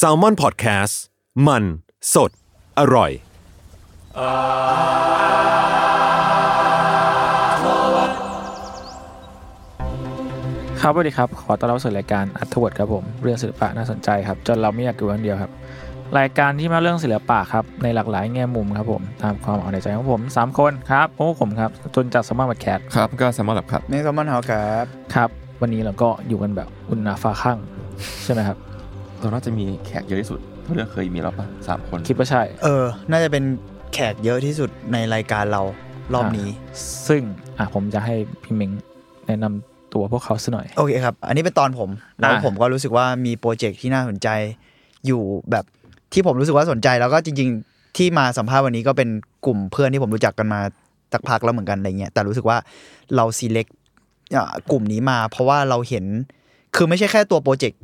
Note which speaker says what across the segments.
Speaker 1: s a l m o n PODCAST มันสดอร่อย
Speaker 2: ครับสวัสดีครับ ขอต้อนรับสู่รายการอัธวัตครับผม เรื่องศิลปะน่าสนใจครับ จนเราไม่อยากอยู่คนเดียวครับ รายการที่มาเรื่องศิลปะครับ ในหลากหลายแง่มุมครับผม ตามความเอาในใจของผม 3 คนครับโอ้ผมครับ จนจากสมาร์ทแคท
Speaker 3: ครับก็สมอลลับครับ
Speaker 4: ในสมอนเฮาครับ
Speaker 2: ครับ วันนี้เราก็อยู่กันแบบอุ่นหนาฟ้าข้างใช่ไหมครับ
Speaker 3: เราน่าจะมีแขกเยอะที่สุดเท่าที่เราเคยมีแล้วป่ะสามคน
Speaker 2: คิดว่าใช่
Speaker 4: เออ น่าจะเป็นแขกเยอะที่สุดในรายการเรารอบนี้
Speaker 2: ะซึ่งอ่ะผมจะให้พี่เม้งแนะนำตัวพวกเขาสัหน่อย
Speaker 4: โอเคครับ อันนี้เป็นตอนผม แล้ว
Speaker 2: อ่า
Speaker 4: ผมก็รู้สึกว่ามีโปรเจกต์ที่น่าสนใจอยู่แบบที่ผมรู้สึกว่าสนใจแล้วก็จริง ๆ ที่มาสัมภาษณ์วันนี้ก็เป็นกลุ่มเพื่อนที่ผมรู้จักกันมาสักพักแล้วเหมือนกันอะไรเงี้ยแต่รู้สึกว่าเราซีเล็กกลุ่มนี้มา เพราะว่าเราเห็น คือไม่ใช่แค่ตัวโปรเจกต์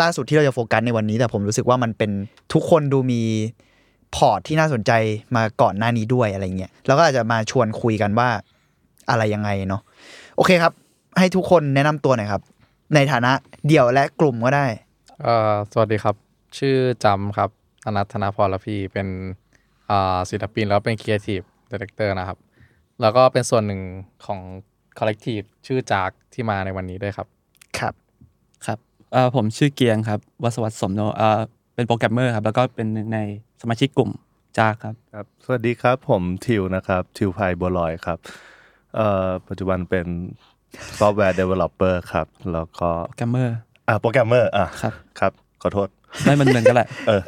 Speaker 4: ล่าสุดที่เราจะโฟกัสในวันนี้ แต่ผมรู้สึกว่ามันเป็นทุกคนดูมีพอร์ตที่น่าสนใจมาก่อนหน้านี้ด้วยอะไรเงี้ยแล้วก็อาจจะมาชวนคุยกันว่าอะไรยังไงเนาะโอเคครับ ให้ทุกคนแนะนำตัวหน่อยครับ ในฐานะเดี่ยวและกลุ่มก็ได้
Speaker 5: เอ่อสวัสดีครับ ชื่อจำครับอนัทธนาพรละพีเป็นอ่าศิลปินแล้วเป็นครีเอทีฟดีเลกเตอร์นะครับ แล้วก็เป็นส่วนหนึ่งของคอลเลกทีฟชื่อจากที่มาในวันนี้ด้วยครับ
Speaker 4: ครับ
Speaker 6: ครับเอ่อผมชื่อเกียงครับวัสวัตสมโนเอ่อเป็นโปรแกรมเมอร์ครับ แล้วก็เป็นหนึ่งในสมาชิกกลุ่มจากครับ
Speaker 7: ครับสวัสดีครับผมทิวนะครับทิวไพบัวลอยครับเอ่อปัจจุบันเป็นซอฟต์แวร์เดเวลลอปเปอร์ครับ แล้วก็
Speaker 6: โปรแกรมเมอร์
Speaker 7: อ่ะโปรแกรมเมอร์อ่ะ
Speaker 6: ครับ
Speaker 7: ครับ ขอโทษ
Speaker 6: ไม่มันเหมือนกันแหละ
Speaker 7: เออ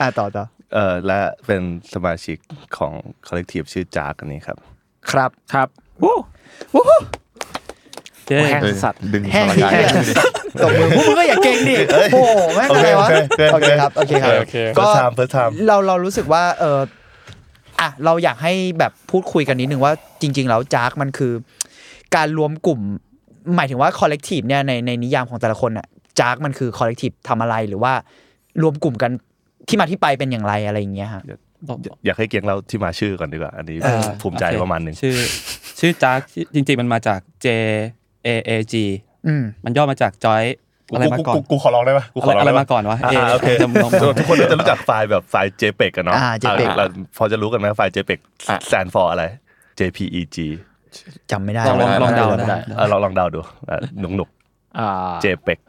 Speaker 4: อ่าต่อต่อ
Speaker 7: เอ่อและเป็นสมาชิกของคอลเลกทีฟชื่อจากอันนี้ครับ
Speaker 4: ครับ
Speaker 2: ครับวู้
Speaker 6: เจ๊
Speaker 2: แห้งสัตว์
Speaker 3: ดึง
Speaker 4: แห้ง
Speaker 3: ส
Speaker 4: ที่
Speaker 3: ลาย
Speaker 4: แห้งตบมือพวกมึงก็อย่าเก่งดิโอ้โหแม่งอะไรวะ
Speaker 7: โอเค
Speaker 4: โอ
Speaker 7: โอ
Speaker 4: เค
Speaker 7: เค
Speaker 4: ครับโอเคครับ
Speaker 5: โอเค
Speaker 4: ก็
Speaker 7: First time First time
Speaker 4: เราเรารู้สึกว่าเอออ่ะเราอยากให้แบบพูดคุยกันนิดนึงว่าจริง ๆ แล้วจากมันคือ การรวมกลุ่ม หมายถึงว่าคอลเลกทีฟเนี่ยในในนิยามของแต่ละคนอ่ะจากมันคือคอลเลกทีฟทำอะไรหรือว่ารวมกลุ่มกันที่มาที่ไปเป็นอย่างไรอะไรอย่างเงี้ยฮะ
Speaker 6: บอก
Speaker 7: อยอยากให้เกียงเราที่มาชื่อก่อนดีกว่า อันนี้
Speaker 6: เอ่อ
Speaker 7: ภูมิใจ
Speaker 6: โอเค
Speaker 7: ประมาณหนึ่ง
Speaker 6: ชื่อ ชื่อจากชื่อจริง ๆ มันมาจาก J A A G
Speaker 4: อืม
Speaker 6: มันย่อมาจาก Joy อะไรมาก่อน
Speaker 7: กูกูขอร้องได้ปะกูขอร้อง
Speaker 6: อะไร
Speaker 7: ด้ป
Speaker 6: มาก่อนวะ
Speaker 7: อ่
Speaker 6: เออ
Speaker 7: โอเค
Speaker 6: จำลอง
Speaker 7: ทุกคนจะรู้จักไฟล์แบบไฟล์ JPEG กันเนาะ
Speaker 4: อ่า JPEG
Speaker 7: เราพอจะรู้กันไหมไฟล์ JPEG stand for อะไร JPEG
Speaker 4: จำไม่ได้
Speaker 6: ลองลองลองเดา
Speaker 4: จำไม่
Speaker 6: ได้
Speaker 4: ได้
Speaker 7: เออลองลองเดาดูอ่ะหนุกหนุก
Speaker 2: อ่า
Speaker 7: เจเปก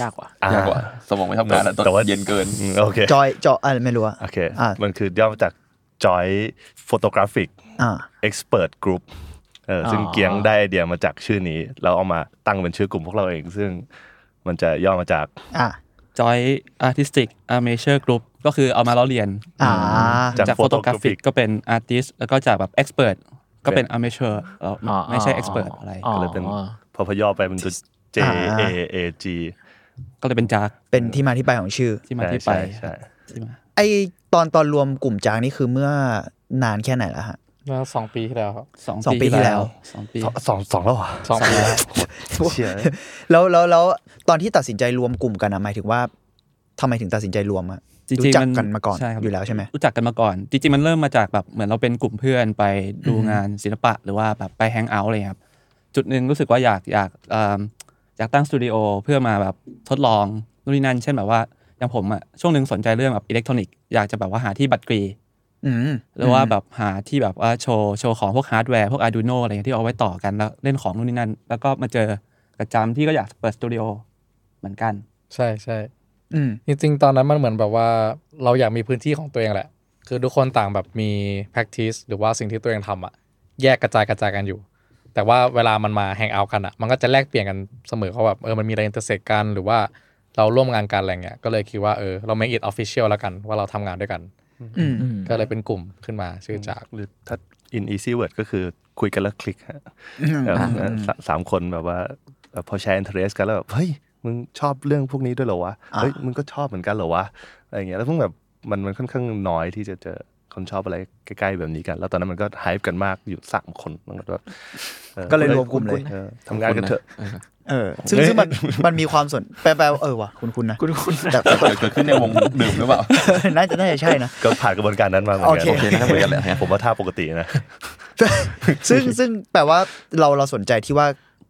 Speaker 2: ยากว่ะ
Speaker 3: ยากกว่าสมองไม่ทำงานอะตอนเย็นเกิน
Speaker 7: โอเค
Speaker 4: จอยจออะไรไม่รู้อะ
Speaker 7: โอเค
Speaker 4: อ่ะ
Speaker 7: มันคือย่อมาจาก Joint Photographic
Speaker 4: อ่า
Speaker 7: Expert Group เอออ
Speaker 2: อ
Speaker 7: ซึ่งเกียงได้ไอเดียมาจากชื่อนี้ เราเอามาตั้งเป็นชื่อกลุ่มพวกเราเอง ซึ่งมันจะย่อมาจาก
Speaker 4: อ่า
Speaker 6: Joy Artistic Amateur Group ก็คือเอามาล้อเลียน
Speaker 4: อ่า
Speaker 6: จากโฟโตกราฟิกก็เป็น Artist แล้วก็จากแบบ Expert ก็เป็น Amateur แล้ว
Speaker 2: อ๋อ
Speaker 6: ไม่ใช่ Expert อะไร
Speaker 2: อ๋อ
Speaker 7: ก็เลยเป็น
Speaker 2: อ๋อ
Speaker 7: พอพย่อไปมันจะ J
Speaker 4: อ่า
Speaker 7: A A G
Speaker 6: ก็เลยเป็นจาก
Speaker 4: เป็นที่มาที่ไปของชื่อ
Speaker 6: ที่มาที่ไป
Speaker 7: ใช่ใช่
Speaker 6: ที่มา
Speaker 4: ไอตอนตอนรวมกลุ่มจางนี่คือเมื่อนานแค่ไหนแล้วฮะ
Speaker 5: แล้วสองปีที่แล้วครับ
Speaker 6: สอง
Speaker 4: สองปี
Speaker 6: ปี
Speaker 4: ที่
Speaker 6: ที่
Speaker 4: แล้
Speaker 6: แล้ว วสองปี
Speaker 7: สองสองสองแล้วเหรอ
Speaker 5: สองปีแล้ว
Speaker 7: เชียร์
Speaker 4: แล้วแล้วแล้วตอนที่ตัดสินใจรวมกลุ่มกันอะหมายถึงว่าทำไมถึงตัดสินใจรวมอะ
Speaker 6: จริงๆ
Speaker 4: รู้จัก
Speaker 6: มั
Speaker 4: กันมาก่อน
Speaker 6: ใช่ครับ
Speaker 4: อยู่แล้วใช่ไหม
Speaker 6: รู้จักกันมาก่อน จริงๆ มันเริ่มมาจากแบบเหมือนเราเป็นกลุ่มเพื่อนไปดูงานศิลปะหรือว่าแบบไปแฮงเอาท์อะไรอย่างเลยครับ จุดหนึ่งรู้สึกว่าอยากอยากเอิ่มอยากตั้งสตูดิโอเพื่อมาแบบทดลองนู่นนี่นั่น เช่นแบบว่าอย่างผมอะช่วงหนึ่งสนใจเรื่องแบบอิเล็กทรอนิกส์อยากจะแบบว่าหาที่บัตรกรี
Speaker 4: อืม
Speaker 6: หรือว่าแบบหาที่แบบว่าโชว์โชว์ของพวกฮาร์ดแวร์พวก Arduino อะไรเงี้ยที่เอาไว้ต่อกันแล้วเล่นของนู่นนี่นั่น แล้วก็มาเจอกระจำที่ก็อยากเปิดสตูดิโอเหมือนกัน
Speaker 5: ใช่ใช่
Speaker 4: อืม
Speaker 5: จริงๆ ตอนนั้นมันเหมือนแบบว่าเราอยากมีพื้นที่ของตัวเองแหละ คือทุกคนต่างแบบมี practice หรือว่าสิ่งที่ตัวเองทำอะแยกกระจายกระจายกันอยู่ แต่ว่าเวลามันมาแฮงเอาท์กันอะมันก็จะแลกเปลี่ยนกันเสมอเขาแบบเออมันมีอะไรอินเตอร์เซ็กกันหรือว่าเราร่วมงานกันอะไรเงี้ยก็เลยคิดว่าเออเรา make it official แล้วกันว่าเราทำงานด้วยกัน
Speaker 4: อืม
Speaker 2: อืม
Speaker 5: ก็เลยเป็นกลุ่มขึ้นมาชื่อจาก
Speaker 7: หรือถ้า in easy word ก็คือคุยกันแล้วคลิกฮะแบบสามสามคนแบบว่าเอ่อพอแชร์ interest กันแล้วแบบ เฮ้ย มึงชอบเรื่องพวกนี้ด้วยเหรอวะ
Speaker 4: อ่า
Speaker 7: เฮ้ยมึงก็ชอบเหมือนกันเหรอวะอะไรอย่างเงี้ยแล้วเพิ่งแบบมันมันค่อนข้างน้อยที่จะเจอคนชอบอะไรใกล้ๆแบบนี้กัน แล้วตอนนั้นมันก็ไฮป์กันมากอยู่สามคนมันก็แบบออ
Speaker 4: ก็เลยรวมกลุ่มเลย
Speaker 7: ออทำงานกันเถอะ
Speaker 4: เออซึ่งซึ่งมันมันมีความสนแปลแปลว่าเออว่ะคุณคุณนะ
Speaker 2: คุณคุณ
Speaker 4: แต่
Speaker 3: เกิดขึ้นในวงดื่มหรือเปล่า
Speaker 4: น่าจะน่าจะใช่นะ
Speaker 7: ก็ผ่านกระบวนการนั้นมาเหมือนกัน
Speaker 4: โอเค
Speaker 3: โอเคนะครับเหมือนกันแหละ
Speaker 7: ผมว่าท่าปกตินะ
Speaker 4: ซึ่งซึ่งแปลว่าเราเราสนใจที่ว่า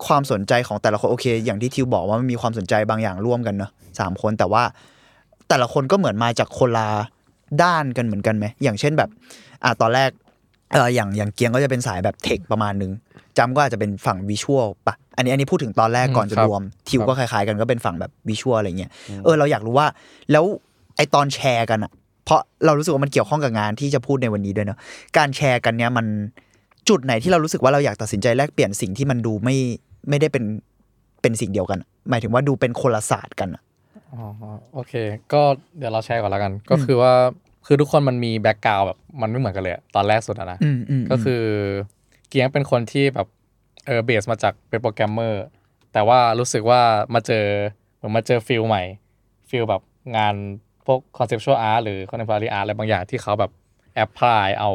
Speaker 4: ความสนใจของแต่ละคนโอเค อย่างที่ทิวบอกว่ามันมีความสนใจบางอย่างร่วมกันเนอะสามคนแต่ว่าแต่ละคนก็เหมือนมาจากคนละด้านกันเหมือนกันไหมอย่างเช่นแบบอ่ะตอนแรกเอออย่างอย่างเกียงก็จะเป็นสายแบบเทคประมาณนึงจำก็อาจจะเป็นฝั่งวิชวลปะอันนี้อันนี้พูดถึงตอนแรกก่อนจะ
Speaker 5: อืมครับ
Speaker 4: รวม ทิวก็คล้ายๆกันก็เป็นฝั่งแบบวิชวลอะไรเงี้ยเออเราอยากรู้ว่าแล้วไอตอนแชร์กันอะเพราะเรารู้สึกว่ามันเกี่ยวข้องกับงานที่จะพูดในวันนี้ด้วยเนอะการแชร์กันเนี้ยมัน จุดไหนที่เรารู้สึกว่าเราอยากตัดสินใจแลกเปลี่ยนสิ่งที่มันดูไม่ไม่ได้เป็นเป็นสิ่งเดียวกันอะหมายถึงว่าดูเป็นคนละศาสตร์กันอะ
Speaker 5: อ๋อโอเค ก็เดี๋ยวเราแชร์ก่อนแล้วกัน ก็คือว่าคือทุกคนมันมีแบ็กกราวแบบมันไม่เหมือนกันเลยอะตอนแรกสุดอะนะ
Speaker 4: อืมอืม
Speaker 5: ก็คือเกียงเป็นคนที่แบบเออเบสมาจากเป็นโปรแกรมเมอร์ แต่ว่ารู้สึกว่ามาเจอเหมือนมาเจอฟิลใหม่ฟิลแบบงานพวกคอนเซปชวลอาร์หรือคอนเทมพอร a r ีอาร์อะไรบางอย่างที่เขาแบบแอพพลายเอา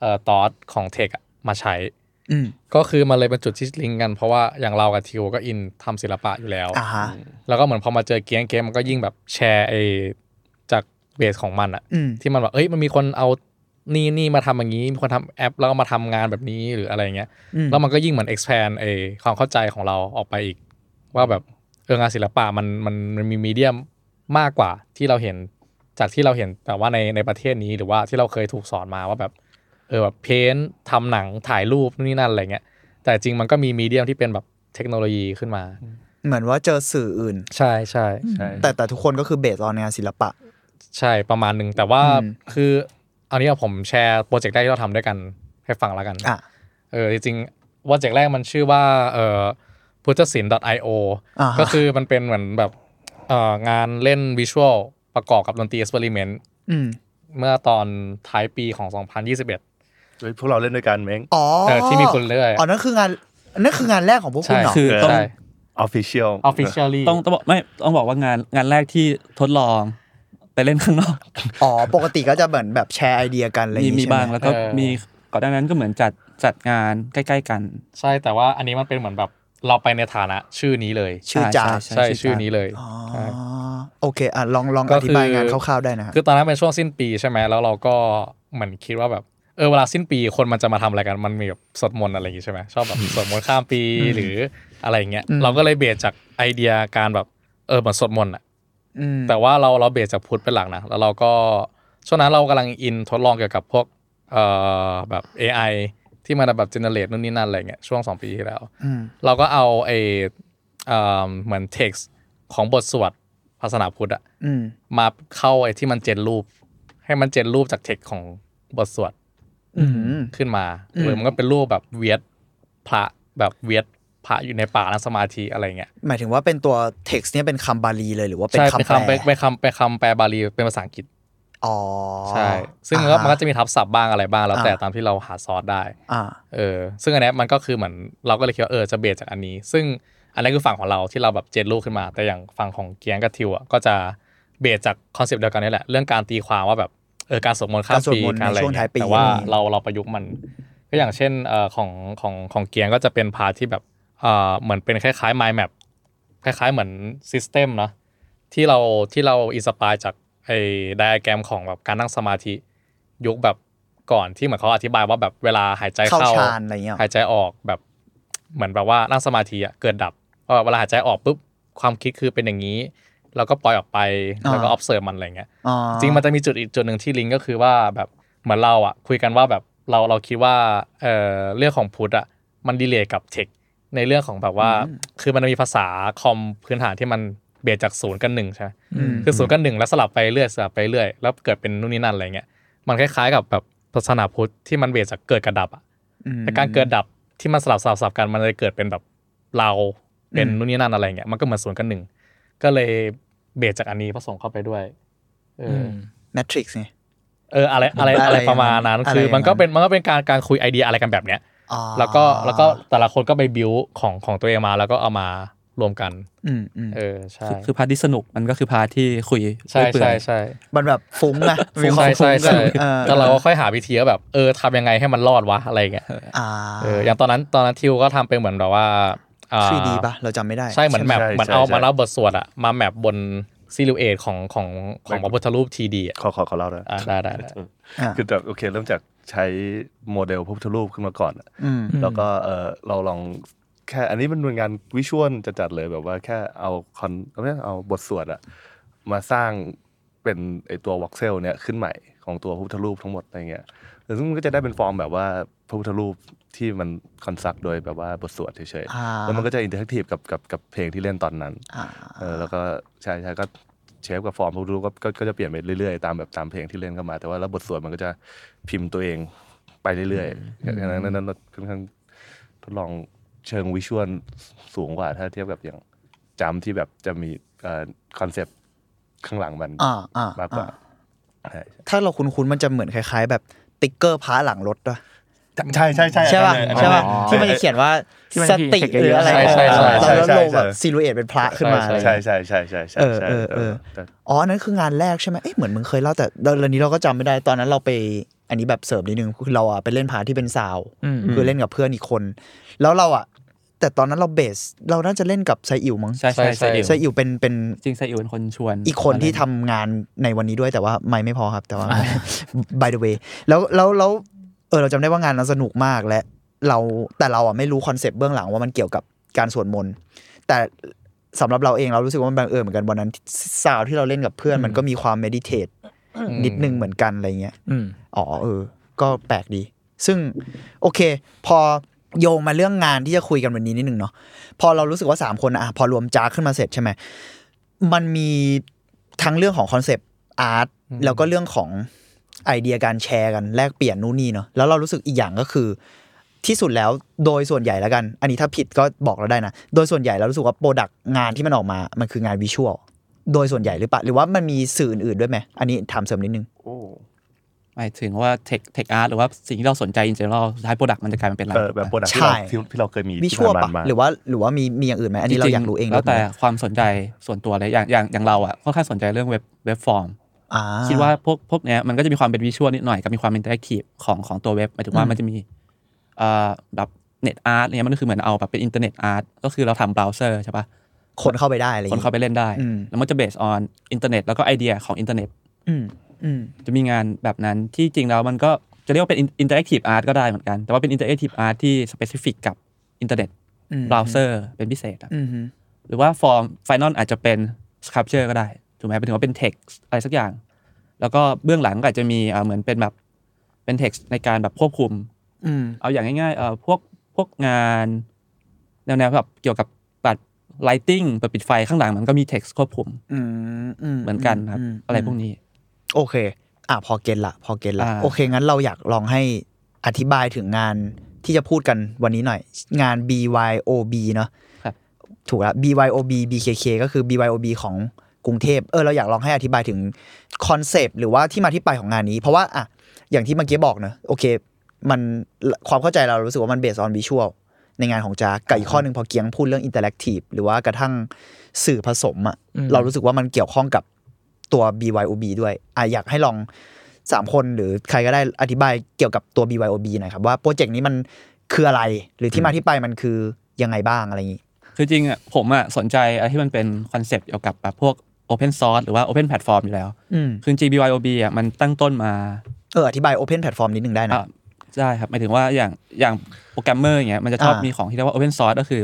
Speaker 5: เอ่อตอสของเทคมาใช้
Speaker 4: อืม
Speaker 5: ก็คือมันเลยเป็นจุดที่ลิงก์กัน เพราะว่าอย่างเรากับทิวก็อินทำศิลปะอยู่แล้ว
Speaker 4: อ่าฮะ
Speaker 5: แล้วก็เหมือนพอมาเจอเกียงเกมมันก็ยิ่งแบบแชร์ไอจากเบสของมันอะ
Speaker 4: อืม
Speaker 5: ที่มันแบบเอ้ยมันมีคนเอานี่นี่มาทำอย่างนี้มีคนทำแอป แล้วก็มาทำงานแบบนี้หรืออะไรเงี้ย
Speaker 4: อืม
Speaker 5: แล้วมันก็ยิ่งเหมือน expand ไอความเข้าใจของเราออกไปอีก ว่าแบบเอองานศิลปะมันมันมันมีมีเดียมมากกว่าที่เราเห็นจากที่เราเห็นแต่ว่าในในประเทศนี้หรือว่าที่เราเคยถูกสอนมาว่าแบบเออแบบเพ้นท์ทำหนังถ่ายรูปนู่นนี่นั่นอะไรเงี้ยแต่จริงมันก็มีมีเดียมที่เป็นแบบเทคโนโลยีขึ้นมา
Speaker 4: เหมือนว่าเจอสื่ออื่น
Speaker 5: ใช่ใช่
Speaker 4: แต่แต่ทุกคนก็คือเบสออนงานศิลปะ
Speaker 5: ใช่ประมาณหนึ่งแต่ว่า
Speaker 4: อืม
Speaker 5: คืออันนี้ผมแชร์โปรเจกต์แรกที่เราทำด้วยกันให้ฟังแล้วกัน
Speaker 4: อ่ะ
Speaker 5: เออจริงๆโปรเจกต์แรกมันชื่อว่าเอ่อพุทธศิลป์ .io
Speaker 4: อ่าฮะ
Speaker 5: ก็คือมันเป็นเหมือนแบบเอ่องานเล่นวิชวลประกอบกับดนตรีเอ็กซ์เพร์เมนต์
Speaker 4: อืม
Speaker 5: เมื่อตอนท้ายปีของ 2021
Speaker 7: เฮ้ยพวกเราเล่นด้วยกันเม้ง
Speaker 4: อ๋อ
Speaker 5: เออที่มีคุณเลื่อย
Speaker 4: อ๋อนั่นคืองานนั่นคืองานแรกของพวกคุณเหรอ
Speaker 6: คือต้อง
Speaker 5: ใช่
Speaker 7: ออฟฟิเชียล
Speaker 5: officially
Speaker 6: ต้องต้องบอกไม่ต้องบอกว่างานงานแรกที่ทดลองไปเล่นข้างนอก
Speaker 4: อ๋อปกติก็จะเหมือนแบบแชร์ไอเดียกันอะไรอย่า
Speaker 6: มี
Speaker 4: งงี้
Speaker 6: มี
Speaker 4: ใช่ไห
Speaker 6: บ้างแล้วก็
Speaker 5: เออ
Speaker 6: มีก่อนหน้านั้นก็เหมือนจัดจัดงานใกล้ ๆ กัน
Speaker 5: ใช่แต่ว่าอันนี้มันเป็นเหมือนแบบเราไปในฐานะชื่อนี้เลย
Speaker 4: ชื่อจา
Speaker 6: ใช่
Speaker 5: ใช่
Speaker 6: ชื่อ
Speaker 5: ชื่อ
Speaker 6: จา
Speaker 5: นี้เลย
Speaker 4: อ๋อ
Speaker 5: ใช่
Speaker 4: โอเคอ่ะลองลอง
Speaker 5: ก็
Speaker 4: อ
Speaker 5: คือ
Speaker 4: ธิบายงานคร่าวๆได้นะฮะ
Speaker 5: คือตอนนั้นเป็นช่วงสิ้นปีใช่ไหมแล้วเราก็เหมือนคิดว่าแบบเออเวลาสิ้นปีคนมันจะมาทำอะไรกันมันมีแบบสวดมนต์อะไรอย่างงี้ใช่ไหมชอบแบบ สวดมนต์ข้ามปีหรืออะไรอย่างเงี้ยเราก็เลยเบสจากไอเดียการแบบเออเหมือนสวดมนต์อะ
Speaker 4: ม
Speaker 5: แต่ว่าเราเราเบสจากพุทธเป็นหลักนะแล้วเราก็ช่วงนั้นเรากำลังอินทดลองเกี่ยวกับพวกเอ่อแบบ AI ที่มันแบบเจเนเรตนู่นนี่นั่นอะไรเงี้ยช่วงสองปีที่แล้ว
Speaker 4: อืม
Speaker 5: เราก็เอาไอเอ่อเหมือนเท็กซ์ของบทสวดภาษาพุทธอะ
Speaker 4: อืม
Speaker 5: มาเข้าไอ้ที่มันเจนรูป ให้มันเจนรูปจากเทคของบทสวด
Speaker 4: อืม
Speaker 5: ขึ้นมา
Speaker 4: อืม
Speaker 5: หรือมันก็เป็นรูปแบบเวียดพระแบบเวียดพระอยู่ในป่านั่งสมาธิอะไรเงี้ย
Speaker 4: หมายถึงว่าเป็นตัว text เนี่ยเป็นคำบาลีเลยหรือว่าเป็น
Speaker 5: ใช่เป็น
Speaker 4: คำแป
Speaker 5: คำเป็น
Speaker 4: ล
Speaker 5: เป็นคำเป็นคำแปลบาลีเป็นภาษาอังกฤษ
Speaker 4: อ๋อ
Speaker 5: ใช่ซึ่งมันก็มันก็
Speaker 4: อ่า
Speaker 5: จะมีทับศัพท์บ้างอะไรบ้างแล้วแต่
Speaker 4: อ่า
Speaker 5: ตามที่เราหาซอสได้
Speaker 4: อ่า
Speaker 5: เออซึ่งอันเนี้ยมันก็คือเหมือนเราก็เลยคิดว่าเออจะเบสจากอันนี้ ซึ่งอันนี้คือฝั่งของเราที่เราแบบเจนรูปขึ้นมา แต่อย่างฝั่งของเกียงกับทิวอ่ะก็จะเบสจากคอนเซปต์เดียวกันนี่แหละเรื่องการตีความว่าแบบเออการสวดมนต์ข้าม
Speaker 4: การสวด
Speaker 5: ปี
Speaker 4: มนต์
Speaker 5: การอะไร
Speaker 4: ในช่วงท้ายปี
Speaker 5: เงี้ยแต่ว่า
Speaker 4: อะไรอย่างเงี้ย
Speaker 5: เราเราประยุกต์มันก็อย่างเช่นเอ่อของของของเกียงก็จะเป็นพาร์ทที่แบบเอ่อเหมือนเป็นคล้ายๆ mind map คล้ายๆ เหมือน system เนอะที่เราที่เราอินสปายจากไอ้ไดอะแกรมของแบบการนั่งสมาธิ ยุคแบบก่อนที่เหมือนเขาอธิบายว่าแบบเวลาหายใจเข้า
Speaker 4: เข้าฌานอะไรเงี้ย
Speaker 5: หายใจออกแบบเหมือนแบบว่านั่งสมาธิอะเกิดดับว่าแบบเวลาหายใจออกปุ๊บความคิดคือเป็นอย่างนี้ แล้วก็ปล่อยออกไปแล้วก็ observe มันอะไรเงี้ย
Speaker 4: อ๋อ
Speaker 5: จริงมันจะมีจุดอีกจุดหนึ่งที่ลิงก์ก็คือว่าแบบเหมือนเราอ่ะคุยกันว่าแบบเราเราคิดว่าเอ่อเรื่องของพุทธอ่ะมันดีเลย์กับเทคในเรื่องของแบบว่า คือมันมีภาษาคอมพื้นฐานที่มันเบียดจากศูนย์กันหนึ่งใช่ไหม
Speaker 4: อืม
Speaker 5: คือศูนย์กันหนึ่งแล้วสลับไปเรื่อยสลับไปเรื่อยแล้วเกิดเป็นนู่นนี่นั่นอะไรเงี้ยมันคล้ายๆกับแบบศาสนาพุทธที่มันเบียดจากเกิดกับดับอ่ะแต่การเกิดดับที่มันสลับสลับสลับกันมันเลยเกิดเป็นแบบเราเป็นนู่นนี่นั่นอะไรเงี้ยมันก็เหมือนศูนย์กันหนึ่งก็เลยเบียดจากอันนี้ผสมเข้าไปด้วยเอออ
Speaker 4: แมทริกซ์ไง
Speaker 5: เอออะไรอะไร
Speaker 4: อะไร
Speaker 5: อะไรประมาณนั้น
Speaker 4: อะไร
Speaker 5: คือ
Speaker 4: อย่างนั้
Speaker 5: มัน
Speaker 4: น
Speaker 5: ก็เป็นมันก็เป็นการการคุยไอเดียอะไรกันแบบเนี้ย
Speaker 4: อ๋อ
Speaker 5: แล้วก็แล้วก็แต่ละคนก็ไปบิวของของตัวเองมาแล้วก็เอามา รวมกัน
Speaker 4: อืมอืม
Speaker 5: เออใช่
Speaker 6: คือคือพาร์ทที่สนุกมันก็คือพาร์ทที่คุย
Speaker 5: ใช่
Speaker 6: เรื่อยเปื่อ
Speaker 5: ใช่
Speaker 6: ย
Speaker 5: ใช่
Speaker 4: มันแบบฟุ้งอะมีควา
Speaker 5: ใช่
Speaker 4: มกั
Speaker 5: ใช่ใช่
Speaker 4: ออ
Speaker 5: แล้วเราก็ค่อยหาวิธีว่าแบบเออทำยังไงให้มันรอดวะอะไรอย่างเงี้ย
Speaker 4: อ่า
Speaker 5: เอออย่างตอนนั้นตอนนั้นทิวก็ทำเป็นเหมือนแบบว่าอ่า
Speaker 4: 3D ป่ะ เราจำไม่ได้
Speaker 5: ใช่เหมือนแมป
Speaker 7: ใช่
Speaker 5: เหมือน
Speaker 7: ใช่
Speaker 5: เอา
Speaker 7: ใช่
Speaker 5: มันเอาบทสวดอะมาแมปบนซิลูเอทของของของพระพุทธรูปทีดีอะ
Speaker 7: ขอขอขอเล่าด้วย
Speaker 5: อ่ะได้ได้ได้
Speaker 4: อ่ะ
Speaker 7: คือแบบโอเค เริ่มจากใช้โมเดลพระพุทธรูปขึ้นมาก่อน
Speaker 4: อืม
Speaker 7: แล้วก็เออเราลองแค่อันนี้มันเป็นงานวิชวลจัดๆเลยแบบว่าแค่เอาคอนไม่ใช่เอาบทสวดอะมาสร้างเป็นไอตัววักเซลเนี่ยขึ้นใหม่ของตัวพระพุทธรูปทั้งหมดอะไรเงี้ยซึ่งมันก็จะได้เป็นฟอร์มแบบว่าพระพุทธรูปที่มันคอนซักโดยแบบว่าบทสวดเฉย
Speaker 4: อ่า
Speaker 7: ๆแล้วมันก็จะอินเทอร์แอคทีฟกับกับกับเพลงที่เล่นตอนนั้น
Speaker 4: อ่า
Speaker 7: เออแล้วก็ใช่ใช่ก็เชฟกับฟอร์มพระพุทธรูปก็ก็ก็จะเปลี่ยนไปเรื่อยๆตามแบบตามเพลงที่เล่นเข้ามา แต่ว่าแล้วบทสวดมันก็จะพิมพ์ตัวเองไปเรื่อยๆดังนั้นดังนั้นเราค่อนข้าง ทดลองเชิงวิชวลสูงกว่า ถ้าเทียบกับอย่างจำที่แบบจะมีคอนเซปต์ข้างหลังมัน
Speaker 4: อ่าอ่าม
Speaker 7: ากกว่า
Speaker 4: อ่า
Speaker 7: ใช่
Speaker 4: ถ้าเราคุ้นๆมันจะเหมือนคล้าย ๆ แบบติ๊กเกอร์พ้าหลังรถด้วย
Speaker 7: ใช่ใช่ใช่
Speaker 4: ใช่ป่ะ
Speaker 7: อันนั้น
Speaker 4: ใช่ป่ะ
Speaker 7: อันนั้น
Speaker 4: ที่มันจะเขียนว่า
Speaker 2: ที่มัน
Speaker 4: ส
Speaker 2: มี
Speaker 4: ติ
Speaker 2: เขียนเยอะๆ
Speaker 4: หรืออะไร
Speaker 5: ใช่ใช่ใช่
Speaker 4: แล้วแล้ว
Speaker 7: ใช่
Speaker 4: โลงแบบ
Speaker 7: ใช่
Speaker 4: ซิลูเอตเป็นพระขึ้นมาอะไร
Speaker 5: ใช่
Speaker 4: อย่าง
Speaker 7: ใช่
Speaker 4: เงี้ย
Speaker 7: ใช่ใช่ใช่ใช่ใช่
Speaker 4: เออเออเออ
Speaker 7: แต่
Speaker 4: อ๋ออันนั้นคืองานแรกใช่ไหมเอ๊ะเหมือนมึงเคยเล่าแต่เรื่องนี้เราก็จำไม่ได้ตอนนั้นเราไปอันนี้แบบเสริมนิดนึงคือเราอ่ะไปเล่นพาที่เป็นซาวด์
Speaker 2: อืม
Speaker 4: คือเล่นกับเพื่อนอีกคน แล้วเราอ่ะแต่ตอนนั้นเราเบส เราน่าจะเล่นกับไซอิ๋วมั้ง
Speaker 6: ใช่ใช่ใช่
Speaker 4: ไซอิ๋วเป็นเป็น
Speaker 6: จริงไซอิวเป็นคนชวน
Speaker 4: อีกคนที่ทำงานในวันนี้ด้วยแต่ว่าไม่ไม่พอครับ แต่ว่า by the way แล้วแล้วแล้วเออเราจำได้ว่างานนั้นสนุกมากและ เราแต่เราอ่ะไม่รู้คอนเซปต์เบื้องหลังว่ามันเกี่ยวกับการสวดมนต์แต่สำหรับเราเองเรารู้สึกว่ามันบังเอิญเหมือนกันวันนั้นซาวที่เราเล่นกับเพื่อนมันก็มีความเมดิเทตนิดนึงเหมือนกันอะไรเงี้ย
Speaker 2: อืม
Speaker 4: อ๋อเออ ก็แปลกดี ซึ่งโอเค พอโยงมาเรื่องงานที่จะคุยกันวันนี้นิดหนึ่งเนาะพอเรารู้สึกว่า 3 คนอะพอรวมจาร์ขึ้นมาเสร็จใช่ไหมมันมีทั้งเรื่องของคอนเซปต์อาร์ตแล้วก็เรื่องของไอเดียการแชร์กันแลกเปลี่ยนนู่นนี่เนาะแล้วเรารู้สึกอีกอย่างก็คือ ที่สุดแล้วโดยส่วนใหญ่แล้วกัน อันนี้ถ้าผิดก็บอกเราได้นะ โดยส่วนใหญ่เรารู้สึกว่าโปรดักต์งานที่มันออกมา มันคืองานวิชวลโดยส่วนใหญ่หรือเปะหรือว่ามันมีสื่ออื่นๆด้วยไหมอันนี้ถามเสริมนิดนึง
Speaker 7: โอ้
Speaker 6: หมายถึงว่าเทคเทคอาร์ตหรือว่าสิ่งที่เราสนใจจริงๆเราท้ายโปรดักต์มันจะกลายมาเป็นอะไร
Speaker 7: เออแบบโปรดักที่
Speaker 4: ใช่
Speaker 7: เราที่ที่เราเคยมี
Speaker 4: วิชวล
Speaker 7: ที่
Speaker 4: ปะ
Speaker 7: ผ่านมา
Speaker 4: หรือว่าหรือว่ามีมีอย่างอื่นไหมอันนี้เราอยากรู้เอง
Speaker 6: จงๆแล้ว
Speaker 4: ห
Speaker 6: แต่
Speaker 4: รือเปา
Speaker 6: ความสนใจส่วนตัวเลยอย่างอย่างอย่างเราอ่ะค่อนข้างสนใจเรื่องเว็บเว็บฟอร์ม
Speaker 4: อ่า
Speaker 6: คิดว่าพวกพวกเนี้ยมันก็จะมีความเป็นวิชวลนิดหน่อยกับมีความเป็นอินเทอร์แอคทีฟของของตัวเว็บหมายถึงว่ามันจะมีเอ่อแบบเน็ตอาร์ตเนี่ยมันก็คือเหมือนเอาแบบเป็นอินเทอร์เน็ตอาร์ตก็คือเราทำเบราว์เซอร์ใช่ปะ
Speaker 4: คนเข้าไปได้อะไรอย่
Speaker 6: ค
Speaker 4: ง
Speaker 6: น
Speaker 4: งี้
Speaker 6: เข้าไปเล่นได้
Speaker 4: อืม
Speaker 6: แล้วมันจะเบสออนอินเทอร์เน็ตแล้วก็ไอเดียของอินเทอร์เน็ต
Speaker 4: อืมอืม
Speaker 6: จะมีงานแบบนั้นที่จริงแล้วมันก็จะเรียกว่าเป็นอินเทอร์แอคทีฟอาร์ตก็ได้เหมือนกัน แต่ว่าเป็นอินเทอร์แอคทีฟอาร์ตที่สเปซิฟิกกับอินเทอร์เน็ต
Speaker 4: อืม
Speaker 6: เบราว์เซอร์เป็นพิเศษอะ
Speaker 4: อืมฮึ
Speaker 6: หรือว่าฟอร์มไฟนอลอาจจะเป็นสครับเจอร์ก็ได้ถูกไหมเป็นถึงว่าเป็นเท็กซ์อะไรสักอย่าง แล้วก็เบื้องหลังก็อาจจะมีเอ่อเหมือนเป็นแบบเป็นเท็กซ์ในการแบบควบคุม
Speaker 4: อืม
Speaker 6: เอาอย่างง่ายๆเอ่อพวกพวกงานแนวๆแบบเกี่ยวกับปัด lighting เปิดปิดไฟข้างหลังมันก็มี text ควบคุม
Speaker 4: อืมอืม
Speaker 6: เหมือนกันครับ
Speaker 4: ม
Speaker 6: อะไรพวกนี้
Speaker 4: โอเค อ่ะพอเก็ตละ พอเก็ตละ
Speaker 6: อ่า
Speaker 4: โอเค งั้นเราอยากลองให้อธิบายถึงงานที่จะพูดกันวันนี้หน่อย งาน BYOB เนาะถูกละ BYOB BKK ก็คือ BYOB ของกรุงเทพเออเราอยากลองให้อธิบายถึงคอนเซปต์หรือว่าที่มาที่ไปของงานนี้ เพราะว่าอ่ะอย่างที่เมื่อกี้บอกเนอะโอเค มันความเข้าใจเรารู้สึกว่ามันเบสออนวิชวลในงานของจากกับอีกข้อหนึ่งพอเกียงพูดเรื่องอินเตอร์แอคทีฟหรือว่ากระทั่งสื่อผสมอะ
Speaker 2: อืม
Speaker 4: เรารู้สึกว่ามันเกี่ยวข้องกับตัว BYOB ด้วยอ่ะอยากให้ลองสามคนหรือใครก็ได้อธิบายเกี่ยวกับตัว BYOB หน่อยครับ ว่าโปรเจกต์นี้มันคืออะไร หรือที่มาที่ไปมันคือยังไงบ้างอะไรอย่างนี้
Speaker 6: คือจริงอ่ะผมอ่ะสนใจอะไรที่มันเป็นคอนเซปต์เกี่ยวกับแบบพวก open source หรือว่า open platform อยู่แล้ว
Speaker 4: อืม
Speaker 6: คือจริง BYOB อ่ะมันตั้งต้นมา
Speaker 4: เอออธิบาย Open Platform นิดนึงได้นะ
Speaker 6: อ่ะได้ครับหมายถึงว่าอย่างอย่างโปรแกรมเมอร์อย่างเงี้ยมันจะชอบ
Speaker 4: อ่ามี
Speaker 6: มีของที่เรียกว่า open source ก็คือ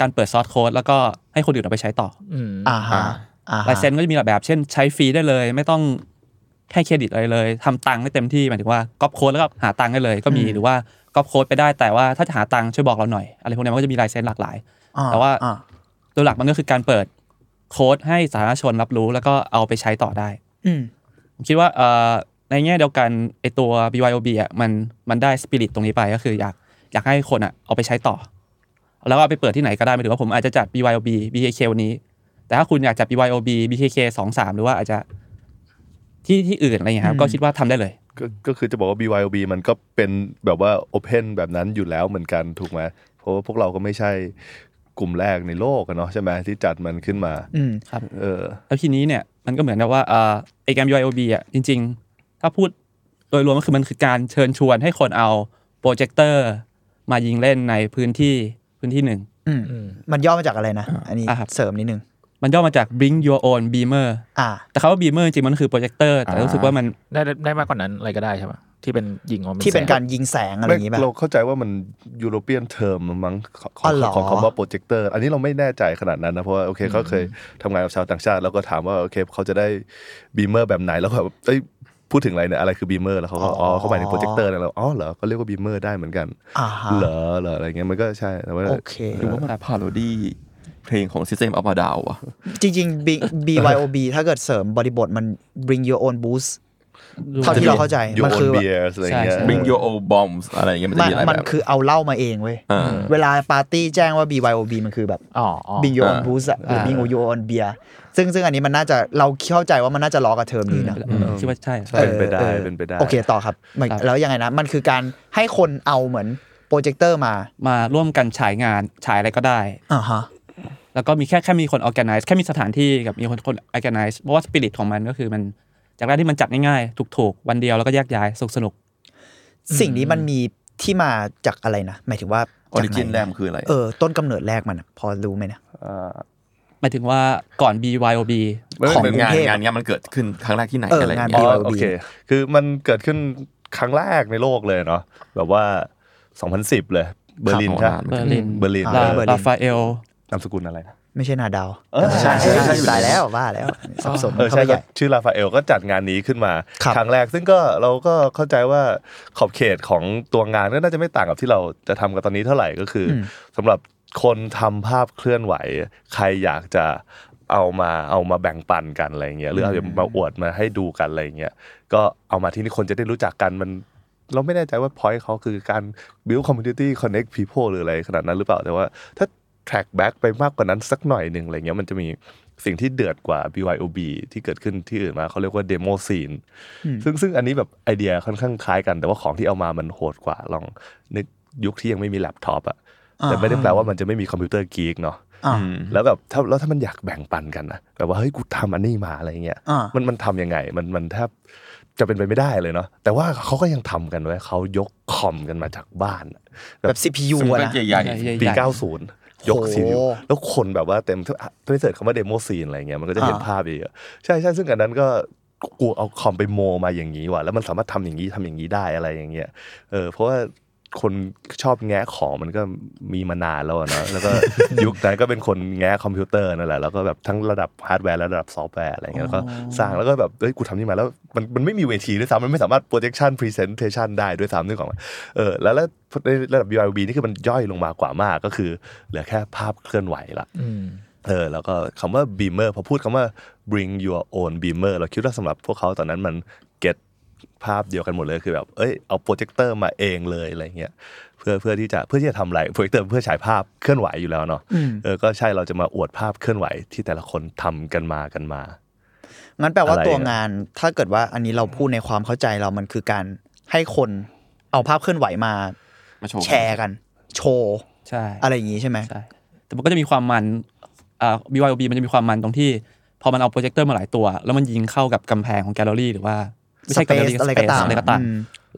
Speaker 6: การเปิดซอร์สโค้ดแล้วก็ให้คนอื่นเอาไปใช้ต่อ
Speaker 2: อืม
Speaker 4: อ่าฮะอ่าฮะ
Speaker 6: ลายเซ็นก็จะมีหลายแบบ เช่นใช้ฟรีได้เลย ไม่ต้องให้เครดิตอะไรเลยทำตังค์ได้เต็มที่หมายถึงว่าก๊อปโค้ดแล้วก็หาตังค์ได้เลยก็มีหรือว่าก๊อปโค้ดไปได้แต่ว่าถ้าจะหาตังค์ช่วยบอกเราหน่อยอะไรพวกนี้มันก็จะมีลายเซ็นหลากหลาย
Speaker 4: อ่
Speaker 6: แต่ว่า
Speaker 4: อ่
Speaker 6: โดยหลักมันก็คือการเปิดโค้ดให้สาธารณชนรับรู้แล้วก็เอาไปใช้ต่อได้
Speaker 4: อืม
Speaker 6: ผมคิดว่าเอ่อในแง่เดียวกันไอตัว BYOB อ่ะมันมันได้สปิริตตรงนี้ไปก็คืออยากอยากให้คนอ่ะเอาไปใช้ต่อ แล้วก็เอาไปเปิดที่ไหนก็ได้หมายถึงว่าผมอาจจะจัด BYOB BKK วันนี้ แต่ถ้าคุณอยากจัด BYOB BKK สองสามหรือว่าอาจจะที่ที่อื่นอะไรอย่างเงี้ยครับ ก็คิดว่าทำได้เลย
Speaker 7: ก็ก็คือจะบอกว่า BYOB มันก็เป็นแบบว่า Open แบบนั้นอยู่แล้วเหมือนกันถูกไหมเพราะว่าพวกเราก็ไม่ใช่ กลุ่มแรกในโลกอะเนาะใช่ไหมที่จัดมันขึ้นมา
Speaker 4: อืม
Speaker 7: เออ
Speaker 6: แล้วทีนี้เนี่ยมันก็เหมือนกับว่าเอ่อไอแกม UIOB อ่ะจริง ๆ ถ้าพูดโดยรวมก็คือมันคือการเชิญชวนให้คนเอาโปรเจคเตอร์มายิงเล่นในพื้นที่พื้นที่หนึ่ง
Speaker 4: อืม
Speaker 5: อืม
Speaker 4: มันย่อมาจากอะไรนะ อันนี้
Speaker 6: อ่ะครับ
Speaker 4: เสริมนิดนึง
Speaker 6: มันย่อมาจาก bring your own beamer
Speaker 4: อ่า
Speaker 6: แต่คำว่า beamer จริงๆมันคือโปรเจคเตอร์แต่รู้สึกว่ามัน
Speaker 2: ได้ได้ได้มากกว่านั้นอะไรก็ได้ใช่ปะที่เป็นยิงออกมา
Speaker 4: ที่เป็น
Speaker 2: แสง
Speaker 4: การยิงแสงอะไรอย่างงี้ป่ะ
Speaker 7: ม่เราเข้าใจว่ามันยูโรเปียนเทอมมั้งของข
Speaker 4: อ๋
Speaker 7: อ
Speaker 4: อง เหรอ
Speaker 7: ของคำว่าโปรเจคเตอร์อันนี้เราไม่แน่ใจขนาดนั้นนะ เพราะว่าโอเคเขาเคยทำงานกับชาวต่างชาติ แล้วก็ถามว่าโอเคเขาจะได้บีเมอร์แบบไหนแล้วก็แบบเอ้ยพูดถึงอะไรเนี่ยอะไรคือบีเมอร์แล้วเขาก็อ๋อเขาหมายถึงโปรเจคเตอร์นะเราอ๋อเหรอก็เรียกว่าบีเมอร์ได้เหมือนกัน
Speaker 4: อ่าฮะ
Speaker 7: เหรอเหรออะไรเงี้ยมันก็ใช่แต่ว่า
Speaker 4: โอเค
Speaker 3: หรือว่ามันพาโรดี้เพลงของ System of a Down วะ
Speaker 4: จริงๆ B- BYOB ถ้าเกิดเสริมบริบทมัน bring your own boost เท่าที่เราเข้าใจ
Speaker 7: ยู
Speaker 4: มัน
Speaker 7: โอน
Speaker 4: คือ
Speaker 7: เบียร์อะไรเงี้ย
Speaker 6: ใช่
Speaker 3: บิงโยโอ b o m b s อะไรอย่างเงี้ยมันจะ
Speaker 4: มัน
Speaker 3: มีอะไร
Speaker 4: มัน
Speaker 3: แบบ
Speaker 4: คือเอาเหล้ามาเองเว้ย
Speaker 3: อ่า
Speaker 4: เวลาปาร์ตี้แจ้งว่า BYOB มันคือแบบ
Speaker 2: อ๋ออ๋อ
Speaker 4: bring your own boost อะหรือ bring your own beer ซึ่งซึ่งอันนี้มันน่าจะเราเข้าใจว่ามันน่าจะล้อกับเทอมนี้นะ
Speaker 6: คิดว่าใช่
Speaker 7: เป็นไปได้
Speaker 4: ออ
Speaker 7: เป็นไปได้
Speaker 4: โอเคต่อครับมัน
Speaker 6: ครับ
Speaker 4: แล้วยังไงนะ มันคือการให้คนเอาเหมือนโปรเจคเตอร์มา
Speaker 6: มาร่วมกันฉายงานฉายอะไรก็ได้
Speaker 4: อ่าฮะ
Speaker 6: แล้วก็มีแค่แค่มีคน organize แค่มีสถานที่กับมีคนคน organize เพราะว่าสปิริตของมันก็คือมันจากแรกที่มันจัดง่ายๆถูกๆ วันเดียวแล้วก็แยกย้ายสนุกสนุก
Speaker 4: สิ่งนี้มันมีที่มาจากอะไรนะ หมายถึงว่า
Speaker 3: ออ
Speaker 4: จาก
Speaker 3: ริจิน
Speaker 4: ไหะ
Speaker 3: แรมคืออะไร
Speaker 4: เออ ต้นกำเนิดแรกมันอะพอรู้ไหมนะ
Speaker 6: หมายถึงว่าก่อน BYOB
Speaker 3: ไม่
Speaker 4: ของ
Speaker 3: เป็น
Speaker 4: กรุง
Speaker 3: งาน
Speaker 4: เทพ
Speaker 3: งานเนี้ยมันเกิดขึ้นครั้งแรกที่ไหน
Speaker 4: เออ
Speaker 3: อะไร
Speaker 4: งาน
Speaker 3: เงี้ย
Speaker 4: BYOB
Speaker 7: โอเค คือมันเกิดขึ้นครั้งแรกในโลกเลยเนาะ แบบว่า 2010 เลย เบอร์ลินใช่ไหม
Speaker 6: เบอร์ลิน
Speaker 7: เบอร์ลิน
Speaker 4: อ่
Speaker 6: ลา
Speaker 4: เบอร์ลิน
Speaker 6: ลาฟาเอล
Speaker 7: นามสกุลอะไรนะ
Speaker 4: ไม่ใช่นาดาว
Speaker 7: เออใช่ใช่ใช่
Speaker 4: ตายแล้วบ้าแล้วสับสน
Speaker 7: เออ
Speaker 4: เข้า
Speaker 7: ใช่
Speaker 4: ไปให
Speaker 7: ก็
Speaker 4: ญ่
Speaker 7: ชื่อราฟาเอลก็จัดงานนี้ขึ้นมา
Speaker 4: ครับ
Speaker 7: ครั้งแรก ซึ่งก็เราก็เข้าใจว่าขอบเขตของตัวงานก็น่าจะไม่ต่างกับที่เราจะทำกันตอนนี้เท่าไหร่ก็คืออสำหรับคนทำภาพเคลื่อนไหว ใครอยากจะเอามาเอามาแบ่งปันกันอะไรเงี้ยหรือเอามาอวดมาให้ดูกันอะไรเงี้ยก็เอามาที่นี่คนจะได้รู้จักกันมัน เราไม่แน่ใจว่า point เขาคือการ build community connect people หรืออะไรขนาดนั้นหรือเปล่า แต่ว่าถ้า track back ไปมากกว่านั้นสักหน่อยหนึ่งอะไรเงี้ยมันจะมีสิ่งที่เดือดกว่า BYOB ที่เกิดขึ้นที่อื่นมาเขาเรียกว่า demo scene ซึ่งซึ่งอันนี้แบบไอเดียค่อนข้างคล้ายกัน แต่ว่าของที่เอามามันโหดกว่า ลองนึกยุคที่ยังไม่มีแล็ปท็อปอะแต่ไม่ได้แปลว่ามันจะไม่มีคอมพิวเตอร์กีกเนาะ
Speaker 4: อ่า
Speaker 7: แล้วแบบถ้าแล้วถ้ามันอยากแบ่งปันกันนะแบบว่าเฮ้ยกูทำอันนี้มาอะไรเงี้ย
Speaker 4: อ่ามั
Speaker 7: มันมันทำยังไงมันมันแทบจะเป็นไปไม่ได้เลยเนาะแต่ว่าเขาก็ยังทำกันไว้ยเขายกคอมกันมาจากบ้าน
Speaker 4: แบบ CPU
Speaker 3: ซึ่ง
Speaker 4: อะ
Speaker 3: เป็น
Speaker 4: นะ
Speaker 3: ใหญ่ๆ
Speaker 6: ใหญ่ๆ
Speaker 7: ปี90 ยก
Speaker 4: โอ้โห
Speaker 7: ซีอูแล้วคนแบบว่าเต็มถ้าเสิร์ชคำว่าเดโมซีนอะไรเงี้ยมันก็จะเห็น
Speaker 4: อ่า
Speaker 7: ภาพเยอะใช่ใช่ซึ่งอันนั้นก็กูเอาคอมไปโมมาอย่างนี้ว่ะแล้วมันสามารถทำอย่างนี้ทำอย่างนี้ได้อะไรอย่างเงี้ยเออเพราะว่าคนชอบแงะของมันก็มีมานานแล้วอะเนอะแล้วก็ ยุคนั้นก็เป็นคนแงะคอมพิวเตอร์นั่นแหละแล้วก็แบบทั้งระดับฮาร์ดแวร์และระดับซอฟต์แวร์อะไรเงี้ยแล้วก็สร้างแล้วก็แบบเอ้ยกูทำนี่มาแล้วมันมันไม่มีเวทีด้วยซ้ำมันไม่สามารถโปรเจคชันพรีเซนเทชันได้ด้วยซ้ำนึกออกไหม เออแล้วแล้วในระดับ BYOB นี่คือมันย่อยลงมากว่ามากก็คือเหลือแค่ภาพเคลื่อนไหวละเออแล้วก็คำว่า beamer พอพูดคำว่า bring your own beamer เราคิดว่าสำหรับพวกเขาตอนนั้นมันเก็ตภาพเดียวกันหมดเลยคือแบบเอ้ยเอาโปรเจคเตอร์มาเองเลยอะไรเงี้ยเพื่อเพื่อที่จะเพื่อที่จะทำอะไรโปรเจคเตอร์เพื่อฉายภาพเคลื่อนไหวอยู่แล้วเนาะเออก็ใช่เราจะมาอวดภาพเคลื่อนไหวที่แต่ละคนทำกันมากันมา
Speaker 4: งั้นแปลว่า
Speaker 7: อะไร
Speaker 4: ตัว
Speaker 7: อะ
Speaker 4: งานถ้าเกิดว่าอันนี้เราพูดในความเข้าใจเรามันคือการให้คนเอาภาพเคลื่อนไหวมา
Speaker 3: มาโชว์
Speaker 4: แชร์กัน โชว์
Speaker 6: ใช่
Speaker 4: อะไรอย่างงี้ใช่ไหม
Speaker 6: ใช่ แต่มันก็จะมีความมันอ่า BYOB มันจะมีความมันตรงที่ พอมันเอาโปรเจคเตอร์มาหลายตัว แล้วมันยิงเข้ากับกำแพงของแกลเลอรี่หรือว่า ไม่ใช่แกลเลอรี่
Speaker 4: Space อะไรก็ตาม
Speaker 6: Space อะไรก็ตาม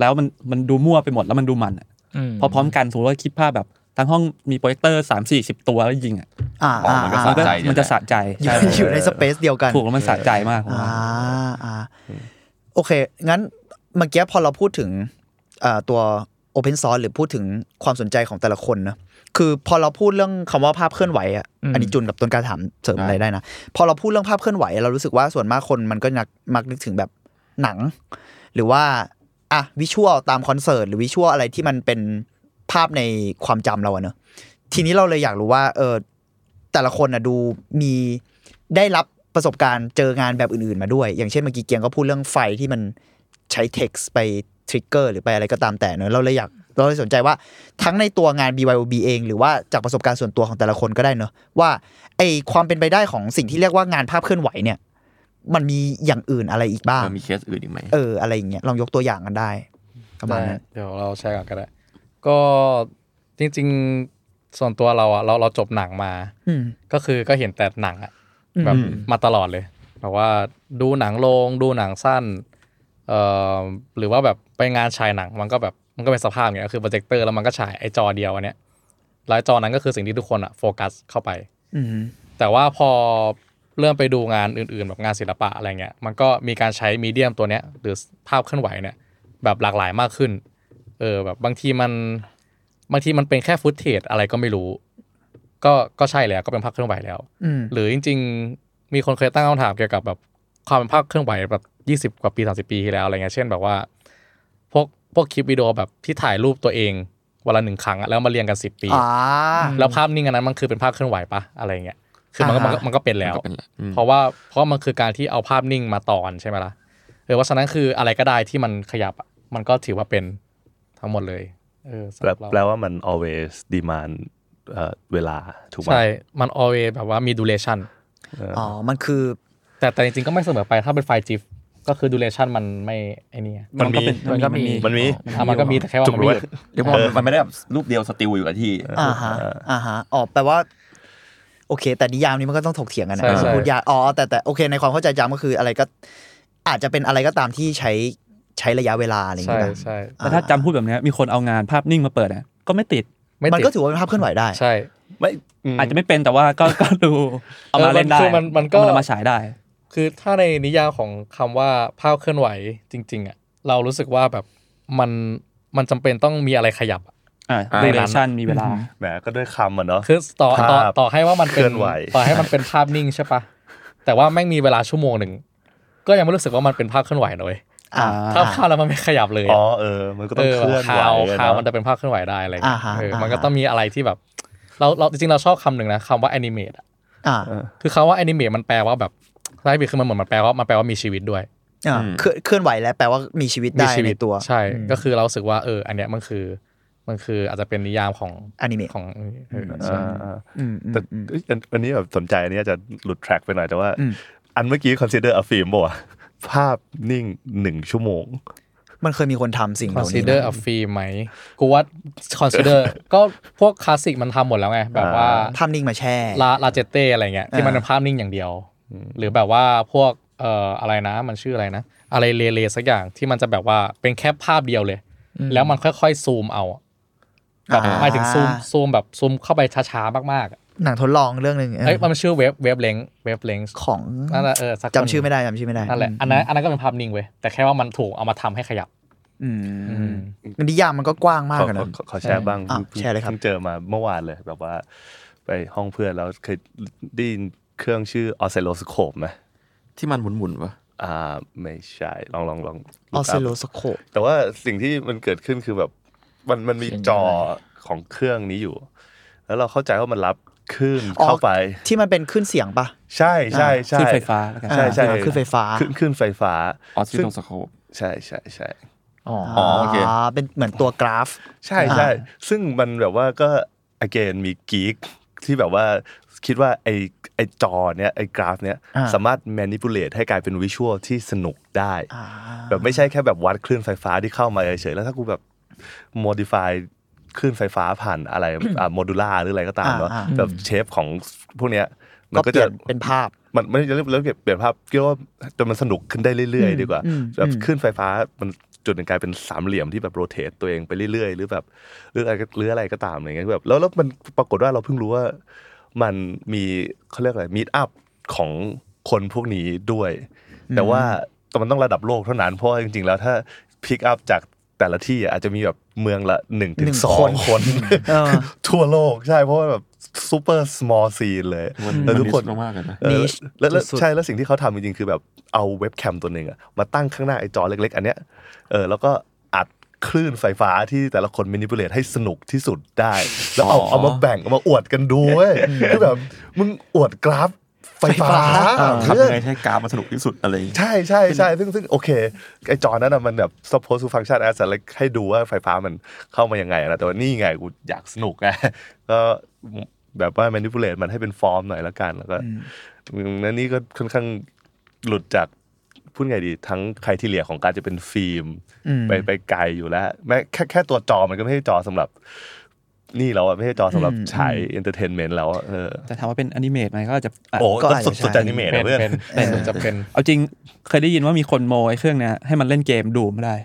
Speaker 6: แล้วมันมันดูมั่วไปหมดแล้วมันดูมันอะ
Speaker 2: ม
Speaker 6: พอพร้อมกันสมมติว่าคิดภาพแบบทั้งห้องมีโปรเจคเตอร์สามสี่สิบตัวแล้วยิงอ่ะ
Speaker 4: อ่า
Speaker 3: อ๋อ
Speaker 4: อ่า
Speaker 3: มันก็
Speaker 4: อ่า
Speaker 3: สร้าน งใจ
Speaker 6: มัก็
Speaker 3: เนี่ย
Speaker 6: มันจะ
Speaker 3: แหละ
Speaker 6: สะใจ
Speaker 4: อยู่
Speaker 6: ใช่
Speaker 4: อยู่ในสเปซเดียวกัน
Speaker 6: ถูกแล้วมันสะใจมากผม
Speaker 4: อ่า
Speaker 6: ว่า
Speaker 4: อ่าโอเค งั้นเมื่อกี้พอเราพูดถึงอ่าตัว Open Source หรือพูดถึงความสนใจของแต่ละคนนะคือพอเราพูดเรื่องคำว่าภาพเคลื่อนไหวอ่ะอันนี้จุนกับต้นกล้ารถามเสริมอะไรได้นะ พอเราพูดเรื่องภาพเคลื่อนไหว เรารู้สึกว่าส่วนมากคนมันก็นักมักนึกถึงแบบหนัง หรือว่าอ่ะวิชวลตามคอนเสิร์ตหรือวิชวลอะไรที่มันเป็นภาพในความจำเราอะเนอะทีนี้เราเลยอยากรู้ว่าเออแต่ละคนอะดูมีได้รับประสบการณ์เจองานแบบอื่นๆมาด้วย อย่างเช่นเมื่อกี้เกียงก็พูดเรื่องไฟที่มันใช้ text ไปทริกเกอร์หรือไปอะไรก็ตามแต่เนอะเราเลยอยากเราเลยสนใจว่าทั้งในตัวงาน BYOB เอง หรือว่าจากประสบการณ์ส่วนตัวของแต่ละคนก็ได้เนอะว่าไอความเป็นไปได้ของสิ่งที่เรียกว่างานภาพเคลื่อนไหวเนี่ย มันมีอย่างอื่นอะไรอีกบ้าง
Speaker 3: มันมีเคสอื่นอีกไหม
Speaker 4: เออ อะไรอย่างเงี้ยลองยกตัวอย่างกันได้ประมาณนั้น
Speaker 5: ได้เดี๋ยวเราแชร์กันก็ได้ ก็จริง ส่วนตัวเราอะเราเราจบหนังมา
Speaker 4: อืม
Speaker 5: ก็คือก็เห็นแต่หนังอะแบบ
Speaker 4: อืม
Speaker 5: มาตลอดเลยแบบว่าดูหนังโรงดูหนังสั้นเอ่อหรือว่าแบบไปงานฉายหนังมันก็แบบมันก็เป็นสภาพอย่างเงี้ยก็คือโปรเจคเตอร์แล้วมันก็ฉายไอจอเดียวอันเนี้ยแล้วไอ้จอนั้นก็คือสิ่งที่ทุกคนอะโฟกัสเข้าไป
Speaker 4: อืม
Speaker 5: แต่ว่าพอเริ่มไปดูงานอื่นๆ แบบงานศิลปะอะไรเงี้ย มันก็มีการใช้มีเดียมตัวเนี้ย หรือภาพเคลื่อนไหวเนี่ย แบบหลากหลายมากขึ้น เออแบบบางทีมันบางทีมันเป็นแค่ฟุตเทจอะไรก็ไม่รู้ ก็ก็ใช่แล้วก็เป็นภาพเคลื่อนไหวแล้ว
Speaker 4: อืม
Speaker 5: หรือจริง ๆ มีคนเคยตั้งคำถามเกี่ยวกับแบบความเป็นภาพเคลื่อนไหวแบบยี่สิบ20 กว่าปีสาสิปีที่แล้วอะไรเงี้ยเช่นแบบว่า พวกพวกคลิปวิดีโอแบบที่ถ่ายรูปตัวเองวันละหนึ่งครั้งอะแล้วมาเรียงกันสิบปี
Speaker 4: อ่า
Speaker 5: แล้วภาพนิ่งอันนั้นมันคือเป็นภาพเคลื่อนไหวปะอะไรเงี้ย คือมันก็
Speaker 4: อ่าฮะ
Speaker 5: มันก็มันก็เป็นแล้ว
Speaker 3: มันก็เป็นแหละอืม
Speaker 5: เพราะว่าเพราะมันคือการที่เอาภาพนิ่งมาตอนใช่ไหมล่ะเออว่าะฉะนั้นคืออะไรก็ได้ที่มันขยับอะมันก็ถือว่าเป็นทั้งหมดเลย เออสำหรับเรา
Speaker 7: แปลว่ามัน always demand เอ่อเวลาถูกไหม
Speaker 5: ใช่ มัน always แบบว่ามี duration
Speaker 4: อ๋อ มันคือ
Speaker 5: แต่แต่จริงๆก็ไม่เสมอไปถ้าเป็นไฟล์จิฟก็คือ duration มันไม่ไอเนี่ย
Speaker 7: มันมี
Speaker 2: มันก็มี
Speaker 7: มันมี
Speaker 5: อ่ะมันก็มีแต่แค่ว่า
Speaker 7: จุก
Speaker 5: มันไม่
Speaker 7: ด้ว
Speaker 5: ห
Speaker 7: ย
Speaker 5: ยุด
Speaker 3: เรียกว่ามันไม่ได้แบบรูปเดียวสติลอยู่กับที่
Speaker 4: อ่าฮะอ่าฮะอ๋อแปลว่า โอเค แต่นิยามนี้มันก็ต้องถกเถียงกันนะ
Speaker 5: ใช่ใช่
Speaker 4: พูดยากอ๋อแต่แต่โอเคในความเข้าใจจำก็คืออะไรก็ อาจจะเป็นอะไรก็ตามที่ใช้ใช้ระยะเวลาอะไรอย่าง
Speaker 5: ใช่
Speaker 4: เงี้ย
Speaker 5: ใช่
Speaker 6: แต่ถ้าจำพูดแบบเนี้ยมีคนเอางานภาพนิ่งมาเปิดอะก็ไม่ติด
Speaker 5: ไม่
Speaker 4: มัน
Speaker 5: ติด
Speaker 4: ก็ถือว่าเป็นภาพเคลื่อนไหวได้
Speaker 5: ใช่
Speaker 7: ไม่ม
Speaker 6: อาจจะไม่เป็นแต่ว่า ก็ก็ดูเอามาเล่นได้
Speaker 5: คือมันมันก็
Speaker 6: เอามาฉายได้
Speaker 5: คือถ้าในนิยามของคำว่าภาพเคลื่อนไหวจริง ๆอ่ะเรารู้สึกว่าแบบมันมันจำเป็นต้องมีอะไรขยับอะ
Speaker 6: อ่า
Speaker 5: อ่า
Speaker 6: เรชั่นมีเวลา
Speaker 7: แหมก็ด้วยคำอ่ะเนาะ
Speaker 5: คือต่อต่อ
Speaker 7: ภาพ
Speaker 5: ต่อให้ว่ามัน
Speaker 7: เคลื่
Speaker 5: เป็
Speaker 7: อนไหว
Speaker 5: ต่อให้มันเป็นภาพนิ่งใช่ปะแต่ว่าแม่งมีเวลาชั่วโมงหนึ่งก็ยังไม่รู้สึกว่ามันเป็นภาพเคลื่อนไหวนะเว้ย
Speaker 4: อ่า
Speaker 5: ถ้าภาพแล้วมันไม่ขยับเลย
Speaker 7: อ๋
Speaker 5: อะ
Speaker 7: อเออ มันก็ต้องเคลื่อนไหว
Speaker 5: ข่าว
Speaker 7: อะ
Speaker 5: ข่าวมัน
Speaker 7: เนอะ
Speaker 5: จะเป็นภาพเคลื่อนไหวได้อะไรเงี้ย
Speaker 4: อ่าฮะ
Speaker 5: เอออา
Speaker 4: ฮะ
Speaker 5: มันก็ต้องมีอะไรที่แบบ เราเราจริงๆเราชอบคำหนึ่งนะคำว่าแอนิเมต
Speaker 4: อ่า
Speaker 5: คือคำว่าแอนิเมตมันแปลว่าแบบไลฟ์บิคือมันเหมือนมันแปลว่ามันแปลว่ามีชีวิตด้วย
Speaker 4: อ่าเคลื่อนเคลื่อนไหวแล้วแปลว่ามีชีวิต
Speaker 5: มี
Speaker 4: ได้
Speaker 5: ชี
Speaker 4: ใน
Speaker 5: วิต
Speaker 4: ตัว
Speaker 5: ใช่ ก็คือเรารู้สึกว่าเออ อันเนี้ยมันคือมันคืออาจจะเป็นนิยามของ
Speaker 4: อนิเมะ
Speaker 5: ของเออ
Speaker 7: เอ
Speaker 5: ใช่
Speaker 7: อเออ
Speaker 4: อืมอืม
Speaker 7: แต่
Speaker 4: อืม
Speaker 7: เอ้ยอันอันนี้แบบสนใจอันนี้อาจจะหลุดแทร็กไปหน่อยแต่ว่า
Speaker 4: อืม
Speaker 7: อันเมื่อกี้ consider a film บอกว่าภาพนิ่งหนึ่งชั่วโมง
Speaker 4: มันเคยมีคนทำสิ่งเห
Speaker 5: คอน
Speaker 4: ล่า
Speaker 5: ซี
Speaker 4: นี้
Speaker 5: เดอร์
Speaker 4: นะ
Speaker 5: อัฟฟีไหมกูว่าคอนซีเดอร์ ก็พวกคลาสสิกมันทำหมดแล้วไง แบบว่า
Speaker 4: ภาพนิ่งมาแช่
Speaker 5: ลาลาเจเต้อะไรเงี้ยที่มันเป็นภาพนิ่งอย่างเดียว หรือแบบว่าพวกเอ่ออะไรนะ มันชื่ออะไรนะ อะไรเลเลสักอย่างที่มันจะแบบว่าเป็นแค่ภาพเดียวเลย แล้วมันค่อยๆซูมเอาแบบ
Speaker 4: อ่า
Speaker 5: หมายถึงซูมซูมแบบซูมเข้าไปช้าๆมากๆอะ
Speaker 4: หนังทดลองเรื่องหนึ่ง
Speaker 5: เอ้ยมันชื่อเวฟเวฟเลงเวฟเลง
Speaker 4: ของ
Speaker 5: นั่นแหละเออสักคน
Speaker 4: จำชื่อไม่ได้จำชื่อไม่ได้
Speaker 5: นั่นแหละอันนั้นอันนั้นก็เป็นภาพนิ่งเว้ยแต่แค่ว่ามันถูกเอามาทำให้ขยับ
Speaker 4: อืมนิยามมันก็กว้างมาก
Speaker 7: ขอ
Speaker 4: อะ
Speaker 7: ขอ
Speaker 4: นะ
Speaker 7: ขอขอแชร์บ้าง
Speaker 4: อ่ะ
Speaker 7: พิ่ง
Speaker 4: แชร์เลยครับ
Speaker 7: พิ่งเจอมาเมื่อวานเลยแบบว่า ไปห้องเพื่อนแล้วเคยได้ยินเครื่องชื่อออเซโลสโคปไหม
Speaker 3: ที่มันหมุนๆวะ
Speaker 7: อ่าไม่ใช่ ลองลองลอง
Speaker 4: ออสเซโลสโคป
Speaker 7: แต่ว่าสิ่งที่มันเกิดขึ้นคือแบบมันมันมีจอของเครื่องนี้อยู่ แล้วเราเข้าใจว่ามันรับคลื่น
Speaker 4: อ๋อ
Speaker 7: เข้าไป
Speaker 4: ที่มันเป็นขึ้นเสียงปะ
Speaker 7: ใช่ใช่ใช่
Speaker 6: ขึ้นไฟฟ้าแล้วกัน
Speaker 7: ใช่ใช่
Speaker 4: อ่าขึ้นไฟฟ้า
Speaker 7: ขึ้นขึ้นไฟฟ้า
Speaker 3: ออสซิลโลสโคป
Speaker 7: ใช่ใช่ใช่
Speaker 2: อ๋อ
Speaker 3: อ๋อโอเค
Speaker 4: เป็นเหมือนตัวกราฟ
Speaker 7: ใช่ใช่ ซึ่งมันแบบว่าก็ again มีกีกที่แบบว่าคิดว่าไอไอจอเนี้ยไอกราฟเนี้ย
Speaker 4: อ่า
Speaker 7: สามารถ manipulate ให้กลายเป็นวิชวลที่สนุกได้
Speaker 4: อ่า
Speaker 7: แบบไม่ใช่แค่แบบวัดคลื่นไฟฟ้าที่เข้ามาเฉยๆแล้วถ้ากูแบบ modify คลื่นไฟฟ้าผ่านอะไร อ่าโมดูล่าหรืออะไรก็ตามเนาะแบบเชฟของพวกเนี้ยมันก็
Speaker 4: ก็เปลี่
Speaker 7: จะ
Speaker 4: ยนเป็นภาพ
Speaker 7: มันไม่จะเริ่มเริ่มเปลี่ยนภาพเรียกว่าจนมันสนุกขึ้นได้เรื่อยๆ ดีกว่า
Speaker 4: อืม
Speaker 7: แบบ
Speaker 4: อืม
Speaker 7: ขึ้นไฟฟ้ามันจุดหนึ่งกลายเป็นสามเหลี่ยมที่แบบโรเตทตัวเองไปเรื่อยๆ หรือแบบหรืออะไรก็หรืออะไรก็ตามอะไรเงี้ยแบบแล้วแล้วมันปรากฏว่าเราเพิ่งรู้ว่ามันมีเขาเรียกอะไรมีดอัพของคนพวกนี้ด้วย แต่ว่าแต่มันต้องระดับโลกเท่านั้นเพราะว่าจริงๆ แล้วถ้าพิกอัพจากแต่ละที่อาจจะมีแบบเมืองละหนึ่งถึ
Speaker 4: หนึ่
Speaker 7: ง
Speaker 4: ง
Speaker 7: สอ
Speaker 4: ค
Speaker 7: ง
Speaker 4: น
Speaker 7: คน
Speaker 4: เออ
Speaker 7: ทั่วโลกใช่เพราะว่าแบบซูเปอร์สมอลซีนเลย
Speaker 3: มัน
Speaker 7: แล้วทุกคน
Speaker 3: นิชมากๆเลยนะ
Speaker 7: เออ
Speaker 4: Niche
Speaker 7: แล้วแล้ว
Speaker 4: สุดๆ
Speaker 7: ใช่แล้วสิ่งที่เขาทำจริงๆคือแบบเอาเว็บแคมตัวหนึ่งอะมาตั้งข้างหน้าไอ้จอเล็ก ๆ อันเนี้ยเออแล้วก็อัดคลื่นไฟฟ้าที่แต่ละคนมินิเ l เลตให้สนุกที่สุดได้ แล้วเอาเอามาแบ่งเอามาอวดกันดูเว้ยคือแบบมึงอวดกราฟไฟฟ้า
Speaker 3: ทำยังไงให้กราฟมันสนุกที่สุดอะไรอย่างเงี้ย
Speaker 7: ใช่ใช่ใช่ซึ่งซึ่งโอเค ไอ้จอนั้นอะมันแบบ suppose to function as อะไรให้ดูว่าไฟฟ้ามันเข้ามายังไงนะแต่ว่านี่ไงกูอยากสนุกไง ก็แบบว่า manipulate มันให้เป็นฟอร์มหน่อยละกันแล้วก็ นั่นนี่ก็ค่อนข้างหลุดจากพูดไงดีทั้งใครที่เหลียของการจะเป็นฟิล์ม ไปไปไกลอยู่แล้วแม้แค่แค่ตัวจอมันก็ไม่ใช่จอสำหรับ นี่เราอะไม่ใช่จอสำหรับ
Speaker 4: อืม
Speaker 7: ฉายเอนเตอร์เทนเมนต์แล้วอะเออ
Speaker 6: แต่ถามว่าเป็นอนิเมะไหมก็อาจจะะ
Speaker 7: โอ้
Speaker 4: ก็
Speaker 7: ก็
Speaker 4: อาจ
Speaker 7: สุด
Speaker 4: จะใช่
Speaker 7: สุดแอนิเมะ
Speaker 5: เป็
Speaker 7: นะ
Speaker 5: น
Speaker 7: เพื่อน
Speaker 5: เป็น
Speaker 4: เออ
Speaker 5: จะเป็น
Speaker 6: เอาจริงเคยได้ยินว่ามีคนโมไอ้เครื่องเนี้ยให้มันเล่นเกมดูไม่ได้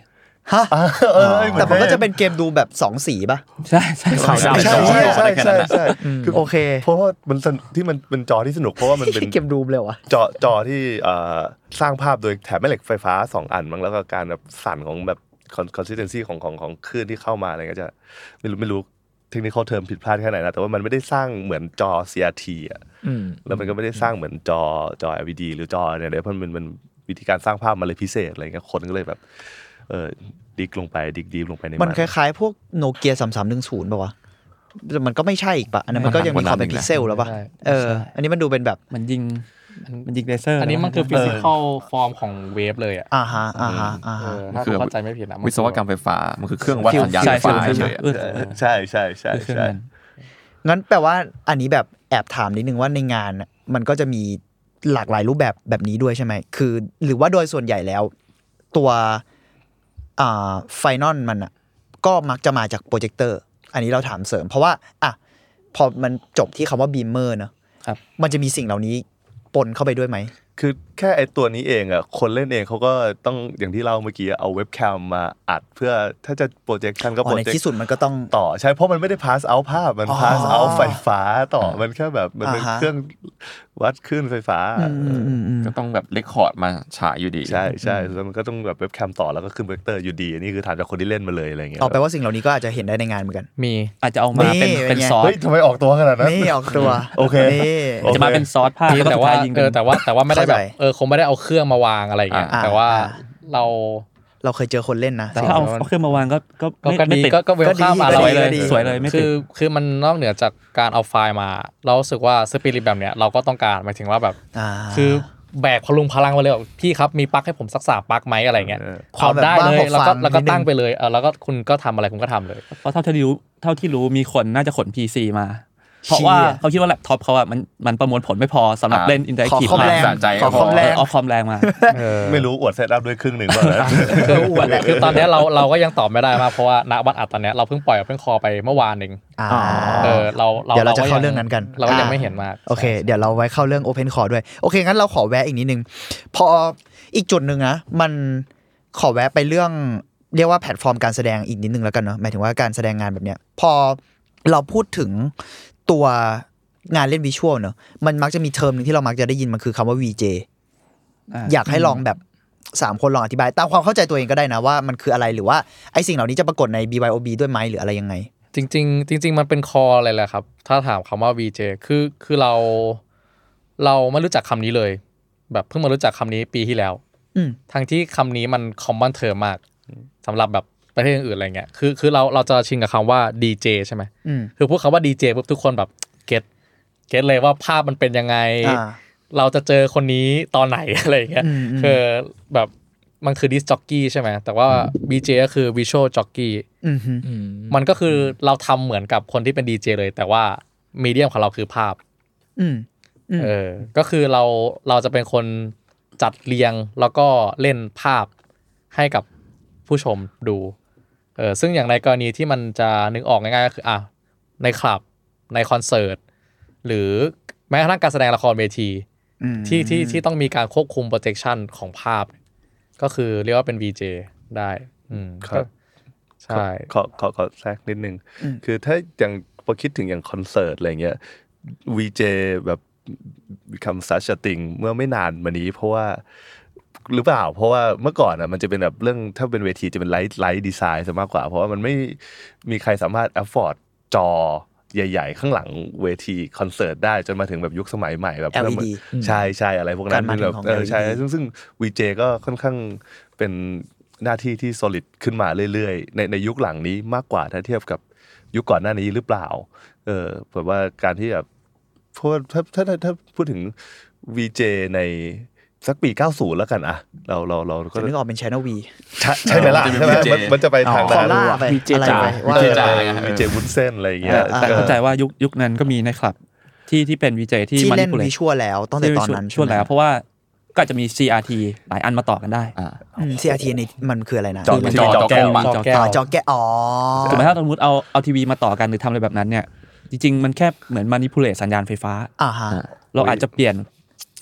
Speaker 4: ฮะ
Speaker 7: อ่าเออเหอ
Speaker 4: แต่มันก็
Speaker 7: ล่
Speaker 4: จะเป็นเกมดูแบบสองสีป่ะ
Speaker 6: ใช่ใช่
Speaker 7: ขาวดำ
Speaker 4: ใช่ใช่ใช่ใช่ใช่
Speaker 7: คือ
Speaker 4: โอเค
Speaker 7: เพราะว่ามันสนุกที่มันเป็นจอที่สนุกเพราะว่ามันเป็น
Speaker 4: เกมดูมเลยวะ
Speaker 7: จอจอที่เอ่อสร้างภาพโดยแถมแม่เหล็กไฟฟ้าสองอันมั้งแล้วก็การแบบสั่นของแบบคอนสิสเทนซีของของของคลื่นที่เข้ามาอะไรก็จะไม่รู้ไม่รู้เทคนิคเทอมผิดพลาดแค่ไหนนะแต่ว่ามันไม่ได้สร้างเหมือนจอ CRT อ่ะ
Speaker 2: อืม
Speaker 7: แล้วมันก็ไม่ได้สร้างเหมือนจอจอ LED หรือจอเนี่ยเดี๋ยวเพราะมันมันมันวิธีการสร้างภาพมันเลยพิเศษอะไรเงี้ยคนก็เลยแบบเออดิกลงไปดิกดีลงไปใน
Speaker 4: มันคล้ายๆ พวกโนเกียสามสามหนึ่งศูนย์ป่ะวะแต่มันก็ไม่ใช่อีกป่ะ อันนั้นมันก็ยังมีความเป็นพิกเซลแล้วป่ะ
Speaker 5: ใช่
Speaker 4: เออ อันนี้มันดูเป็นแบบ
Speaker 6: มันยิงมันยิงเลเซอร์
Speaker 5: อันนี้มันคือฟิสิกอลฟอร์มของเวฟเลยอ่ะ
Speaker 4: อ่าฮะ อ่าฮะ อ่า
Speaker 5: เอ
Speaker 4: ฮะ
Speaker 5: อถ้า
Speaker 3: คือ
Speaker 5: เข้าใจไม่ผิดนะมัน
Speaker 3: วิศวกรรมไฟฟ้า มันคือเครื่องวัดสัญญาณ
Speaker 6: ใช่
Speaker 3: ไฟ
Speaker 6: ใช่
Speaker 3: ฟ้าเฉ
Speaker 6: ใช่
Speaker 3: ย
Speaker 6: ใช่
Speaker 3: ๆอะ
Speaker 6: เออ
Speaker 7: ใช่ใช่ใช่
Speaker 6: คือเครื่อง
Speaker 7: ใช่
Speaker 6: นั้น
Speaker 4: งั้นแปลว่าอันนี้แบบแอบถามนิดนึงว่าในงานน่ะมันก็จะมีหลากหลายรูปแบบแบบนี้ด้วยใช่ไหม คือ หรือว่าโดยส่วนใหญ่แล้ว ตัวอ่าไฟนอลมันอ่ะก็มักจะมาจากโปรเจคเตอร์ อันนี้เราถามเสริม เพราะว่าอ่ะพอมันจบที่คำว่าบีมเมอร์เนอะ
Speaker 6: ครับ
Speaker 4: มันจะมีสิ่งเหล่านี้ปนเข้าไปด้วยไหม
Speaker 7: คือแค่ไอตัวนี้เองอ่ะคนเล่นเองเขาก็ต้องอย่างที่เล่าเมื่อกี้เอาเว็บแคมมาอัดเพื่อถ้าจะโปรเจคชันก็
Speaker 4: อ๋
Speaker 7: โปร
Speaker 4: อใน
Speaker 7: เจค
Speaker 4: ที่สุดมันก็ต้อง
Speaker 7: ต่อใช่เพราะมันไม่ได้ pass out ภาพมัน
Speaker 4: อ๋อ
Speaker 7: pass out ไฟฟ้าต่อมันแค่แบบมันเป็น
Speaker 4: อ่าฮะ
Speaker 7: เครื่องวัดคลื่นไฟฟ้า
Speaker 4: อืมอืมอืมอืม
Speaker 3: ก็ต้องแบบเลคคอร์ดมาฉายอยู่ดี
Speaker 7: ใช่ใช่แล้วมันก็ต้องแบบเว็บแคมต่อแล้วก็ขึ้นเวกเตอร์อยู่ดีอันนี้คือถามจากคนที่เล่นมาเลยอะไรเงี้ย
Speaker 4: เอาแปลว่าสิ่งเหล่านี้ก็อาจจะเห็นได้ในงานเหมือนกัน
Speaker 5: มี
Speaker 6: อาจจะเอามาเป็น
Speaker 4: นี่
Speaker 6: เป็น
Speaker 4: เป็นไง
Speaker 6: ซอส
Speaker 7: เฮ้ยทำไมออกตัวขนาดนั้น
Speaker 4: นี่ออกตัว
Speaker 7: โอเค
Speaker 4: นี่
Speaker 6: อาจจะมาเป็นซอสผ้า
Speaker 5: มี
Speaker 6: แล้วก็
Speaker 5: แต่
Speaker 6: สุด
Speaker 5: ว่า
Speaker 6: ท้ายยิง
Speaker 5: เอ
Speaker 6: เป็
Speaker 5: อน แต่ว่าแต่ว่าไม่ได้แบบ
Speaker 4: เข้าใจ
Speaker 5: เออคงไม่ได้เอาเครื่องมาวางอะไรอย่างเงี้ย
Speaker 4: อ่า
Speaker 5: แต่ว่า
Speaker 4: อ่า
Speaker 5: เรา
Speaker 4: เราเคยเจอคนเล่นนะ
Speaker 6: แต่ถ้าเอาเอาเครื่องมาวางก็ก็
Speaker 5: ก็
Speaker 6: ไม่
Speaker 5: ก็
Speaker 6: ไม่
Speaker 5: ดี
Speaker 6: ติด
Speaker 5: ก็ก็เวลข้าม
Speaker 4: ก็
Speaker 5: มา
Speaker 4: ดี
Speaker 5: เรา
Speaker 6: สวยเลย
Speaker 5: ก็ดี
Speaker 6: สวยเลยไม่ติด
Speaker 5: คือคือมันนอกเหนือจากการเอาไฟล์มา เรารู้สึกว่าสปิริตแบบเนี้ยเราก็ต้องการหมายถึงว่าแบบ
Speaker 4: า
Speaker 5: คือแบกพลุงพลังมาเลยแบบพี่ครับมีปลั๊กให้ผมสักสามปลั๊กไหมอะไรเงี้ย
Speaker 7: เออ
Speaker 5: ความ
Speaker 4: เอาแบบ
Speaker 5: ได้
Speaker 4: บ้า
Speaker 5: เลย
Speaker 4: พอ
Speaker 5: แล้ว
Speaker 4: ฟั
Speaker 5: ก็
Speaker 4: ง
Speaker 5: แล้วก็
Speaker 4: นิดนึง
Speaker 5: ตั้งไปเลยเออแล้วก็คุณก็ทำอะไรคุณก็ทำเลย
Speaker 6: เพราะเท่าที่รู้เท่าที่รู้มีคนน่าจะขน PC มา เพราะว่า
Speaker 4: เชี่ย
Speaker 6: เขาคิดว่าแล็ปท็อปเขาอะมันมันประมวลผลไม่พอสำหรับ
Speaker 3: อ่า
Speaker 6: เล่นอินเตอร์แอ
Speaker 4: ขอ
Speaker 6: คทีฟ
Speaker 4: คอมแรง
Speaker 3: สะใจ
Speaker 4: ข
Speaker 3: ก็
Speaker 4: อ
Speaker 3: พอ
Speaker 4: คอมแรง
Speaker 6: เอาคอมแรงมา
Speaker 7: ไม่รู้อวดเซตอัพด้วยครึ่งหนึ่งว่า
Speaker 5: คือคือตอนเนี้ยเราเราก็ยังตอบไม่ได้มากเพราะว่าณวันอัดตอนเนี้ยเราเพิ่งปล่อยเพิ่งคอไปเมื่อวานเอง
Speaker 4: อ่า
Speaker 5: เออเราเรา
Speaker 4: เดี๋ยวเราจะ
Speaker 5: ก็
Speaker 4: เข้า
Speaker 5: ยั
Speaker 4: เรื่องนั้นกัน
Speaker 5: เราก็ยัง
Speaker 4: อ่า
Speaker 5: ไม่เห็นมาก
Speaker 4: โอเค เดี๋ยวเราไว้เข้าเรื่อง Open c a l l ด้วย โอเค งั้นเราขอแวะอีกนิดนึง พออีกจุดหนึ่งนะ มันขอแวะไปเรื่อง เรียกว่าแพลตฟอร์มการแสดงอีกนิดนึงแล้วกันเนาะ หมายถึงว่าการแสดงงานแบบเนี้ย พอเราพูดถึงตัวงานเล่นวิชวลเนอะมันมักจะมีเทอมหนึ่งที่เรามักจะได้ยินมันคือคำว่า VJ
Speaker 6: อ่า
Speaker 4: อยากให้ลองแบบสามคนลองอธิบาย ตามความเข้าใจตัวเองก็ได้นะว่ามันคืออะไรหรือว่าไอสิ่งเหล่านี้จะปรากฏใน BYOB ด้วยไหมหรืออะไรยังไง
Speaker 5: จริง ๆ จริง ๆ มันเป็นคออะไรแหละครับ ถ้าถามคำว่า VJ คือคือเรา เราไม่รู้จักคำนี้เลย แบบเพิ่งมารู้จักคำนี้ปีที่แล้ว
Speaker 4: อืม
Speaker 5: ทั้งที่คำนี้มันคอมมอนเทอมมากสำหรับแบบประเทศอื่นๆอะไรเงี้ย คือคือเราเราจะชินกับคำว่าดีเจใช่ไหม
Speaker 4: อืม
Speaker 5: คือพูดคำว่าดีเจปุ๊บทุกคนแบบเก็ตเก็ตเลยว่าภาพมันเป็นยังไง
Speaker 4: อ่า
Speaker 5: เราจะเจอคนนี้ตอนไหน อะไรอย่างเงี้ย
Speaker 4: อืมอืม
Speaker 5: คือแบบมันคือดิสจ็อกกี้ใช่ไหม แต่ว่า VJ ก็คือวิชวลจ็อกกี้
Speaker 4: อืมฮึ
Speaker 2: อืม
Speaker 5: มันก็คือเราทำเหมือนกับคนที่เป็นดีเจเลย แต่ว่ามีเดียมของเราคือภาพ
Speaker 4: อืม อืม
Speaker 5: เออ ก็คือเราเราจะเป็นคนจัดเรียงแล้วก็เล่นภาพให้กับผู้ชมดู เออ ซึ่งอย่างในกรณีที่มันจะนึกออกง่ายๆก็คืออ่ะในคลับ ในคอนเสิร์ต หรือแม้กระทั่งการแสดงละครเวที
Speaker 4: อืม
Speaker 5: ที่ที่ที่ต้องมีการควบคุม projection ของภาพ ก็คือเรียกว่าเป็น VJ ได้ อืม
Speaker 7: ครับ
Speaker 5: ใช่
Speaker 7: ขอขอขอแทรกนิดนึง คือถ้าอย่างพอคิดถึงอย่างคอนเสิร์ตอะไรเงี้ย VJ แบบคำซัชติงเมื่อไม่นานมานี้เพราะว่าหรือเปล่า เพราะว่าเมื่อก่อนอ่ะมันจะเป็นแบบเรื่องถ้าเป็นเวทีจะเป็นไลท์ไลท์ดีไซน์ซะมากกว่า เพราะว่ามันไม่มีใครสามารถ afford จอใหญ่ ๆ ข้างหลังเวทีคอนเสิร์ตได้จนมาถึงแบบยุคสมัยใหม่แบบ
Speaker 4: LED
Speaker 7: ใช่ใช่อะไรพวกนั้น
Speaker 4: การมาถึง
Speaker 7: แบบ
Speaker 4: ของ
Speaker 7: เออ
Speaker 4: LED
Speaker 7: ใช่ซึ่งซึ่ง VJ ก็ค่อนข้างเป็นหน้าที่ที่ solid ขึ้นมาเรื่อยๆ ในในยุคหลังนี้มากกว่าถ้าเทียบกับยุคก่อนหน้านี้หรือเปล่า เออแบบว่าการที่แบบเพราะว่าถ้าถ้าถ้าถ้าพูดถึง VJ ในสักปี 90 แล้วกันอะเราเราเราก็
Speaker 4: จะนึกออกเป็น Channel V
Speaker 7: ใช่ใช่ไหมล่ะ
Speaker 3: มันจะ
Speaker 7: ใช่ไหม
Speaker 3: เป็น VJ
Speaker 7: มันมันจะไปทาง
Speaker 4: คอ
Speaker 7: นั้น
Speaker 4: ล่าไป
Speaker 2: มีเจ
Speaker 4: อะไร
Speaker 2: จ๋า
Speaker 4: ไปว่า
Speaker 3: VJ จ๋า
Speaker 7: วีเจวุ้นเส้นอะไรอย่างเงี้ย
Speaker 4: อ่า
Speaker 6: แต่เข้าใจ
Speaker 7: เออ
Speaker 6: ว่ายุคยุคนั้นก็มีในคลับที่ที่เป็นวีเจที่
Speaker 4: ที่
Speaker 6: มัน
Speaker 4: เล่น
Speaker 6: พูเล
Speaker 4: วิชวลแล้วตั้งแต่ตอนนั้น
Speaker 6: ช่วงแล้วเพราะว่า ก็อาจจะมี CRT หลายอันมาต่อกันได้
Speaker 3: อ่า
Speaker 4: ซีอาร์ทีนี่มันคืออะไรนะ
Speaker 3: จอ
Speaker 6: มัน
Speaker 3: จอจอแก้ว
Speaker 6: จอแก้ว
Speaker 4: อ๋อจอแก้วอ๋อ
Speaker 6: ถูกไหมถ้าสมมติเอาเอาทีวีมาต่อกันหรือทำอะไรแบบนั้นเนี่ย จริง ๆ มันแค่เหมือนมานิ u ูเล e สัญญาณไฟฟ้า
Speaker 4: อ่าฮะ
Speaker 6: เราอาจจะเปลี่ยน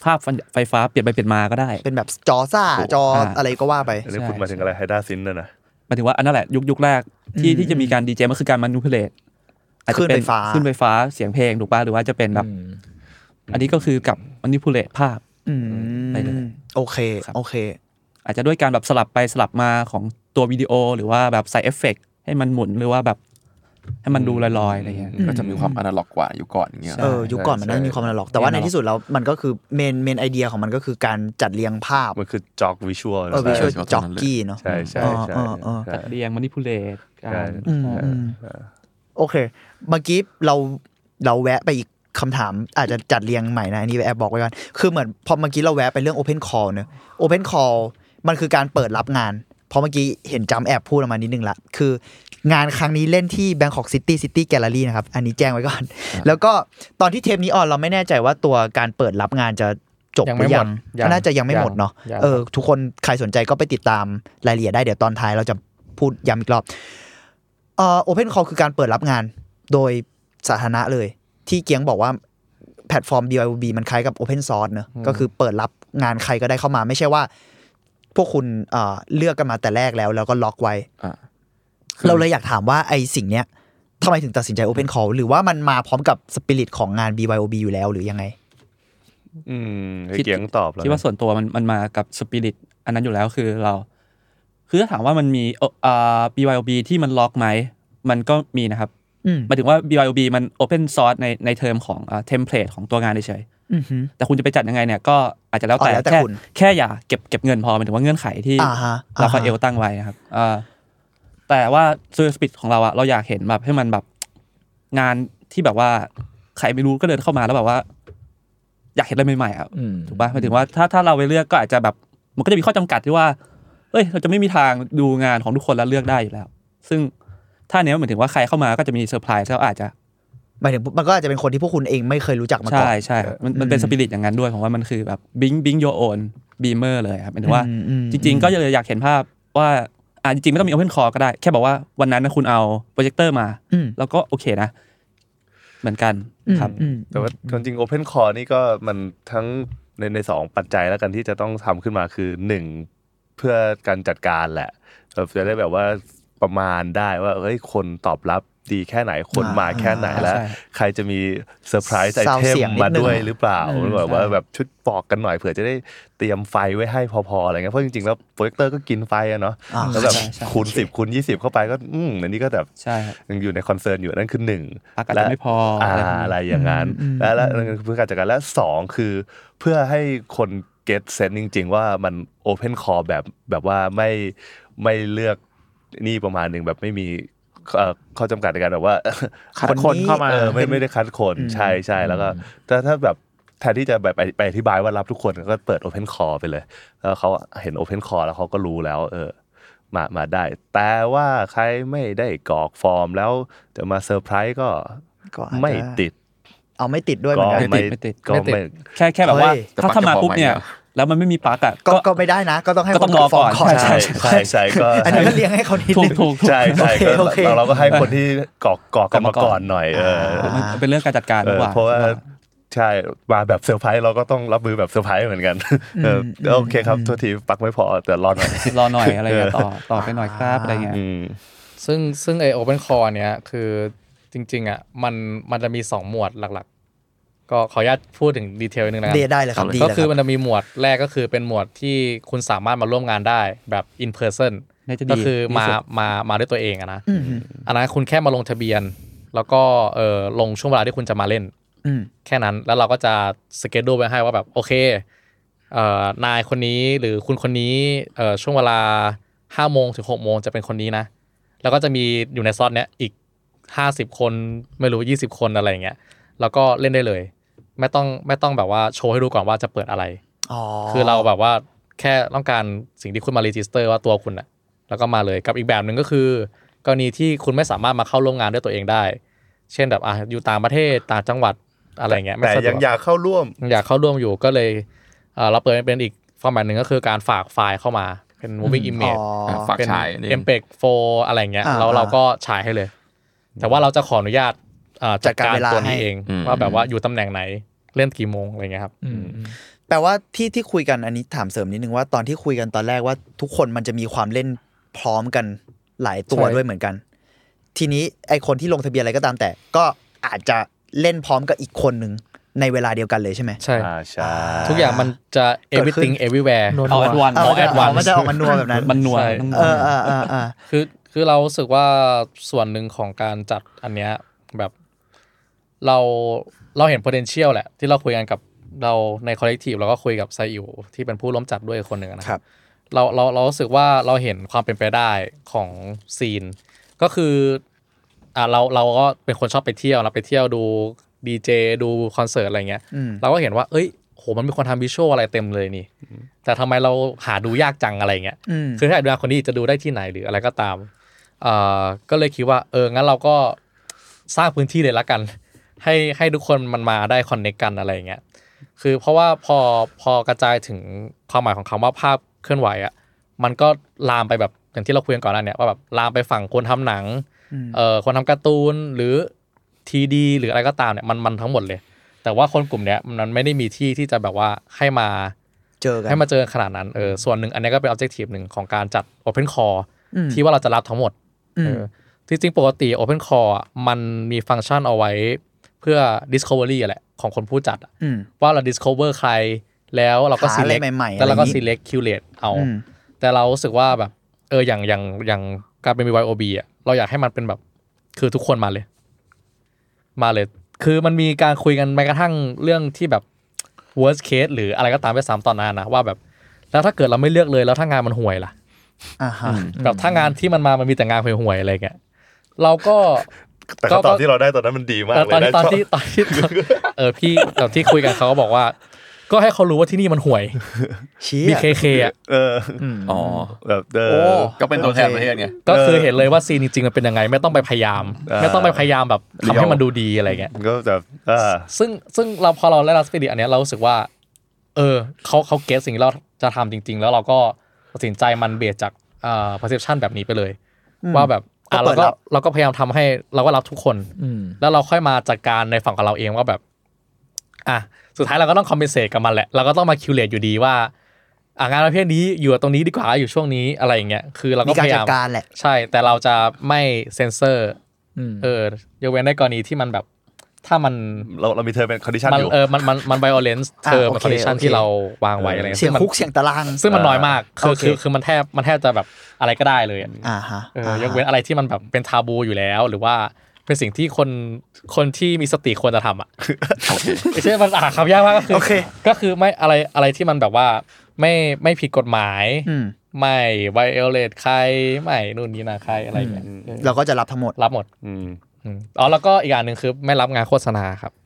Speaker 6: ภาพไฟฟ้าเปลี่ยนไปเปลี่ยนมาก็ได้
Speaker 4: เป็นแบบจอซ่า จออะไรก็ว่าไป
Speaker 7: อันนี้
Speaker 6: ใช่
Speaker 7: คุณหมายถึงอะไรไฮด้าซินน่ะนะ
Speaker 6: หมายถึงว่าอันนั่นแหละยุคยุคแรกที่
Speaker 4: อืม
Speaker 6: ที่จะมีการดีเจมันคือการมานิ u ูเล e อาจจะ
Speaker 4: คลื่น
Speaker 6: เป็น
Speaker 4: ไฟฟ้า
Speaker 6: ขึ้นไฟฟ้าเสียงเพลงถูกป่ะหรือว่าจะเป็นแบบ
Speaker 2: อืม
Speaker 6: อันนี้ก็คือกับมานิ u ูเล e ภาพ
Speaker 4: อื
Speaker 6: ไปเลย
Speaker 4: มโอเค
Speaker 6: ครับ
Speaker 4: โอเค
Speaker 6: อาจจะด้วยการแบบสลับไปสลับมาของตัววิดีโอ หรือว่าแบบใส่เอฟเฟกต์ให้มันหมุนหรือว่าแบบให้มันดูลอยๆอะไรเงี้ย
Speaker 3: ก็จะมีความอนาล็อกกว่าอยู่ก่อนอย่างเงี้ย
Speaker 4: เออยุคก่อนมันน่าจะมีความอนาล็อก แต่ว่าในที่สุดแล้วมันก็คือเมนเมนไอเดียของมันก็คือการจัดเรียงภาพ
Speaker 7: มันคือจอกวิชวล
Speaker 4: เออวิชวล
Speaker 3: ใช่
Speaker 4: จ็อกกี้เนาะ
Speaker 7: ใช่ใช่ใช่
Speaker 4: อ๋ออ๋ออ๋อ
Speaker 7: ใช่
Speaker 6: เรียงมานิพูเลต
Speaker 7: ใช่
Speaker 6: การ
Speaker 4: อืมอืมโอเค เมื่อกี้เราเราแวะไปอีกคำถาม อาจจะจัดเรียงใหม่นะ อันนี้แอบบอกไว้ก่อนคือเหมือนพอเมื่อกี้เราแวะไปเรื่อง Open Call เนอะ Open Call มันคือการเปิดรับงานเพราะเมื่อกี้เห็นจำแอบพูดออกมานิดนึงละ คืองานครั้งนี้เล่นที่ Bangkok City City Gallery นะครับ อันนี้แจ้งไว้ก่อน แล้วก็ตอนที่เทปนี้ออนเราไม่แน่ใจว่าตัวการเปิดรับงานจะจบ
Speaker 5: ยัง
Speaker 4: ห
Speaker 5: ไม่
Speaker 4: รือยั
Speaker 5: ห
Speaker 4: ง
Speaker 5: มดยัง
Speaker 4: น่าจะยังไม่หมดเนาะ
Speaker 5: ยัง
Speaker 4: เออ ทุกคนใครสนใจก็ไปติดตามรายละเอียดได้เดี๋ยวตอนท้ายเราจะพูดย้ำอีกรอบ เอ่อโอเพนคอลคือการเปิดรับงานโดยสาธารณะเลย ที่เกียงบอกว่าแพลตฟอร์ม BYOB มันคล้ายกับ Open Source เนอะก็คือเปิดรับงานใครก็ได้เข้ามา ไม่ใช่ว่า พวกคุณเอ่อเลือกกันมาแต่แรกแล้ว แล้วก็ล็อกไว้
Speaker 3: อ่า
Speaker 4: เราเลยอยากถามว่าไอสิ่งเนี้ยทำไมถึงตัดสินใจ Open Call หรือว่ามันมาพร้อมกับสปิริตของงาน BYOB อยู่แล้วหรือยังไง
Speaker 7: อืมให้เกียงตอบแล้ว
Speaker 6: คิดว่าส่วนตัวมันมันมากับสปิริตอันนั้นอยู่แล้วคือเรา คือถ้าถามว่ามันมีเอ่ออ่า BYOB ที่มันล็อกไหม มันก็มีนะครับ
Speaker 4: อืม
Speaker 6: หมายถึงว่า BYOB มัน Open Source ในในเทอมของเทมเพลตของตัวงานเฉย
Speaker 4: อือหือ
Speaker 6: ๆแต่คุณจะไปจัดยังไงเนี่ยก็อาจจะแล้วแต่
Speaker 4: อ๋อแล้วแต่
Speaker 6: แค่
Speaker 4: คุณ
Speaker 6: แค่อย่าเก็บเก็บเงินพอหมายถึงว่าเงื่อนไขที่
Speaker 4: อ่าฮะ
Speaker 6: รา
Speaker 4: อ่า
Speaker 6: ฟา
Speaker 4: ฮะ
Speaker 6: เอลตั้งไว้นะครับเอ่อแต่ว่าซูเอสปิดของเราอะเราอยากเห็นแบบให้มันแบบงานที่แบบว่าใครไม่รู้ก็เดินเข้ามาแล้วแบบว่า อยากเห็นอะไรใหม่ๆอะ
Speaker 2: อืม
Speaker 6: ถูกปะหมายถึงว่าถ้าถ้าเราไปเลือกก็อาจจะแบบ มันก็จะมีข้อจำกัดที่ว่า เอ้ย เราจะไม่มีทางดูงานของทุกคนแล้วเลือกได้อยู่แล้ว ซึ่งถ้าเนี้ยหมายถึงว่าใครเข้ามาก็จะมีเซอร์ไพรส์แล้วอาจจะ
Speaker 4: หมายถึงมันก็อาจจะเป็นคนที่พวกคุณเองไม่เคยรู้จักมาก่อน
Speaker 6: ใช่ใช่ครับมันมันเป็น
Speaker 4: อืม
Speaker 6: สปิริตอย่างนั้นด้วยผมว่ามันคือแบบบิงบิงโยโอนบีเมอร์เลยครับหมายถึงว่า
Speaker 4: อืมอืม
Speaker 6: จริง ๆ ก็เลยอยากเห็นภาพว่าอ่าจริงๆ ไม่ต้องมี Open Call ก็ได้ แค่บอกว่าวันนั้นนะคุณเอาโปรเจคเตอร์มา
Speaker 4: อืม
Speaker 6: แล้วก็โอเคนะ เหมือนกันครับ
Speaker 4: อืม
Speaker 7: แต่ว่าจริงโอเพนคอร์นี่ก็มันทั้งในในสองปัจจัยแล้วกันที่จะต้องทำขึ้นมาคือหนึ่งเพื่อการจัดการแหละแบบจะได้แบบว่าประมาณได้ว่าเฮ้ยคนตอบรับดีแค่ไหนคนมาแค่ไหนแล้ว
Speaker 6: ใช่
Speaker 7: ใครจะมีเซอร์ไพรส์ไอ
Speaker 4: ซาวด์
Speaker 7: เทม
Speaker 4: เสียงนิด
Speaker 7: มา
Speaker 4: นึง
Speaker 7: ด้วยหรือเปล่าแบบว่าแบบชุดบอกกันหน่อยเผื่อจะได้เตรียมไฟไว้ให้พอๆอะไรเงี้ยเพราะจริงๆแล้วโปรเจคเตอร์ก็กินไฟอะเนาะ
Speaker 4: อ่า
Speaker 7: แล้วแบบ
Speaker 6: ใช่ใช่
Speaker 7: คูณสิบคูณยี่สิบเข้าไปก็อืมอันนี้ก็แบบ
Speaker 6: ใช่ครับ
Speaker 7: ยังอยู่ในคอนเซิร์นอยู่นั่นคือหนึ่ง
Speaker 6: ปากกาจะ
Speaker 7: และ
Speaker 6: ไม่พอ
Speaker 7: อ่า
Speaker 6: อะไรพวกนี้
Speaker 7: อะไรอย่างนั้น
Speaker 4: อืม
Speaker 7: และและเพื่อการจัดการและสองคือเพื่อให้คนเก็ตเซนจริง ๆ ว่ามันโอเพนคอร์แบบแบบว่าไม่ไม่เลือกนี่ประมาณหนึ่งแบบไม่มีเอ่อข้อจำกัดในการแบบว่า
Speaker 2: คัดคนเข้ามา
Speaker 7: เออไม่ไม่ได้คัดคนใช่ใช่แล้วก็ถ้าถ้าแบบแทนที่จะแบบไปไปอธิบายว่ารับทุกคนก็เปิด Open Call ไปเลย แล้วเขาเห็น Open Call แล้วเขาก็รู้แล้ว เออ มามาได้ แต่ว่าใครไม่ได้กรอกฟอร์มแล้วจะมาเซอร์ไพรส์ก็
Speaker 4: ก็อาจจะ
Speaker 7: ไม่ติด
Speaker 4: เอาไม่ติดด้วยเหมือนกัน
Speaker 6: ไม่ติด
Speaker 7: ก็ไม่
Speaker 6: แค่แค่แบบว่า
Speaker 4: เฮ้ย
Speaker 6: ถ้าถ้ามาปุ๊บเนี่ย
Speaker 3: แต่ปากจะพอไหม
Speaker 6: แล้วมันไม่มีปากอะ
Speaker 4: ก็
Speaker 6: ก็
Speaker 4: ก็ไม่ได้นะ ก็ต้องให้
Speaker 6: ก็ต้องรอก่อน
Speaker 4: ค
Speaker 7: ใช่ใช่ใช่ก็
Speaker 4: อันนี้ก็เลี้ยงให้เขานิด
Speaker 6: ถู
Speaker 4: นึ
Speaker 6: ก
Speaker 4: ง
Speaker 6: ถูกถูก
Speaker 7: ใช่ใช่
Speaker 4: โอเค
Speaker 7: ก็
Speaker 4: โอเค
Speaker 7: เราเราก็ให้คนที่กรอกกรอกกันมาก่อนหน่อยเออ
Speaker 6: มันเป็นเรื่องการจัดการ
Speaker 7: เอ
Speaker 6: มาก
Speaker 7: อก
Speaker 6: ว่า
Speaker 7: เพราะว่าใช่มาแบบเซอร์ไพรส์เราก็ต้องรับมือแบบเซอร์ไพรส์เหมือนกันเอออโอเคครับโทษทีปักไม่พอแต่รอหน่อย
Speaker 6: รอหน่อยอะไรเงี้ยต่อต่อไปหน่อยครับอะไรเงี้ย
Speaker 7: อืม
Speaker 5: ซึ่งซึ่งไอโอเปนคอร์เนี้ยคือจริง ๆ อ่ะ มันมันจะมี 2 หมวดหลักๆ ก็ขออนุญาตพูดถึงดีเทลนิดนึงนะครั
Speaker 4: เดได้เลยครับดี
Speaker 5: ก็
Speaker 4: เลย
Speaker 5: คือ
Speaker 4: รับ
Speaker 5: มันจะมีหมวดแรกก็คือเป็นหมวดที่คุณสามารถมาร่วมงานได้แบบ in person
Speaker 6: น่าจะดี
Speaker 5: ก็คือมา
Speaker 6: ที่สุด
Speaker 5: มามาด้วยตัวเองอะนะอันนั้นคุณแค่มาลงทะเบียน แล้วก็เออลงช่วงเวลาที่คุณจะมาเล่น
Speaker 4: อืม
Speaker 5: แค่นั้นแล้วเราก็จะสเกจดูไว้ให้ว่าแบบโอเคเอ่อนายคนนี้หรือคุณคนนี้เอ่อช่วงเวลา5้าโมงถึง6กโมงจะเป็นคนนี้นะ แล้วก็จะมีอยู่ในซอสเนี้ยอีก 50 คนไม่รู้ 20 คนอะไรอย่างเงี้ยแล้วก็เล่นได้เลย ไม่ต้องไม่ต้องแบบว่าโชว์ให้ดูก่อนว่าจะเปิดอะไร
Speaker 4: อ๋อ
Speaker 5: คือเราแบบว่าแค่ต้องการสิ่งที่คุณมารีจิสเตอร์ว่าตัวคุณอะแล้วก็มาเลยกับอีกแบบหนึ่งก็คือ กรณีที่คุณไม่สามารถมาเข้าร่วมงานด้วยตัวเองได้ เช่นแบบอ่ะอยู่ต่างประเทศต่างจังหวัดอะไรเงี้ยไม่
Speaker 7: แต่
Speaker 5: สะดวก
Speaker 7: ยังอยากเข้าร่วม
Speaker 5: ยังอยากเข้าร่วมอยู่ก็เลยเอ่อเราเปิดเป็นอีก ฟอร์แมตหนึ่งก็คือการฝากไฟล์เข้ามาเป็น moving
Speaker 4: อ๋อ
Speaker 5: image
Speaker 3: อ่ะฝาก
Speaker 5: เป็น
Speaker 3: ฉายนี่
Speaker 5: MPEG 4อะไรอย่างเงี้ย
Speaker 4: อ่า
Speaker 5: แล้วเรา
Speaker 4: อ่า
Speaker 5: ก็ฉายให้เลย แต่ว่าเราจะขออนุญาตอ่า
Speaker 4: จั
Speaker 5: จั
Speaker 4: ด
Speaker 5: ด
Speaker 4: กา
Speaker 5: การร
Speaker 4: เวลา
Speaker 5: ตัว
Speaker 4: ให้
Speaker 5: นี้เอง
Speaker 3: อืม
Speaker 5: ว่าแบบว่าอยู่ตำแหน่งไหนเล่นกี่โมงอะไรเงี้ยครับ
Speaker 2: อืมอืม
Speaker 4: แปลว่าที่ที่คุยกันอันนี้ถามเสริมนิดนึงว่าตอนที่คุยกันตอนแรกว่าทุกคนมันจะมีความเล่นพร้อมกันหลายตัว
Speaker 2: ใช่
Speaker 4: ด้วยเหมือนกัน ทีนี้ไอคนที่ลงทะเบียนอะไรก็ตามแต่ ก็อาจจะเล่นพร้อมกับอีกคนหนึ่งในเวลาเดียวกันเลยใช่ไหม
Speaker 5: ใช่
Speaker 7: อ่าใช่
Speaker 5: ทุกอย่างมันจะ
Speaker 4: เกิดขึ้น
Speaker 5: everything everywhere
Speaker 2: นวล
Speaker 6: เอาแอดวาน
Speaker 4: เอา
Speaker 6: เอาแอดวาน
Speaker 4: มันจะออกมานัวแบบนั้น
Speaker 6: มันนัว
Speaker 5: ใช่
Speaker 6: ต้องนัว
Speaker 4: เออเออเออเออ
Speaker 5: คือคือเรารู้สึกว่าส่วนหนึ่งของการจัดอันเนี้ยแบบเราเราเห็น potential แหละ ที่เราคุยกันกับเราใน collective แล้วก็คุยกับไซอิวที่เป็นผู้ล้มจัดด้วยคนหนึ่งนะครับ เราเราเรารู้สึกว่าเราเห็นความเป็นไปได้ของซีน ก็คืออ่าเราเราก็เป็นคนชอบไปเที่ยวนะไปเที่ยวดูดีเจดูคอนเสิร์ตอะไรเงี้ย
Speaker 4: อืม
Speaker 5: เราก็เห็นว่า เอ้ย โห มันมีคนทำวิชวลอะไรเต็มเลยนี่ แต่ทำไมเราหาดูยากจังอะไรเงี้ย
Speaker 4: อืม
Speaker 5: คือถ้าดูคนนี้จะดูได้ที่ไหนหรืออะไรก็ตามเอ่อก็เลยคิดว่า เออ งั้นเราก็สร้างพื้นที่เลยละกัน ให้ให้ทุกคนมันมาได้คอนเน c t กันอะไรอย่างเงี้ย คือเพราะว่าพอพอกระจายถึงความหมายของคำว่าภาพเคลื่อนไหวอะ มันก็ลามไปแบบอย่างที่เราคุยกันก่อนหน้าเนี่ยว่าแบบลามไปฝั่งคนทำหนัง
Speaker 4: อืม
Speaker 5: เอ่อคนทำการ์ตูนหรือทีดีหรืออะไรก็ตามเนี่ยมันมันทั้งหมดเลย แต่ว่าคนกลุ่มเนี้ยมันไม่ได้มีที่ที่จะแบบว่าให้มา
Speaker 4: เจอกัน
Speaker 5: ให้มาเจอขนาดนั้นเออส่วนหนึ่งอันนี้ก็เป็น objective หนึ่งของการจัด Open Call
Speaker 4: อืม
Speaker 5: ที่ว่าเราจะรับทั้งหมด
Speaker 4: อื
Speaker 5: เอ
Speaker 4: ม
Speaker 5: อที่จริงๆปกติ Open Call อ่ะมันมีฟังก์ชันเอาไว้เพื่อ discovery อะแหละของคนผู้จัดอะ
Speaker 4: อืม
Speaker 5: ว่าเรา discover ใคร แล้วเราก็
Speaker 4: หาอะไร
Speaker 5: select
Speaker 4: ใหม่ๆ
Speaker 5: แล้วเราก็
Speaker 4: อะไรอย่างงี้
Speaker 5: select curate เอา
Speaker 4: อืม
Speaker 5: แต่เรารู้สึกว่าแบบเอออย่างอย่างอย่างการเป็น BYOB อ่ะเราอยากให้มันเป็นแบบคือทุกคนมาเลย มาเลย คือมันมีการคุยกันแม้กระทั่งเรื่องที่แบบ worst case หรืออะไรก็ตามไปสามตอนหนั้นนะว่าแบบ แล้วถ้าเกิดเราไม่เลือกเลยแล้วถ้างานมันห่วยล่ะ
Speaker 4: อ่าฮะ
Speaker 5: แบบถ้างานที่มันมามันมีแต่งานห่วยๆอะไรเงี้ยเรา ก็
Speaker 7: แต่คำตอบที่เราได้ตอนนั้นมันดีมากเลย
Speaker 5: ตอน
Speaker 7: นะ
Speaker 5: ที่ตอนที่
Speaker 7: ช
Speaker 5: ตอนที่ ตอนเออพี่ตอนที่คุยกันเขาก็บอกว่า ก็ให้เขารู้ว่าที่นี่มันห่วย
Speaker 4: ชี้อะ
Speaker 5: BKK
Speaker 7: อ
Speaker 5: อ่ะ
Speaker 7: บเออ
Speaker 3: อ๋อ
Speaker 7: แบบเอ
Speaker 4: โอ้
Speaker 7: อ
Speaker 3: ก็เป็นตัวแทนประเทศไง
Speaker 5: ก็คือเห็นเลยว่าซีนจริงๆมันเป็นยังไง ไม่ต้องไปพยายาม ไม่ต้องไปพยายามแบบทำให้มันดูดีอะไรเงี้ย
Speaker 7: มันก็แบบเออ
Speaker 5: ซึ่งซึ่งเราพอเราได้รับสปิริตอันเนี้ยเรารู้สึกว่า เออเขาเขาเก็ตสิ่งที่เราจะทำจริง ๆ แล้วเราก็ตัดสินใจมันเบสจากเอ่อ perception แบบนี้ไปเลย ว่าแบบอ่ะ
Speaker 4: ก็เปิด
Speaker 5: เราก็
Speaker 4: รับ
Speaker 5: เราก็พยายามทำให้เราก็รับทุกคน
Speaker 2: อืม
Speaker 5: แล้วเราค่อยมาจัดการในฝั่งของเราเองว่าแบบ อ่ะสุดท้ายเราก็ต้องคอมเพนเซตกับมันแหละ เราก็ต้องมาคิวเลตอยู่ดีว่าอ่ะงานประเภทนี้อยู่ตรงนี้ดีกว่าอยู่ช่วงนี้อะไรอย่างเงี้ยคือเรา
Speaker 4: มี
Speaker 5: ก็
Speaker 4: กา
Speaker 5: พ
Speaker 4: ร
Speaker 5: ยา
Speaker 4: จั
Speaker 5: ยา
Speaker 4: ด
Speaker 5: ม
Speaker 4: การแหละ
Speaker 5: ใช่ แต่เราจะไม่เซนเซอร์
Speaker 2: อืม
Speaker 5: เออยกเว้นในกรณีที่มันแบบถ้ามัน
Speaker 7: เราเรามีเธอเป็นคอนดิชัน
Speaker 5: มัน
Speaker 7: อยู่
Speaker 5: เออมันมันมันไบโอเลนส์
Speaker 4: อ่ะ
Speaker 5: เธอ
Speaker 4: โอ
Speaker 5: มัน
Speaker 4: เค
Speaker 5: คอนดิชัน
Speaker 4: โอเค
Speaker 5: ที่เราวางไว้อะไร
Speaker 4: เสียง
Speaker 5: ซึ่มัน
Speaker 4: คุกเสียงตาราง
Speaker 5: ซึ่งมันน้อยมากคือ
Speaker 4: โอเค
Speaker 5: คือคือมันแทบมันแทบจะแบบอะไรก็ได้เลยอะ
Speaker 4: อ่าฮะ
Speaker 5: เออา อย
Speaker 4: ฮะ
Speaker 5: กเว้นอะไรที่มันแบบเป็นทาบูอยู่แล้ว หรือว่าเป็นสิ่งที่คนคนที่มีสติควรจะทำอ่ะไม่ใช่มันอ่านคำยากมากก็คือ
Speaker 4: โอเค
Speaker 5: ก็คือไม่อะไรอะไรที่มันแบบว่าไม่ไม่ผิดกฎหมาย
Speaker 4: อืม
Speaker 5: ไม่ไวโอเลตใครไม่นู่นนี่นาใครอะไรอย่างเงี้ยเออ
Speaker 4: เราก็จะรับทั้งหมด
Speaker 5: รับหมด
Speaker 7: อืม
Speaker 5: อืมอ๋อแล้วก็อีกอย่างหนึ่งคือไม่รับงานโฆษณาครับ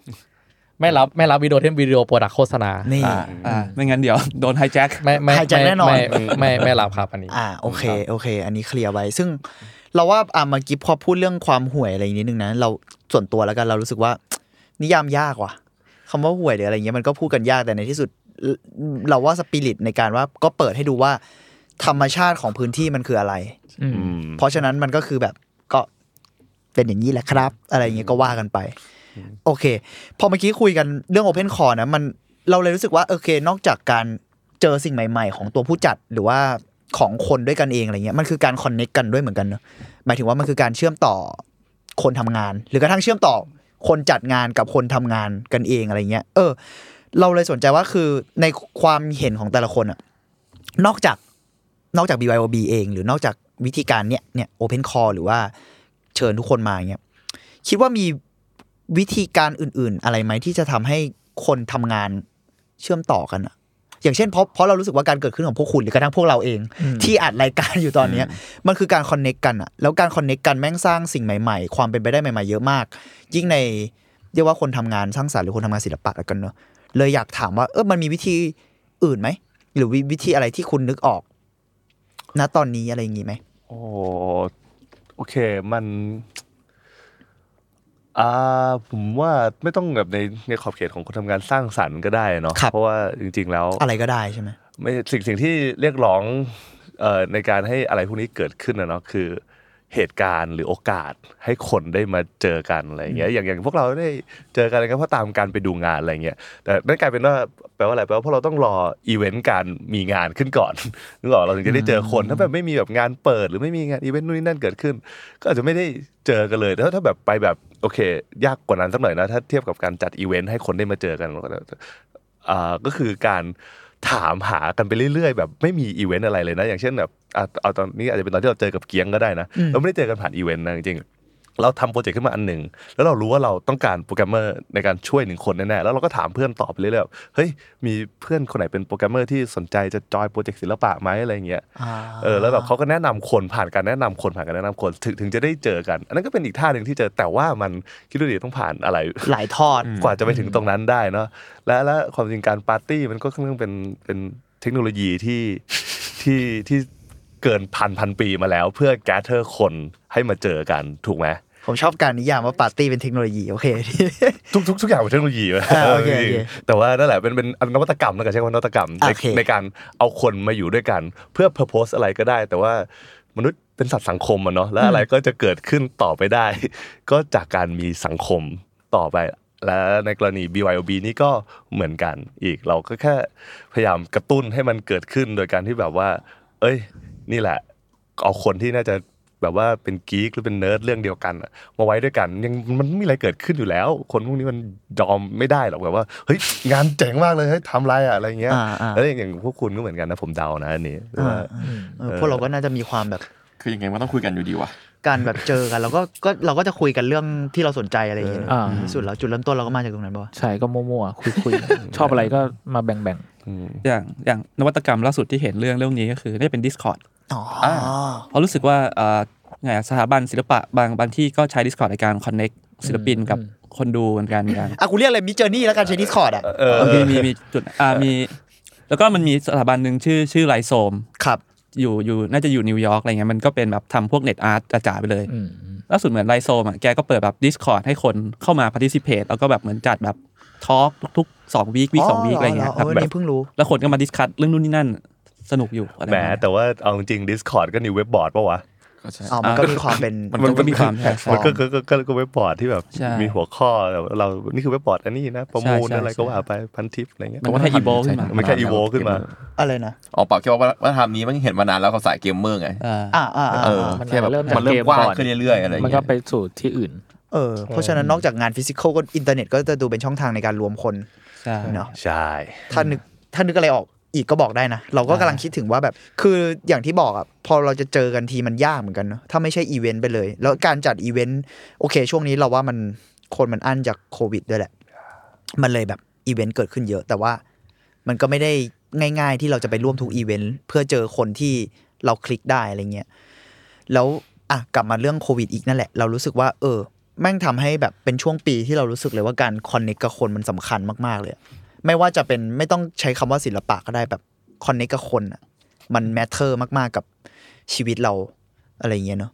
Speaker 5: ไม่รับไม่รับวิดีโอเทมวิดีโอโปรดักโฆษณา
Speaker 4: นี่
Speaker 6: อ่าอ่าไม่งั้นเดี๋ยวโดนไฮแจ็ค
Speaker 5: ไม่ไม่
Speaker 4: หายใจ
Speaker 5: ไม่
Speaker 4: แน่นอน
Speaker 5: ไม่ไม่ไม่รับครับอันนี้
Speaker 4: อ่าโอเคโอเค อันนี้เคลียร์ไว้ ซึ่งเราว่าอ่าเมื่อกี้พอพูดเรื่องความห่วยอะไรนิดนึงนะเราส่วนตัวแล้วกันเรารู้สึกว่า นิยามยากว่ะคำว่าห่วยหรืออะไรเงี้ยมันก็พูดกันยากแต่ในที่สุดเอ่อเราว่าสปิริตในการว่าก็เปิดให้ดูว่า ธรรมชาติของพื้นที่มันคืออะไร
Speaker 2: อืม
Speaker 7: อืม
Speaker 4: เพราะฉะนั้นมันก็คือแบบก็เป็นอย่างนี้แหละครับ อะไรอย่างเงี้ยก็ว่ากันไป โอเค พอเมื่อกี้คุยกันเรื่อง Open c o r e นะมันเราเลยรู้สึกว่าโอเค นอกจากการเจอสิ่งใหม่ๆ ของตัวผู้จัดหรือว่าของคนด้วยกันเองอะไรเงี้ยมันคือการคอนเน็กกันด้วยเหมือนกันเนอะหมายถึงว่ามันคือการเชื่อมต่อคนทำงาน หรือกระทั่งเชื่อมต่อคนจัดงานกับคนทำงานกันเองอะไรเงี้ยเออ เราเลยสนใจว่าคือในความเห็นของแต่ละคนอะนอกจาก นอกจาก BYOB เอง หรือนอกจากวิธีการเนี่ยเนี่ย Open Call หรือว่าเชิญทุกคนมาเนี่ยคิดว่ามีวิธีการอื่น ๆ อะไรไหมที่จะทำให้คนทำงานเชื่อมต่อกันอะอย่างเช่นเพราะเพราะเรารู้สึกว่าการเกิดขึ้นของพวกคุณหรือกระทั่งพวกเราเอง ที่อัดรายการอยู่ตอนเนี้ยมันคือการคอนเน็กกันอะแล้วการคอนเน็กกันแม่งสร้างสิ่งใหม่ๆ ความเป็นไปได้ใหม่ๆเยอะมาก ยิ่งในเรียกว่าคนทำงานสร้างสรรค์หรือคนทำงานศิลปะแล้วกันเนอะเลยอยากถามว่าเออมันมีวิธีอื่นไหมหรือวิวิธีอะไรที่คุณนึกออก ณตอนนี้อะไรอย่างงี้ไหม
Speaker 7: โอ้โอเคมันอ่าผมว่าไม่ต้องแบบในในขอบเขตของคนทำงานสร้างสรรค์ก็ได้เนาะ
Speaker 4: ครับ
Speaker 7: เพราะว่าจริง ๆ แล้ว
Speaker 4: อะไรก็ได้ใช่ไหม
Speaker 7: ไม่สิ่งสิ่งที่เรียกร้องเอ่อในการให้อะไรพวกนี้เกิดขึ้นนะเนาะคือเหตุการณ์หรือโอกาสให้คนได้มาเจอกันอะไรอย่างเงี้ยอย่างอย่างพวกเราได้เจอกันอะไรก็เพราะตามการไปดูงานอะไรเงี้ยแต่นั่นกลายเป็นว่าแปลว่าอะไรแปลว่าพวกเราต้องรออีเวนต์การมีงานขึ้น ก่อน นึกออกเราถึงจะได้เจอคนถ้าแบบไม่มีแบบงานเปิดหรือไม่มีงานอีเวนต์นู่นนี่นั่นเกิดขึ้น ก็อาจจะไม่ได้เจอกันเลยแต่ว่าถ้าแบบไปแบบโอเค ยากกว่านั้นสักหน่อยนะถ้าเทียบกับการจัดอีเวนต์ให้คนได้มาเจอกันแล้วก็อ่าก็คือการ ถามหากันไปเรื่อยๆ แบบไม่มีอีเวนต์อะไรเลยนะ อย่างเช่นแบบอ่ะเอาตอนนี้อาจจะเป็นตอนที่เราเจอกับเกียงก็ได้นะ
Speaker 4: อืม
Speaker 7: เราไม่ได้เจอกันผ่านอีเวนต์นะจริงๆเราทำโปรเจกต์ขึ้นมาอันหนึ่งแล้วเรารู้ว่าเราต้องการโปรแกรมเมอร์ในการช่วยหนึ่งคนแน่ๆแล้วเราก็ถามเพื่อนตอบไปเรื่อยๆแบบเฮ้ยมีเพื่อนคนไหนเป็นโปรแกรมเมอร์ที่สนใจจะจอยโปรเจกต์ศิลปะไหมอะไรเงี้ย
Speaker 4: อ่า
Speaker 7: เออแล้วแบบเขาก็แนะนำคนผ่านการแนะนำคนผ่านการแนะนำคนถึงถึงจะได้เจอกัน อันนั้นก็เป็นอีกท่าหนึ่งที่เจอแต่ว่ามันคิดดูดิต้องผ่านอะไร
Speaker 4: หลายทอด
Speaker 7: กว่าจะไปถึงตรงนั้นได้เนาะและและความจริงการปาร์ตี้มันก็ค่อนข้างเป็นเป็นเทคโนโลยีที่ที่ที่เกินพันพันปีมาแล้ว เพื่อแกเธอร์คนให้มาเจอกันถูกไหม
Speaker 4: ผมชอบการนิยามว่าปาร์ตี้เป็นเทคโนโลยีโอเค
Speaker 7: ทุกทุกทุกอย่างเป็นเทคโนโลยีเว้ย
Speaker 4: อ่าโอเค
Speaker 7: จริงๆ
Speaker 4: โอเค
Speaker 7: แต่ว่านั่นแหละเป็นเป็นเป็นนวัตกรรมแล้วกันใช้คำว่านวัตกรรมใน
Speaker 4: โอเค
Speaker 7: ในการเอาคนมาอยู่ด้วยกัน เพื่อเพอร์โพสอะไรก็ได้ แต่ว่ามนุษย์เป็นสัตว์สังคมอะเนาะและอะไรก็จะเกิดขึ้นต่อไปได้ ก็จากการมีสังคมต่อไป และในกรณี BYOB นี่ก็เหมือนกันอีกเราก็แค่พยายามกระตุ้นให้มันเกิดขึ้นโดยการที่แบบว่า เอ้ย นี่แหละ เอาคนที่น่าจะแบบว่าเป็นกี๊กหรือเป็นเนิร์ดเรื่องเดียวกันอะมาไว้ด้วยกันยังมันไม่มีอะไรเกิดขึ้นอยู่แล้ว คนพวกนี้มันยอมไม่ได้หรอกแบบว่าเฮ้ยงานเจ๋งมากเลยเฮ้ยทำไรอะอะไรเงี้ย
Speaker 4: อ่าอ่า
Speaker 7: แล้วอย่างอย่างพวกคุณก็เหมือนกันนะผมเดานะอันนี้แต่ว่า
Speaker 4: เออพวกเราก็น่าจะมีความแบบ
Speaker 3: คือยังไงมันต้องคุยกันอยู่ดีวะ
Speaker 4: การแบบเจอกันแล้วก็ก็เราก็จะคุยกันเรื่องที่เราสนใจอะไรอย่างเงี้ย
Speaker 2: อ่า
Speaker 4: ที่สุดแล้วจุดเริ่มต้นเราก็มาจากตรงนั้นป่ะวะ
Speaker 2: ใช่ก็มั่วๆคุยๆ ชอบอะไรก็มาแบ่ง
Speaker 6: อย่างอย่างนวัตกรรมล่าสุดที่เห็นเรื่องเรื่องนี้ก็คือได้เป็น Discord
Speaker 4: อ๋อ
Speaker 6: เพราะรู้สึกว่าเอ่อไงอะสถาบันศิลปะบางบางที่ก็ใช้ Discord ในการ connect ศิลปินกับคนดูเหมือนกันเหมือนกัน
Speaker 4: อ่ะกูเรียกอะไรมิเจอร์นี่แล้วกันใช้ดิสคอร์ดอ่ะ
Speaker 6: มีมีมีจุดอ่ามี แล้วก็มันมีสถาบันหนึ่งชื่อชื่อไลโซม
Speaker 4: ครับ
Speaker 6: อยู่อยู่น่าจะอยู่นิวยอร์กอะไรเงี้ยมันก็เป็นแบบทำพวกเน็ตอาร์ตจ๋าๆไปเลย
Speaker 2: ๆอืม
Speaker 6: ล่าสุดเหมือนไลโซมอ่ะแกก็เปิดแบบ Discord ให้คนเข้ามา participate แล้วก็แบบเหมือนจัดแบบทอล์กทุกๆสองวีควีคสองวีคอะไรเงี้ย
Speaker 4: อ๋อ
Speaker 6: ค
Speaker 4: เหรอ
Speaker 6: รับ
Speaker 4: เออ
Speaker 6: แบ
Speaker 4: นี่
Speaker 6: บ
Speaker 4: เพิ่งรู้
Speaker 6: แล้วคนก็มาดิสคัตเรื่องนู่นนี่นั่นสนุกอยู่อะไร
Speaker 7: แหม
Speaker 6: เงี้ย
Speaker 7: แต่ว่าเอาจริง Discord ก็นิวเว็บบอร์ดปะวะ
Speaker 3: ก็ใช่
Speaker 4: อ๋อ มันก็มีความเป็น
Speaker 6: มันก็มีความ
Speaker 7: มันก็ก็ก็ก็ก็เว็บบอร์ดที่แบบ
Speaker 6: ใช่
Speaker 7: มีหัวข้อแบบเรานี่คือเว็บบอร์ดอันนี้นะ ประมูล
Speaker 6: ใช่ใช่
Speaker 7: อะไรก็ว่า
Speaker 6: ใช่
Speaker 7: ไปพันทิปอะไรเงี้ย
Speaker 6: มันก็ให้ evolve ขึ้นมา
Speaker 7: มันแค่อีโวขึ้นมา
Speaker 4: อะไรนะ
Speaker 3: อ๋อเปล่าแค่ว่าวัฒนธรรมนี้มันเห็นมานานแล้วกับสายเกมเมอร์ไง
Speaker 6: อ่า
Speaker 4: อ่าอ่าอ่า
Speaker 3: เออ
Speaker 2: มัน
Speaker 3: แค่แบบ
Speaker 2: เริ่มจาก
Speaker 3: มันเริ่
Speaker 2: เก
Speaker 3: ม
Speaker 2: ม
Speaker 3: กว้าง
Speaker 2: ก่อน
Speaker 3: ขึ้นเรื่อยๆอะไรอย่าง
Speaker 2: มัน
Speaker 3: เงี้
Speaker 2: ก็
Speaker 3: ย
Speaker 2: ไปสู่ที่อื่น
Speaker 4: เออ เพราะฉะนั้นนอกจากงานฟิสิกอลก็อินเทอร์เน็ตก็จะดูเป็นช่องทางในการรวมคน
Speaker 6: ใช่
Speaker 4: เนาะ
Speaker 7: ใช่
Speaker 4: ถ้านึกถ้านึกอะไรออกอีกก็บอกได้นะ เราก็กำลังคิดถึงว่าแบบ คืออย่างที่บอกอ่ะพอเราจะเจอกันทีมันยากเหมือนกันเนาะถ้าไม่ใช่อีเวนต์ไปเลย แล้วการจัดอีเวนต์โอเค ช่วงนี้เราว่ามันคนมันอั้นจากโควิดด้วยแหละ มันเลยแบบอีเวนต์เกิดขึ้นเยอะ แต่ว่ามันก็ไม่ได้ง่าย ๆ ที่เราจะไปร่วมทุกอีเวนต์เพื่อเจอคนที่เราคลิกได้อะไรเงี้ยแล้วอ่ะกลับมาเรื่องโควิดอีกนั่นแหละ เรารู้สึกว่า เออ แม่งทำให้แบบเป็นช่วงปีที่เรารู้สึกเลยว่าการคอนเนคกับคนมันสำคัญมากๆเลยอะ ไม่ว่าจะเป็นไม่ต้องใช้คำว่าศิลปะก็ได้แบบคอนเนคกับคนอะมันแมทเทอร์มาก ๆ กับชีวิตเราอะไรอย่างเงี้ยเนาะ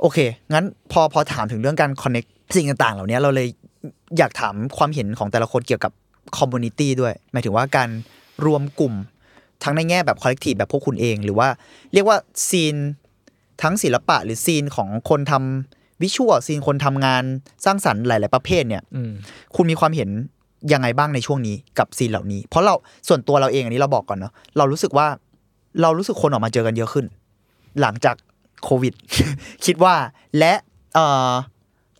Speaker 4: โอเค งั้นพอพอถามถึงเรื่องการคอนเนคสิ่งต่างๆ เหล่านี้เราเลยอยากถามความเห็นของแต่ละคนเกี่ยวกับคอมมูนิตี้ด้วย หมายถึงว่าการรวมกลุ่ม ทั้งในแง่แบบคอลเลกทีฟแบบพวกคุณเอง หรือว่าเรียกว่าซีน ทั้งศิลปะหรือซีนของคนทำวิชวลซีนคนทำงานสร้างสรรค์หลาย ๆ ประเภทเนี่ย
Speaker 2: อืม
Speaker 4: คุณมีความเห็นยังไงบ้างในช่วงนี้กับซีนเหล่านี้ เพราะเราส่วนตัวเราเองอันนี้เราบอกก่อนเนาะเรารู้สึกว่าเรารู้สึกคนออกมาเจอกันเยอะขึ้น หลังจากโควิด คิดว่าและเอ่อ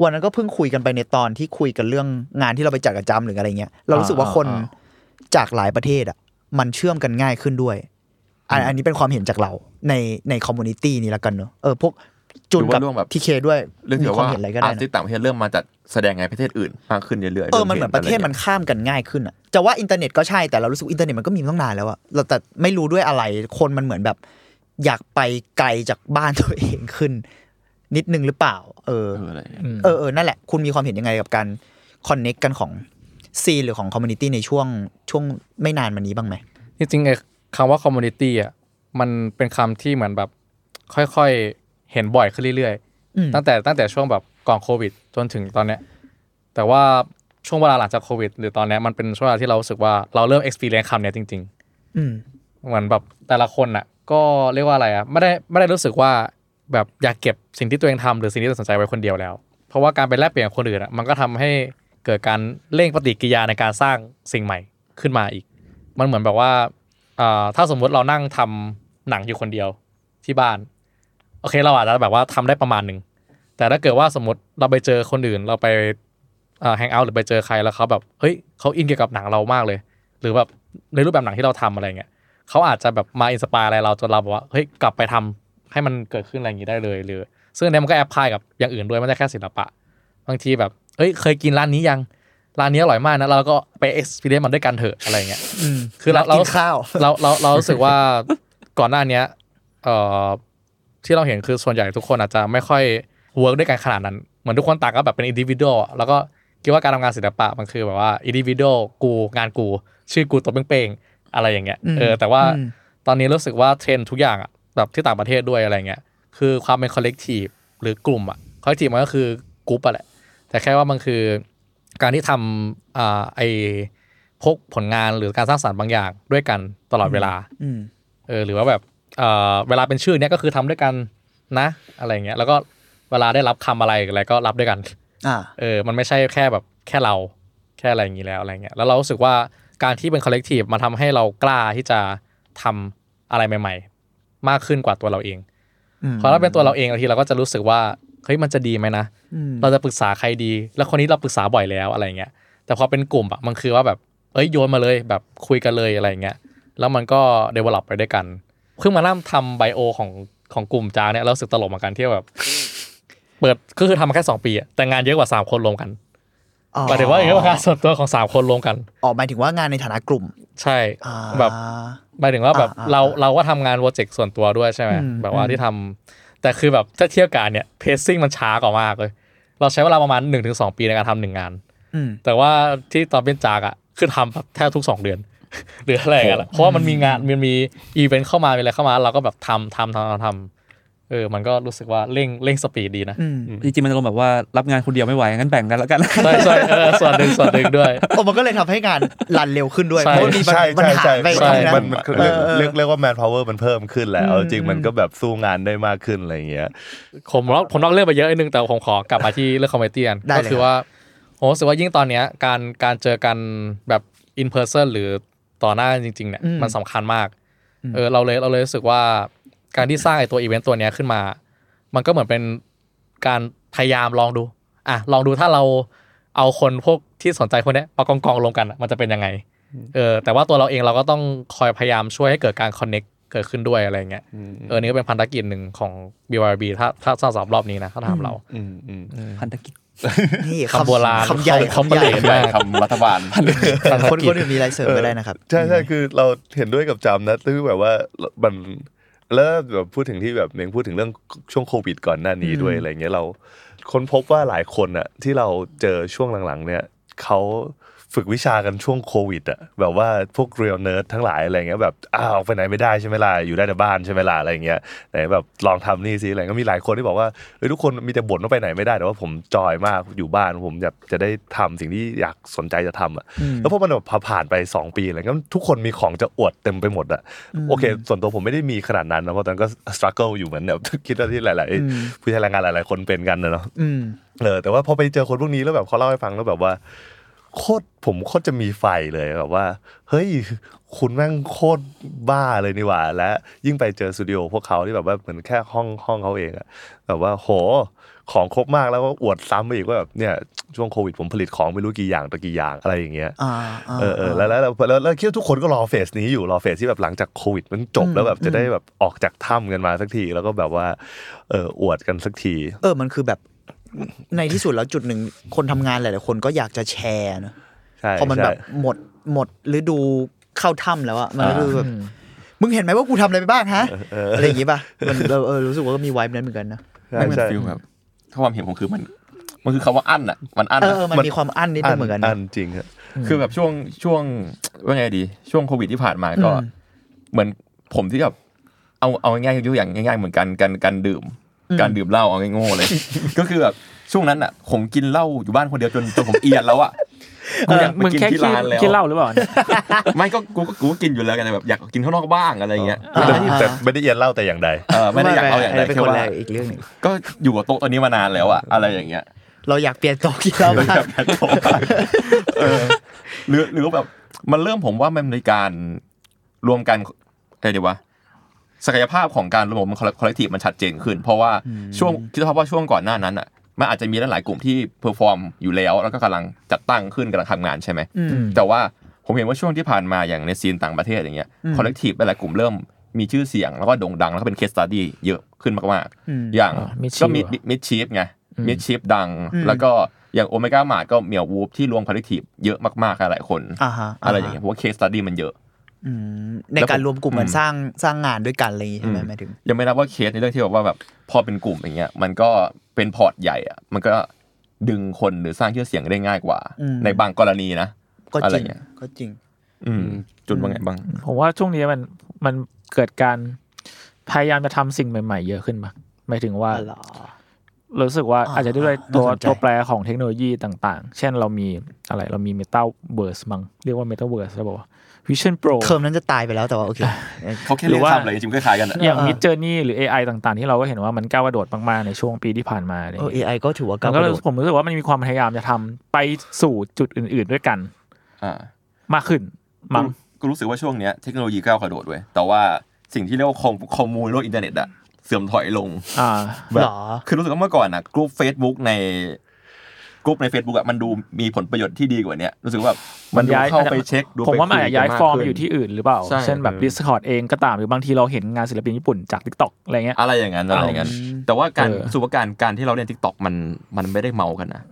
Speaker 4: วันนั้นก็เพิ่งคุยกันไปในตอนที่คุยกันเรื่องงานที่เราไปจัดกับจำหรืออะไรเงี้ยเรารู้สึกว่าคน
Speaker 5: อ่า
Speaker 4: จากหลายประเทศอ่ะมันเชื่อมกันง่ายขึ้นด้วยอันอันนี้เป็นความเห็นจากเราในในคอมมูนิตี้นี้ละกันเนาะเออพวกจุนกับ
Speaker 3: หรือว่าเรื่องแบบ
Speaker 4: ทีเคด้วย
Speaker 3: เรื่อง
Speaker 4: มี
Speaker 3: เกี่ยว
Speaker 4: ความ
Speaker 3: ว่า
Speaker 4: เห็นอะไรก็
Speaker 3: อา
Speaker 4: ได้
Speaker 3: ร์
Speaker 4: นะ
Speaker 3: ติสต์ต่างประเทศเริ่มมาจัดแสดงในประเทศอื่นมากขึ้นเรื่อยๆ
Speaker 4: เออ มันเหมือนประเทศมันข้ามกันง่ายขึ้นอะจะว่าอินเทอร์เน็ตก็ใช่ แต่เรารู้สึกอินเทอร์เน็ตมันก็มีมาตั้งนานแล้วอะเราแต่ไม่รู้ด้วยอะไร คนมันเหมือนแบบ อยากไปไกลจากบ้านตัวเองขึ้น นิดนึงหรือเปล่า เออ
Speaker 3: เอออะไรอย่างเงี้ย
Speaker 4: เออเออนั่นแหละ คุณมีความเห็นยังไงกับการคอนเน็กกันของซีหรือของคอมมูนิตี้ในช่วงช่วงไม่นานมานี้บ้างไหม
Speaker 5: จริงๆไอ้คำว่าคอมมูนิตี้อ่ะมันเป็นคำที่เหมือนแบบค่อยๆ เห็นบ่อยขึ้นเรื่อย
Speaker 4: อืม
Speaker 5: ๆ ตั้งแต่ตั้งแต่ช่วงแบบก่อนโควิด จนถึงตอนเนี้ยแต่ว่าช่วงเวลาหลังจากโควิด หรือตอนเนี้ยมันเป็นช่วงเวลาที่เรารู้สึกว่าเราเริ่ม experience คำเนี้ยจริง
Speaker 4: อืม
Speaker 5: ๆ เหมือนแบบแต่ละคนอ่ะ ก็เรียกว่าอะไรอ่ะไม่ได้ไม่ได้รู้สึกว่าแบบอยากเก็บสิ่งที่ตัวเองทำหรือสิ่งที่ตัวเองสนใจไว้คนเดียวแล้ว เพราะว่าการไปแลกเปลี่ยนกับคนอื่นอ่ะมันก็ทำให้เกิดการเร่งปฏิกิริยาในการสร้างสิ่งใหม่ขึ้นมาอีก มันเหมือนแบบว่าเอ่อถ้าสมมุติเรานั่งทำหนังอยู่คนเดียวที่บ้าน โอเคเราอาจจะแบบว่าทำได้ประมาณหนึ่ง แต่ถ้าเกิดว่าสมมติเราไปเจอคนอื่นเราไปแฮงเอาท์หรือไปเจอใครแล้วเขาแบบเฮ้ยเขาอินเกี่ยวกับหนังเรามากเลย หรือแบบในรูปแบบหนังที่เราทำอะไรเงี้ยเขาอาจจะแบบมาอินสปายอะไรเราจนเราแบบว่าเฮ้ยกลับไปทำให้มันเกิดขึ้นอะไรอย่างนี้ได้เลยหรือซึ่งอันเนี้ยมันก็แอบพลายกับอย่างอื่นด้วยไม่ได้แค่ศิลปะ บางทีแบบเฮ้ยเคยกินร้านนี้ยังร้านนี้อร่อยมากนะเราก็ไปเอ็กซ์เพรียมันด้วยกันเถอะอะไรเงี้ย
Speaker 4: อืม
Speaker 5: คือเรา
Speaker 4: นัด
Speaker 5: เรา
Speaker 4: กินข้าว
Speaker 5: เราเราเรารู้สึกว่าก่อนหน้าเนี้ยเอ่อที่เราเห็นคือส่วนใหญ่ทุกคนอาจจะไม่ค่อยเวิร์กด้วยกันขนาดนั้น เหมือนทุกคนต่างก็แบบเป็นอินดิวิโดแล้วก็คิดว่าการทำงานศิลปะมันคือแบบว่าอินดิวิโดกูงานกู ชื่อกูตัวเป้งๆอะไรอย่างเงี้ย
Speaker 4: อืม
Speaker 5: เออแต่ว่า
Speaker 4: อืม
Speaker 5: ตอนนี้รู้สึกว่าเทรนด์ทุกอย่างอะแบบที่ต่างประเทศด้วยอะไรเงี้ยคือความเป็นคอลเลกทีฟหรือกลุ่มอะคอลเลกทีฟมันก็คือกรุ๊ปอะแหละ แต่แค่ว่ามันคือการที่ทำอ่าไอพกผลงานหรือการสร้างสรรค์บางอย่างด้วยกันตลอดเวลา
Speaker 4: อืม
Speaker 5: เออหรือว่าแบบเอ่อเวลาเป็นชื่อเนี้ยก็คือทำด้วยกันนะอะไรอย่างเงี้ยแล้วก็เวลาได้รับคำอะไรอะไรก็รับด้วยกัน
Speaker 4: อ่า
Speaker 5: เออ มันไม่ใช่แค่แบบแค่เราแค่อะไรอย่างนี้แล้วอะไรเงี้ย แล้วเรารู้สึกว่าการที่เป็นคอลเลกทีฟมาทำให้เรากล้าที่จะทำอะไรใหม่ ๆ มากขึ้นกว่าตัวเราเอง
Speaker 4: อืม
Speaker 5: พอเราเป็นตัวเราเองบางทีเราก็จะรู้สึกว่าเฮ้ยมันจะดีไหมนะ
Speaker 4: อืม
Speaker 5: เราจะปรึกษาใครดี แล้วคนนี้เราปรึกษาบ่อยแล้วอะไรเงี้ย แต่พอเป็นกลุ่มอ่ะ มันคือว่าแบบ เอ้ยโยนมาเลยแบบคุยกันเลยอะไรเงี้ย แล้วมันก็เดเวล็อปไปด้วยกัน เพิ่งมานั่งทำไบโอของของกลุ่มจางเนี่ยเราสึกตลกเหมือนกันที่แบบ เปิดก็คือทำมาแค่สองปีอะแต่งานเยอะกว่าสามคนรวมกัน
Speaker 4: อ๋อ
Speaker 5: หมายถึงว่าอย่างเงี้ยว่างานส่วนตัวของสามคนรวมกัน
Speaker 4: ออกหมายถึงว่างานในฐานะกลุ่ม
Speaker 5: ใช่
Speaker 4: อ่า
Speaker 5: แบบ หมายถึงว่าแบบ
Speaker 4: อ่าอ่า
Speaker 5: เราเราก็ทำงานโปรเจกต์ส่วนตัวด้วยใช่ไหม
Speaker 4: อืม
Speaker 5: แบบว่า
Speaker 4: อืม
Speaker 5: ที่ทำแต่คือแบบถ้าเทียบกันเนี่ยเพซซิ่งมันช้ากว่ามากเลย เราใช้เวลาประมาณ 1-2 ปีในการทำหนึ่งงาน
Speaker 4: อืม
Speaker 5: แต่ว่าที่ตอนเป็นจากอะคือทำแบบแทบทุก 2 เดือน หรืออะไรกันแหละเพราะว่ามันมีงานมันมีอีเวนต์เข้ามามีอะไรเข้ามาเราก็แบบทำทำทำทำทำเออมันก็รู้สึกว่าเร่งเร่งสปีดดีนะ
Speaker 4: อืม
Speaker 6: จริงๆมันอารมณ์แบบว่ารับงานคนเดียวไม่ไหวงั้นแบ่งกันแล้วกัน
Speaker 5: ใช่ใช่เออส่วนหนึ่งส่วนหนึ่งด้วย
Speaker 4: โอ้มันก็เลยทำให้งานรันเร็วขึ้นด้วย
Speaker 5: ใช่
Speaker 4: เพราะมันมีปัญ
Speaker 7: ใช่
Speaker 4: ปัญ
Speaker 7: ใช่
Speaker 4: หา
Speaker 7: ใช่
Speaker 4: ไป
Speaker 5: ใช่
Speaker 4: ตรงนั้
Speaker 7: มัน
Speaker 4: น
Speaker 7: มัน
Speaker 4: เออเออ
Speaker 7: เรียกเรียกว่า man power มันเพิ่มขึ้นแหละเอาจริงๆมันก็แบบสู้งานได้มากขึ้นอะไรอย่างเงี้ย
Speaker 5: ผมว่าผมนอกเรื่องไปเยอะนิดนึงแต่ผมขอกลับมาที่เรื่องคอมเมดี้กัน
Speaker 4: ได้เลย
Speaker 5: ก็คือว่าผมรู้สึกว่ายิ่งตอนเนี้ยการการเจอกันแบบ in person หรือต่อหน้าจริงๆเนี่ยมันสำคัญมากเออเราเลยเราเลยรู้สึกว่าการที่สร้างไอตัวอีเวนต์ตัวเนี้ยขึ้นมา มันก็เหมือนเป็นการพยายามลองดูอ่ะลองดูถ้าเราเอาคนพวกที่สนใจคนเนี้ยมากองกองๆรวมกันอะมันจะเป็นยังไงเออแต่ว่าตัวเราเองเราก็ต้องคอยพยายามช่วยให้เกิดการคอนเน็กเกิดขึ้นด้วยอะไรเงี้ย เออนี่ก็เป็นพันธกิจหนึ่งของ BYB ถ้าถ้าสอบรอบนี้นะถ้าถามเรา
Speaker 7: อืมอืม
Speaker 6: พันธกิจ
Speaker 4: นี่
Speaker 5: คำโบราณ
Speaker 4: คำใหญ่
Speaker 5: คำ
Speaker 4: คำใหญ่
Speaker 5: คำประหลาด
Speaker 3: ใช่คำรัฐบาล
Speaker 5: พันธ
Speaker 4: คน
Speaker 5: กิ
Speaker 4: ค
Speaker 5: จ
Speaker 4: นอื่นมีอะไรเสริมก็ได้นะครับ
Speaker 7: ใช่ใช่คือเราเห็นด้วยกับจำนะคือแบบว่ามันแล้วแบบพูดถึงที่แบบเมงพูดถึงเรื่องช่วงโควิดก่อนหน้านี้ด้วยอะไรเงี้ยเราค้นพบว่าหลายคนอะที่เราเจอช่วงหลังๆ เนี่ยเขาฝึกวิชากันช่วงโควิดอะแบบว่าพวกเรียลเนิร์ดทั้งหลายอะไรเงี้ยแบบอ้าวไปไหนไม่ได้ใช่ไหมล่ะอยู่ได้แต่บ้านใช่ไหมล่ะอะไรเงี้ยไหนแบบลองทำนี่สิอะไรก็มีหลายคนที่บอกว่าเฮ้ยทุกคนมีแต่บ่นว่าไปไหนไม่ได้แต่ว่าผมจอยมากอยู่บ้านผมอยากจะได้ทำสิ่งที่อยากสนใจจะทำอะ แล้วพอมันแบบพอผ่านไป 2 ปีอะไรก็ทุกคนมีของจะอวดเต็มไปหมดอะโอเค ส่วนตัวผมไม่ได้มีขนาดนั้นนะเพราะตอนนั้นก็สครัลเกิลอยู่เหมือนแบบ คิดว่าที่หลาย
Speaker 4: อืม
Speaker 7: ๆ ผู้ใช้แรงงานหลาย ๆ คนเป็นกันนะเนาะ
Speaker 4: อืม
Speaker 7: เออแต่ว่าพอไปเจอคนพวกนี้แล้วแบบเขาเล่าให้ฟังแล้วแบบว่าโคตรผมโคตรจะมีไฟเลยแบบว่า เฮ้ย คุณแม่งโคตรบ้าเลยนี่หว่า และยิ่งไปเจอสตูดิโอพวกเขาที่แบบว่าเหมือนแค่ห้องห้องเขาเองอะแบบว่าโห ของครบมากแล้วก็อวดซ้ำไปอีกว่าแบบเนี่ยช่วงโควิดผมผลิตของไม่รู้กี่อย่างต่อกี่อย่างอะไรอย่างเงี้ย
Speaker 4: อ่าา
Speaker 7: เออเออแล้วแล้วแล้วแล้วแล้วคิดว่าทุกคนก็รอเฟสนี้อยู่รอเฟสที่แบบหลังจากโควิด มันจบ
Speaker 4: อืม
Speaker 7: แล้วแบบจะ
Speaker 4: อืม
Speaker 7: ได้แบบออกจากถ้ำกันมาสักทีแล้วก็แบบว่าเอออวดกันสักที
Speaker 4: เออมันคือแบบในที่สุดแล้วจุดหนึ่งคนทำงานหลายๆคนก็อยากจะแชร์นะ
Speaker 7: ใช่
Speaker 4: พอมัน
Speaker 7: ใช่
Speaker 4: แบบหมดหมดฤดูเข้าถ้ำแล้วอะมันก็คือแบบมึงเห็นไหมว่ากูทำอะไรไปบ้างฮะอะไรอย่างงี้ป่ะมันเออเออรู้สึกว่าก็มีไวบ์นั้นเหมือนกันนะ
Speaker 7: ใช่
Speaker 3: ไม่เป็น
Speaker 7: ใช่
Speaker 3: ฟิลแบบถ้าความเห็นผมคือมันมันคือคำว่าอั้นอ่ะมันอั้น
Speaker 4: เออ
Speaker 3: อะ
Speaker 4: เออมันมีความอั้นนิดนึงเหมือนกันนะ
Speaker 7: นจริงครับ
Speaker 3: คือแบบช่วงช่วงว่าไงดี ช่วงโควิดที่ผ่านมาก็
Speaker 4: อืม
Speaker 3: เหมือนผมที่แบบเอาเอาง่ายๆยกอย่างง่ายๆเหมือนกันการการดื่ม การดื่มเหล้าเอาง่ายๆเลย ก็คือแบบช่วงนั้นอ่ะ ผมกินเหล้าอยู่บ้านคนเดียวจนจนผมเอียนแล้วอ่ะ
Speaker 6: กูอยากไป
Speaker 2: มึง
Speaker 6: กิน
Speaker 2: แค่
Speaker 6: ที่
Speaker 2: ขี้
Speaker 6: ร้านแล้ว
Speaker 2: ขี้เหล้าหรือเปล่าเนี่ย
Speaker 6: ไม่ก็กูก็กูก็กินอยู่แล้วไงแต่แบบอยากกินข้างนอกบ้างอะไรอย่างเงี้ย
Speaker 4: อ่า
Speaker 7: แต่แต่ไม่ได้เอียนเหล่าแต่อย่างใด
Speaker 6: เออไม่ได้อยากเอาอย่างใด
Speaker 4: เป็น
Speaker 6: แค่
Speaker 4: คน
Speaker 6: ว่า
Speaker 4: แรกอีกเรื่องหนึ่ง
Speaker 6: ก็อยู่กับโต๊ะตัวนี้มานานแล้วอะอะไรอย่างเงี้ย
Speaker 4: เราอยากเปลี่ยนโต๊ะกินเหล้าบ้าง
Speaker 6: เออหรือหรือแบบมันเริ่มผมว่ามันมีการรวมกันอะไรดีวะศักยภาพของการระบบมันคอลเลกทีฟมันชัดเจนขึ้น เพราะว่าช่วงคิดสภาพว่าช่วงก่อนหน้านั้นอ่ะมันอาจจะมีหลายๆกลุ่มที่เพอร์ฟอร์มอยู่แล้ว แล้วก็กำลังจัดตั้งขึ้นกำลังทำงานใช่ไหม
Speaker 4: อืม
Speaker 6: แต่ว่าผมเห็นว่าช่วงที่ผ่านมาอย่างในซีนต่างประเทศอย่างเงี้ย
Speaker 4: อืม
Speaker 6: คอลเลกทีฟหลายๆกลุ่มเริ่มมีชื่อเสียงแล้วก็โด่งดังแล้วก็เป็นเคสตัดดี้เยอะขึ้นมากๆ
Speaker 4: อืม
Speaker 6: อย่าง
Speaker 2: อ่ามิดชีฟ
Speaker 6: ก็มี
Speaker 2: เหรอ
Speaker 6: มิดชีฟไง
Speaker 2: อืม
Speaker 6: มิดชีฟดัง
Speaker 4: อืม
Speaker 6: แล้วก็อย่างโอเมก้ามาดก็เหมียววูฟที่รวมคอลเลกทีฟเยอะมากๆหลายๆคน
Speaker 4: อ่าฮะ
Speaker 6: อะไรอย่างเงี้ยเพราะว่าเคสตัดดี้มันเยอะ
Speaker 4: อืมในการรวมกลุ่มกัน
Speaker 6: อืม
Speaker 4: สร้างสร้างงานด้วยกันอะไรอย่างงี้ใช่ไหมหมายถึง
Speaker 6: ยังไม่นับว่าเคสในเรื่องที่แบบว่าแบบพอเป็นกลุ่มอย่างเงี้ยมันก็เป็นพอร์ตใหญ่อะมันก็ดึงคนหรือสร้างชื่อเสียงได้ง่ายกว่า
Speaker 4: อืม
Speaker 6: ในบางกรณีนะ
Speaker 4: ก็
Speaker 6: อะ
Speaker 4: จ
Speaker 6: ไร
Speaker 4: ริง
Speaker 6: เงี้ย
Speaker 4: ก็จริง
Speaker 6: อืมจุนว่าไงบ้าง
Speaker 2: ผมว่าช่วงนี้มันมันเกิดการพยายามจะทำสิ่งใหม่ๆ เยอะขึ้นมาหมายถึงว่า รู้สึกว่า
Speaker 4: อ่า
Speaker 2: อาจจะด้วยตัว
Speaker 4: น่าสนใจ
Speaker 2: ตัวแปรของเทคโนโลยีต่าง ๆ เช่นเรามีอะไรเรามีเมตาเวิร์สมั้งเรียกว่าเมตาเวิร์สแล้วบอกว่าวิชั่นโปร
Speaker 4: เทอมนั้นจะตายไปแล้วแต่ว่าโอเค
Speaker 6: เขาแค่
Speaker 2: หรื
Speaker 6: เรีย
Speaker 2: อก ว่า
Speaker 6: คำอะไรจริงๆคล้ายๆกันอะ
Speaker 2: อย่าง
Speaker 4: อ่า
Speaker 2: มิดเจอร์นี่หรือ AI ต่างๆ ที่เราก็เห็นว่ามันก้าวกระโดดมาก ๆ ในช่วงปีที่ผ่านมาอะไรอ
Speaker 4: เอย่าง อ
Speaker 2: เงี้ย
Speaker 4: AI ก็ถือว่า
Speaker 2: มั
Speaker 4: ก้าวน ก
Speaker 2: ก็
Speaker 4: ระ
Speaker 2: เลย
Speaker 4: โดด
Speaker 2: ผมรู้สึกว่ามันมีความพยายามจะทำไปสู่จุดอื่น ๆ ด้วยกัน
Speaker 6: อ่า
Speaker 2: มากขึ้นมั้ง
Speaker 6: กูรู้สึกว่าช่วงเนี้ยเทคโนโลยีก้าวกระโดดเว้ยแต่ว่าสิ่งที่เรียกว่าคอมคอมมูนโลกอินเทอร์เน็ตอะเสื่อมถอยลง
Speaker 2: อ่า
Speaker 6: แบบ
Speaker 4: หรอ
Speaker 6: คือรู้สึกว่าเมื่อก่อนนะกลุ่ม Facebook ในกลุ่มใน Facebook อะมันดูมีผลประโยชน์ที่ดีกว่าเนี้ยรู้สึกว่าแบบมันดู
Speaker 2: ย้าย
Speaker 6: เข้าไปเช็คดู
Speaker 2: ผมว่ามัน
Speaker 6: ไป
Speaker 2: อาจ
Speaker 6: คุ
Speaker 2: จะย้าย
Speaker 6: กั
Speaker 2: ฟอร์ม
Speaker 6: ก
Speaker 2: ไปอ
Speaker 6: ขึ้น
Speaker 2: ยู่ที่อื่นหรือเปล่า
Speaker 6: ใช่
Speaker 2: เช่นแบบ
Speaker 6: เออ
Speaker 2: Discord เองก็ตามหรือบางทีเราเห็นงานศิลปินญี่ปุ่นจาก TikTok อะไรเงี้ย
Speaker 6: อะไรอย่างนั้นอะไรอย่างนั้น
Speaker 4: อืม
Speaker 6: แต่ว่าการ
Speaker 2: เออ
Speaker 6: รู้สุวาการการที่เราเล่นทิกตอกมันมันไม่ได้เมากันนะ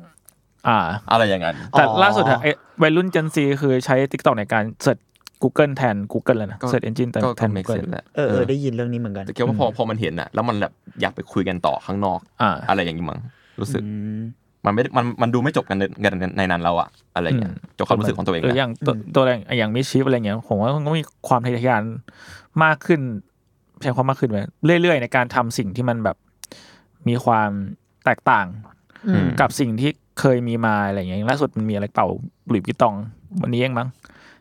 Speaker 2: อ่า
Speaker 6: อะไรอย่างนั้น
Speaker 2: แต่
Speaker 4: อ๋อ
Speaker 2: ล่าสุดอะไอ้วัยรุ่น Gen Z คือใช้ TikTok ในการเสิร์ช Google แทน Google เลยนะ
Speaker 6: ก็
Speaker 2: เสิร์ช Engine แทน
Speaker 6: ก็
Speaker 2: แท
Speaker 6: ก็
Speaker 2: น
Speaker 6: เมกเซ
Speaker 2: Google
Speaker 6: นแหละ
Speaker 4: เออเออได้ยินเรื่องนี้เหมือนกัน
Speaker 6: แต่เกี่ยวว่าพอพอมันเห็นอะแล้วมันแบบอยากไปคุยกันต่อข้างนอก
Speaker 2: อ่า
Speaker 6: อะไรอย่างนี้มั้งรู้สึก
Speaker 4: อืม
Speaker 6: มันไม่ได้มันมันดูไม่จบกันในกันในนั้นแล้วอะอะไรอย่างเงี้ย
Speaker 2: อืม
Speaker 6: จบความรู้สึกของตัวเอง
Speaker 2: หรืออ
Speaker 6: นะ
Speaker 2: ย่างตัวตัวอะไรอย่างมิชิฟอะไรเงี้ยผมว่ามันก็มีความทะเยอทะยานมากขึ้น ใช้ความมากขึ้นไปเรื่อยๆ ในการทำสิ่งที่มันแบบมีความแตกต่าง
Speaker 6: อืม
Speaker 2: กับสิ่งที่เคยมีมาอะไรอย่างเงี้ยล่าสุดมันมีอะไรเป่าหลุยส์วิตตองวันนี้เองมั้ง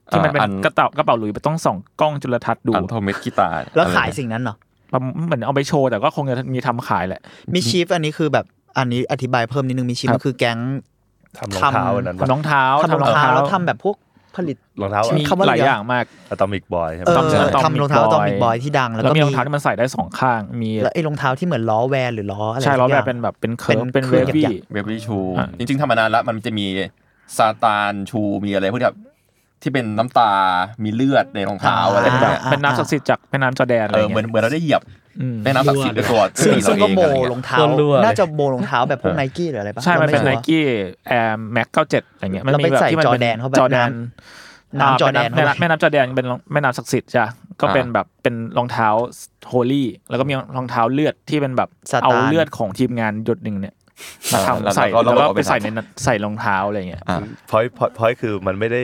Speaker 2: ที่มันเป็น
Speaker 6: อ่าอัน
Speaker 2: กระเป๋ากระเป๋าหลุยส์ไปต้องส่องกล้องจุลทรรศน์ดู
Speaker 6: อันโทเมสกีตาร์
Speaker 4: แล้วขาย
Speaker 6: อะไร
Speaker 4: สิ่งนั้นเหรอ
Speaker 2: มันเหมือนเอาไปโชว์แต่ก็คงจะมีทำขายแหละ
Speaker 4: มีชีฟอันนี้คือแบบอันนี้อธิบายเพิ่มนิดนึงมีชีฟ
Speaker 2: ครับ
Speaker 4: มันคือแก๊ง
Speaker 7: ทำรองเท้า
Speaker 4: ทำ
Speaker 7: อันนั้น
Speaker 2: ทำร
Speaker 7: ปะ
Speaker 2: องเท้า
Speaker 4: ทำรองเท้าแล้วทำแบบพวกผลิต
Speaker 7: รองเท้า
Speaker 2: มี
Speaker 4: คำว่า
Speaker 2: หลาย
Speaker 4: อะไรอะ
Speaker 2: อย่างมาก
Speaker 7: อะตอมิกบอยใช่ไหม
Speaker 4: เออ
Speaker 2: ทำใช่ Atomic
Speaker 4: ทำรองเท้า
Speaker 2: Boy
Speaker 4: ตอมิกบอยที่ดัง
Speaker 2: แล้
Speaker 4: แล้ว
Speaker 2: ก็
Speaker 4: วก็
Speaker 2: มี
Speaker 4: มี
Speaker 2: รองเท้าที่มันใส่ได้สองข้างมี
Speaker 4: แล้วไอ้รองเท้าที่เหมือนล้อแวนหรือล้ออะไร
Speaker 2: ใช่ล้อ
Speaker 4: สัก
Speaker 2: แบ
Speaker 4: ย่า
Speaker 2: บ
Speaker 4: ง
Speaker 2: เป็นแบบเป็นเคิร์ฟ
Speaker 4: เป็
Speaker 2: เป็น
Speaker 4: นเค
Speaker 2: เว
Speaker 4: รื่อง
Speaker 2: ฟี่
Speaker 6: เวบลี่ชู
Speaker 2: อ่ะ
Speaker 6: จริง ๆทำมานานแล้วมันจะมีซาตานชูมีอะไรพวกที่แบบที่เป็นน้ำตา มีเลือดในรองเท้าอะไร
Speaker 2: เป็น
Speaker 6: แบบ
Speaker 2: แบบ
Speaker 6: นั้น
Speaker 2: เป็นน้ำศักดิ์สิทธิ์จากแม่น้ำจอร์แดนอะไร
Speaker 6: เออเหมือ
Speaker 2: เงี้ย
Speaker 6: นเหมือนเราได้เหยียบ
Speaker 2: ม
Speaker 6: แม่น้ำศักดิ์สิทธิ์ด้วยตัว
Speaker 4: ซึ่งซึ่งก็โม
Speaker 6: เราเองอะไรเงี้ย
Speaker 4: รองเท้า
Speaker 8: รั่วๆเลย
Speaker 4: น่าจะโมรองเท้าแบบพวกไนกี้หรืออะไรปะ
Speaker 2: ใช่มันเป็น
Speaker 4: รา
Speaker 2: ไน
Speaker 4: ไชัวร์
Speaker 2: กี้แอร์แม็กเก้าเจ็ดอะไรเงี้ยมัน
Speaker 4: เรา
Speaker 2: มี
Speaker 4: ไป
Speaker 2: แบบ
Speaker 4: ใส่
Speaker 2: ที่มันเป็น
Speaker 4: Jordan เข้าไป
Speaker 2: Jordan
Speaker 4: น้ำจอร์แดน
Speaker 2: แม่
Speaker 4: เข้า
Speaker 2: น้ำ
Speaker 4: ไป
Speaker 2: แม่น้ำจอร์แดนเป็นแม่น้ำศักดิ์สิทธิ์จ้ะก็เป็นแบบเป็นรองเท้าโฮลี่แล้วก็มีรองเท้าเลือดที่เป็นแบบ
Speaker 4: สตาร์
Speaker 2: เอาเลือดของทีมงานหยดหนึ่งเนี่ยมาทำใส่แล้วก็ไปใส่ในนั้นใส่รองเท้าอะไรเงี้ย
Speaker 6: อ่ะ
Speaker 7: พอยพอยพอยคือมันไม่ได้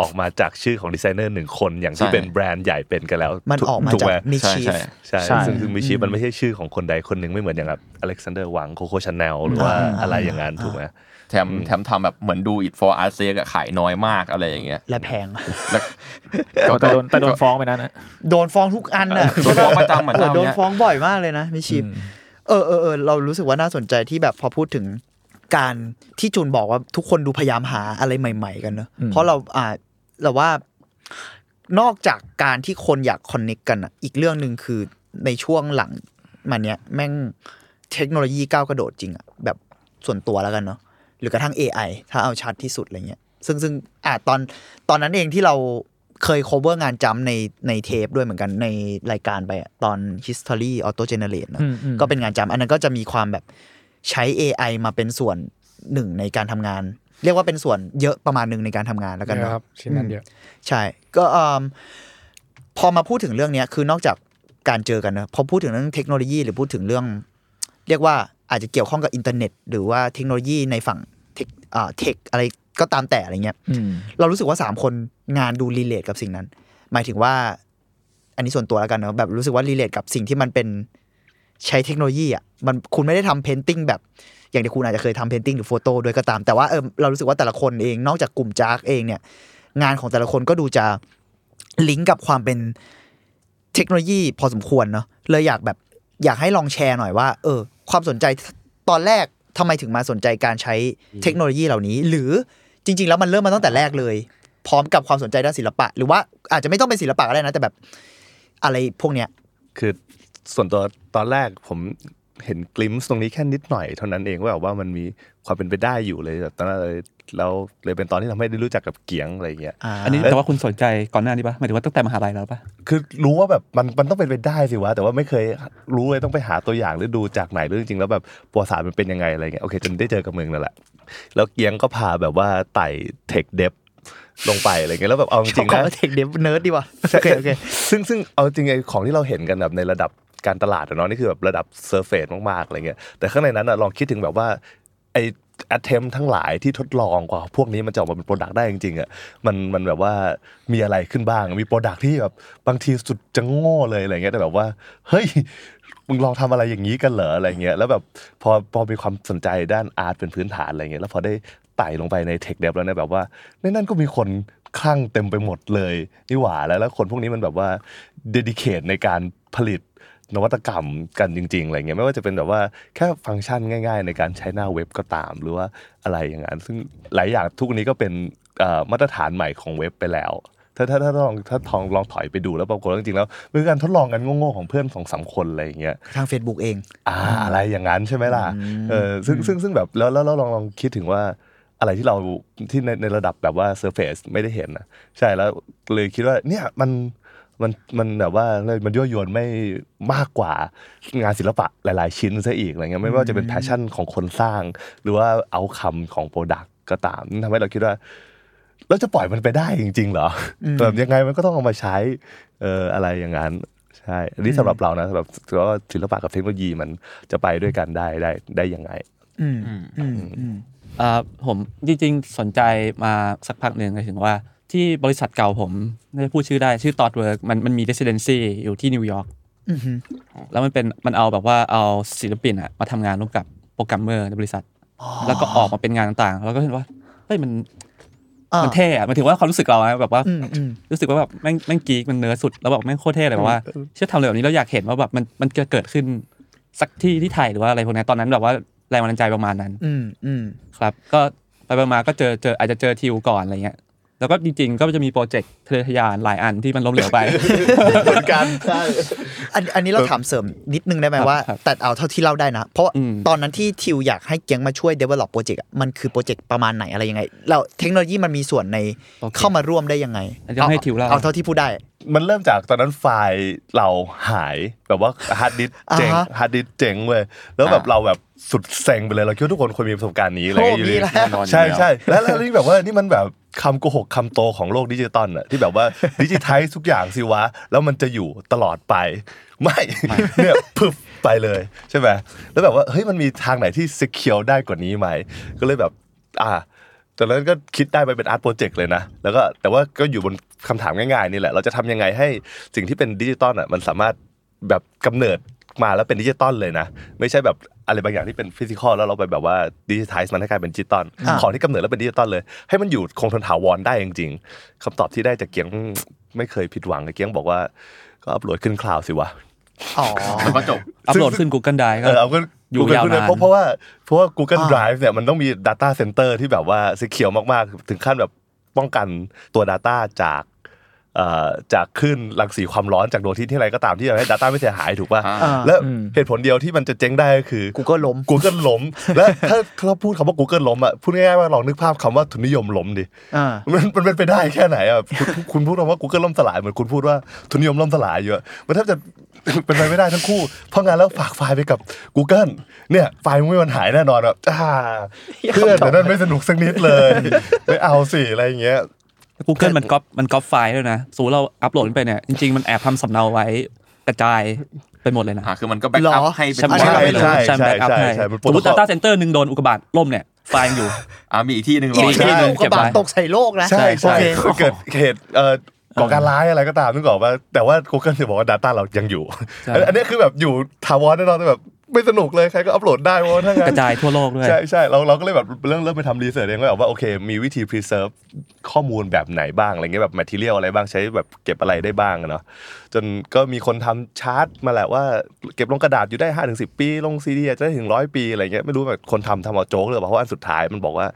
Speaker 7: ออกมาจากชื่อของดีไซเนอร์หนึ่งคนอย่างที่
Speaker 6: ใช่
Speaker 7: เป็นแบรนด์ใหญ่เป็นกันแล้ว
Speaker 4: มัน
Speaker 7: ถู
Speaker 4: ออกมา
Speaker 7: ถู
Speaker 4: จาก
Speaker 7: ไห
Speaker 4: มี
Speaker 6: ใช่
Speaker 4: ชีฟ
Speaker 6: ใช่
Speaker 7: ใช่
Speaker 2: ใช่
Speaker 7: ซึ่งซึ่งมิชิมันไม่ใช่ชื่อของคนใดคนหนึ่งไม่เหมือนอย่างแบบอเล็กซานเดอร์วังโคโคชาแนลหรือว่า
Speaker 4: อ่า
Speaker 7: อะไรอย่างนั้นถูกไหม
Speaker 6: แถมแถมทำแบบเหมือนดู it for art sake อะขายน้อยมากอะไรอย่างเงี้ย
Speaker 4: และแพง
Speaker 6: แล้ว
Speaker 2: แต่โดนแต่โดนฟ้องไปนะนะ
Speaker 4: โดนฟ้องทุกอันน่ะ
Speaker 6: โดนฟ้องประจำเหมือน
Speaker 4: โอ้
Speaker 6: เรา
Speaker 4: โดน
Speaker 6: เนี่ย
Speaker 4: ฟ้องบ่อยมากเลยนะมิชิปเออเออเออเรารู้สึกว่าน่าสนใจที่แบบพอพูดถึงการที่จูนบอกว่าทุกคนดูพยายามหาอะไรใหม่ ๆ กันเนอะ
Speaker 2: อืม
Speaker 4: เพราะเราอ่าเราว่านอกจากการที่คนอยากคอนเน็กกันอ่ะอีกเรื่องหนึ่งคือในช่วงหลังมาเนี้ยแม่งเทคโนโลยีก้าวกระโดดจริงอ่ะแบบส่วนตัวแล้วกันเนาะหรือกระทั่ง AI ถ้าเอาชัดที่สุดอะไรเงี้ยซึ่งซึ่งอ่าตอนตอนนั้นเองที่เรา เคย cover งานจำในในเทปด้วยเหมือนกันในรายการไปอะตอน history auto generate เนอะ
Speaker 2: อืมอืม
Speaker 4: ก็เป็นงานจำอันนั้นก็จะมีความแบบใช้ AI มาเป็นส่วนหนึ่งในการทำงาน เรียกว่าเป็นส่วนเยอะประมาณหนึ่งในการทำงานแล้วกัน
Speaker 5: เย
Speaker 4: เน
Speaker 5: อะ
Speaker 4: อะ
Speaker 5: ครับชิ้นนั้นเยอะ
Speaker 4: ใช่ ก็เอิ่มพอมาพูดถึงเรื่องเนี้ยคือนอกจากการเจอกันนะพอพูดถึงเรื่องเทคโนโลยีหรือพูดถึงเรื่อง เรียกว่าอาจจะเกี่ยวข้องกับอินเทอร์เน็ต หรือว่าเทคโนโลยีในฝั่งเทคอ่าเทคอะไรก็ตามแต่อะไรเงี้ย
Speaker 2: อืม
Speaker 4: เรารู้สึกว่าสามคนงานดูรีเลทกับสิ่งนั้น หมายถึงว่า อันนี้ส่วนตัวแล้วกันเนอะแบบรู้สึกว่ารีเลทกับสิ่งที่มันเป็น ใช้เทคโนโลยีอ่ะมันคุณไม่ได้ทำเพนติ้งแบบ อย่างที่คุณอาจจะเคยทำเพนติ้งหรือโฟโต้ด้วยก็ตาม แต่ว่าเออเรารู้สึกว่าแต่ละคนเองนอกจากกลุ่มจาร์กเองเนี่ย งานของแต่ละคนก็ดูจะลิงก์กับความเป็นเทคโนโลยีพอสมควรเนาะเลยอยากแบบอยากให้ลองแชร์หน่อยว่า เออ ความสนใจตอนแรกทำไมถึงมาสนใจการใช้เทคโนโลยีเหล่านี้ หรือจริง ๆ แล้วมันเริ่มมาตั้งแต่แรกเลย พร้อมกับความสนใจด้านศิลปะ หรือว่าอาจจะไม่ต้องเป็นศิลปะก็ได้นะ แต่แบบอะไรพวกเนี้ย
Speaker 7: คือส่วนตัวตอนแรกผมเห็นกลิมส์ตรงนี้แค่นิดหน่อยเท่านั้นเองว่าแบบว่ามันมีความเป็นไปได้อยู่เลยแบบตอนนั้นเลยแล้วเลยเป็นตอนที่ทำให้ได้รู้จักกับเกียงอะไรอย่างเงี้ย
Speaker 6: อันนี้แต่ว่าคุณสนใจก่อนหน้านี้ปะหมายถึงว่าตั้งแต่มหาลัยแล้วปะ
Speaker 7: คือรู้ว่าแบบมันมันต้องเป็นไปได้สิวะแต่ว่าไม่เคยรู้เลยต้องไปหาตัวอย่างหรือดูจากไหนหรือจริงๆแล้วแบบประวัติศาสตร์มันเป็นยังไงอะไรเงี้ยโอเคจนได้เจอกับมึงนั่นแหละ แล้วเกียงก็พาแบบว่าไต่เทคเดฟลงไปอะไรเงี้ยแล้วแบบเอาจริงๆ
Speaker 4: ขอ
Speaker 7: นะ
Speaker 4: ว่าเทคเดฟเนิร์ดดีกว่า โอเค โอเค
Speaker 7: ซึ่งซึ่งเอาจริงไอ้ของที่เราเห็นกันแบบในระดับการตลาดอะเนาะนี่คือแบบระดับเซอร์เฟซมากๆอะไรเงี้ยแต่ข้างในนั้นอะลองคิดถึงแบบว่าไอ้ attempt ทั้งหลายที่ทดลองกว่า พวกนี้มันจะออกมาเป็นโปรดักต์ได้จริงๆอะมันมันแบบว่ามีอะไรขึ้นบ้างมีโปรดักต์ที่แบบบางทีสุดจะโง่เลยอะไรเงี้ยแต่แบบว่าเฮ้ยมึงลองทำอะไรอย่างนี้กันเหรออะไรเงี้ยแล้วแบบพอพอมีความสนใจด้านอาร์ตเป็นพื้นฐานอะไรเงี้ยแล้วพอได้ไต่ลงไปในเทคเดบแล้วเนี่ยแบบว่าในนั้นก็มีคน คลั่งเต็มไปหมดเลยนี่หว่าแล้วแล้วคนพวกนี้มันแบบว่าเดดิเคทในการผลิตนวัตกรรมกันจริงๆอะไรเงี้ยไม่ว่าจะเป็นแบบว่าแค่ฟังก์ชันง่ายๆ ในการใช้หน้าเว็บก็ตามหรือว่าอะไรอย่างนั้นซึ่งหลายอย่างทุกวันนี้ก็เป็นเอ่อมาตรฐานใหม่ของเว็บไปแล้ว ถ้าถ้าถ้าลองถ้าทองลองถอยไปดูแล้วปรากฏว่าจริงๆแล้วมันคือการทดลองกันโง่ๆของเพื่อนสองสามคนอะไรอย่างเงี้ย
Speaker 4: ทาง Facebook เอง
Speaker 7: อ่าอะไรอย่างนั้นใช่ไหมล่ะ เออซึ่งซึ่งซึ่งแบบแล้วแล้วแล้วลองลองคิดถึงว่าอะไรที่เราที่ในในระดับแบบว่าเซอร์เฟซไม่ได้เห็นนะใช่แล้วเลยคิดว่าเนี่ยมันมันมันแบบว่าเลยมันยั่วยวนไม่มากกว่างานศิลปะหลาย ๆ ชิ้นซะอีกอะไรเงี้ยไม่ว่าจะเป็นแพชชั่นของคนสร้าง หรือว่าเอาคำของโปรดักต์ก็ตามนั่นทำให้เราคิดว่า แล้วจะปล่อยมันไปได้จริง ๆ เหรออแบบยังไงมันก็ต้องเอามาใช้เอออะไรอย่างนั้น ใช่อันนี้สำหรับเรานะสำหรับถือว่าศิลปะกับเทคโนโลยีมันจะไปด้วยกันได้ได้ได้ยังไง
Speaker 4: อืมอืมอืม
Speaker 6: อ่าผมจริงๆสนใจมาสักพักหนึ่งหมายถึงว่าที่บริษัทเก่าผมน่าจะพูดชื่อได้ชื่อตอดเวิร์กมันมันมีเดสเดนซีอยู่ที่นิวยอร์กแล้วมันเป็นมันเอาแบบว่าเอาศิลปินอะมาทำงานร่วมกับโปรแกรมเมอร์ในบริษัท แล้วก็ออกมาเป็นงานต่างๆ แล้วก็เห็นว่าเฮ้ยมัน
Speaker 4: อ่ามั
Speaker 6: มันเท่อะหมันถือว่าความรู้สึกเรานะแบบว่า
Speaker 4: อืมอืม
Speaker 6: รู้สึกว่าแบบแม่งแม่งกีกมันเนื้อสุดแล้วแบบแม่งโคตรเท่เลยแบบว่าเชื่อทำอะไรแบบนี้แล้วอยากเห็นว่าแบบมันมันจะเกิดขึ้นสักที่ที่ไทยหรือว่าอะไรพวกนี้ตอนนั้นแบบว่าแรงบันดาลใจประมาณนั้น
Speaker 4: อืมอืม
Speaker 6: ครับก็ไปไปมาก็เจอเจออาจจะเจอทิวก่อนอะไรเงี้ยแล้วก็จริงๆ ก็จะมีโปรเจกต์เครือทะยานหลายอันที่มันล้มเหลวไป
Speaker 4: เหมือนกันใช่อันอันนี้เราถามเสริมนิดนึงได้ไหม
Speaker 6: ครับ
Speaker 4: ว่า
Speaker 6: ครับ
Speaker 4: แต่เอาเท่าที่เล่าได้นะ เพราะว่า
Speaker 6: อืม
Speaker 4: ตอนนั้นที่ทิวอยากให้เกียงมาช่วย develop โปรเจกต์มันคือโปรเจกต์ประมาณไหนอะไรยังไง เราเทคโนโลยีมันมีส่วนในเข้ามาร่วมได้ยังไง
Speaker 6: อันนี้ต้องให้ทิวเล่า
Speaker 4: เอาเท่าที่พูดได้
Speaker 7: มันเริ่มจากตอนนั้นไฟล์เราหายแบบว่าฮาร์ดดิสก์เจ๋ง
Speaker 4: อ่าฮะ
Speaker 7: ฮาร์ดดิสก์เจ๋งเว้ยแล้วแบบ
Speaker 6: อ่า
Speaker 7: เราแบบสุดเซ็งไปเลยเราคิดว่าทุกคนควรมีประสบการณ์นี้อะไรอย่าง
Speaker 4: โอ้มี
Speaker 7: เงี้ยอยู่ดี
Speaker 4: แล้ว
Speaker 7: ใช่ใช่แล้วแล้วนี่แบบว่านี่มันแบบคำโกหกคำโตของโลกดิจิตอลอะที่แบบว่าดิจิทัลทุกอย่างสิวะ แล้วมันจะอยู่ตลอดไป ไม่ เนี่ยพึบไปเลยใช่ไหมแล้วแบบว่าเฮ้ยมันมีทางไหนที่สเคียวได้กว่านี้ไหมก็เลยแบบอ่า จากนั้นก็คิดได้ไปเป็นอาร์ตโปรเจกต์เลยนะ แล้วก็แต่ว่าก็อยู่บนคำถามง่ายๆนี่แหละ เราจะทำยังไงให้สิ่งที่เป็นดิจิตอลอ่ะมันสามารถแบบกำเนิดมาแล้วเป็นดิจิตอลเลยนะ ไม่ใช่แบบอะไรบางอย่างที่เป็นฟิสิกอลแล้วเราไปแบบว่าดิจิทัลมันให้กลายเป็นดิจิตอล
Speaker 4: อ่า
Speaker 7: ของที่กำเนิดแล้วเป็นดิจิตอลเลย ให้มันอยู่คงทนถาวรได้จริงๆคำตอบที่ได้จากเกียงไม่เคยผิดหวังเลยเกียงบอกว่าก็อัปโหลดขึ้นคลาวสิวะ
Speaker 4: อ๋อ
Speaker 3: แล้วก็จบ
Speaker 6: อัพโหลดขึ้น Google Drive
Speaker 7: เอ
Speaker 6: ก็
Speaker 7: อเอาก็
Speaker 6: อยู่
Speaker 7: กูเกิล
Speaker 6: ยาว
Speaker 7: ขึ้นเลย
Speaker 6: นาน
Speaker 7: เพราะเพราะว่าเพราะว่า Google
Speaker 4: อ่า
Speaker 7: Drive เนี่ยมันต้องมี Data Center ที่แบบว่าสีเขียวมากๆ ถึงขั้นแบบป้องกันตัว Data จากเอ่อจากคลื่นรังสีความร้อนจากดวงอาทิตย์ที่อะไรก็ตามที่ทำให้ Data ไม่เสียหายถูกป่ะ
Speaker 3: อ่า
Speaker 7: แล้ว
Speaker 2: อืม
Speaker 7: เหตุผลเดียวที่มันจะเจ๊งได้ก็คือ
Speaker 4: Google ล้ม
Speaker 7: Google ล้ม แล้วถ้าถ้าพูดคำว่า Google ล้มอ่ะพูดง่ายๆว่าลองนึกภาพคำว่าทุนนิยมล้มดิ
Speaker 4: อ่า
Speaker 7: มันมันเป็นไปได้แค่ไหนอ่ะคุณคุณพูดคำว่า Google ล่มสลายเหมือนคุณพูดว่าทุนนิยมล่มสลายอยู่อะมันแทบจะ เป็นไปไม่ได้ทั้งคู่ เพราะงั้นแล้วฝากไฟล์ไปกับ Google เนี่ยไฟล์มึงไม่มันหายแน่นอนแบบอ่าเพื่อนแต่นั่นไม่สนุกสักนิดเลย ไม่เอาสิอะไรอย่างเงี้ย
Speaker 6: Google มันก๊อปมันก๊อปไฟล์ด้วยนะสูเราอัพโหลดไปเนี่ยจริงๆ มันแอบทำสำเนาไว้กระจายไปหมดเลยนะ
Speaker 3: อ่าคือมันก็แบ็กอัพ
Speaker 4: หรอ
Speaker 3: ให้เป็น
Speaker 6: ใช่
Speaker 3: ว่า
Speaker 6: ใช่
Speaker 3: ไปเลย
Speaker 6: ใช่ใช่
Speaker 7: ใช่
Speaker 6: ใช่
Speaker 7: ใช่
Speaker 6: ใช่
Speaker 7: ใช่มันปลด
Speaker 6: สมมติ
Speaker 7: ข้อ
Speaker 6: Data Center หนึ่งโดนอุกกาบาตล่มเนี่ยไฟล์ยังอยู่
Speaker 3: อ่ามีอีกที่หนึ่งร
Speaker 4: อี
Speaker 3: อก อีก
Speaker 4: ที
Speaker 3: ที่ห
Speaker 4: ห
Speaker 3: นึ่
Speaker 4: นึ่
Speaker 3: ง
Speaker 4: งกระบาดตกใส่โลกนะ
Speaker 7: ใช่ใช่
Speaker 4: โอเค
Speaker 7: เกิดเหตุเอ่อ ก่อการร้ายอะไรก็ตามนึกออกว่าแต่ว่า Google จะบอกว่า Data เรายังอยู่
Speaker 6: ใช่
Speaker 7: อันนี้คือแบบอยู่ถาวรแน่นอนแต่แบบไม่สนุกเลยใครก็อัปโหลดได้ว่าถ้างั้น
Speaker 6: กระจายทั่วโลกด้วย
Speaker 7: ใช่ใช่เราเราก็เลยแบบเริ่มเริ่มไปทำรีเสิร์ชเองว่าแบบว่าโอเค มีวิธี preserve ข้อมูลแบบไหนบ้างอะไรเงี้ยแบบ material อะไรบ้างใช้แบบเก็บอะไรได้บ้างอะเนาะจนก็มีคนทำชาร์ตมาแหละว่าเก็บลงกระดาษอยู่ได้5้าถึงสิปี ลงซีดีอาจจะได้ถึงร้อยปีอะไรเงี้ยไม่รู้แบบคนทำทำเอาโจ๊กเลยเพราะว่าอันสุดท้ายมันบอกว่า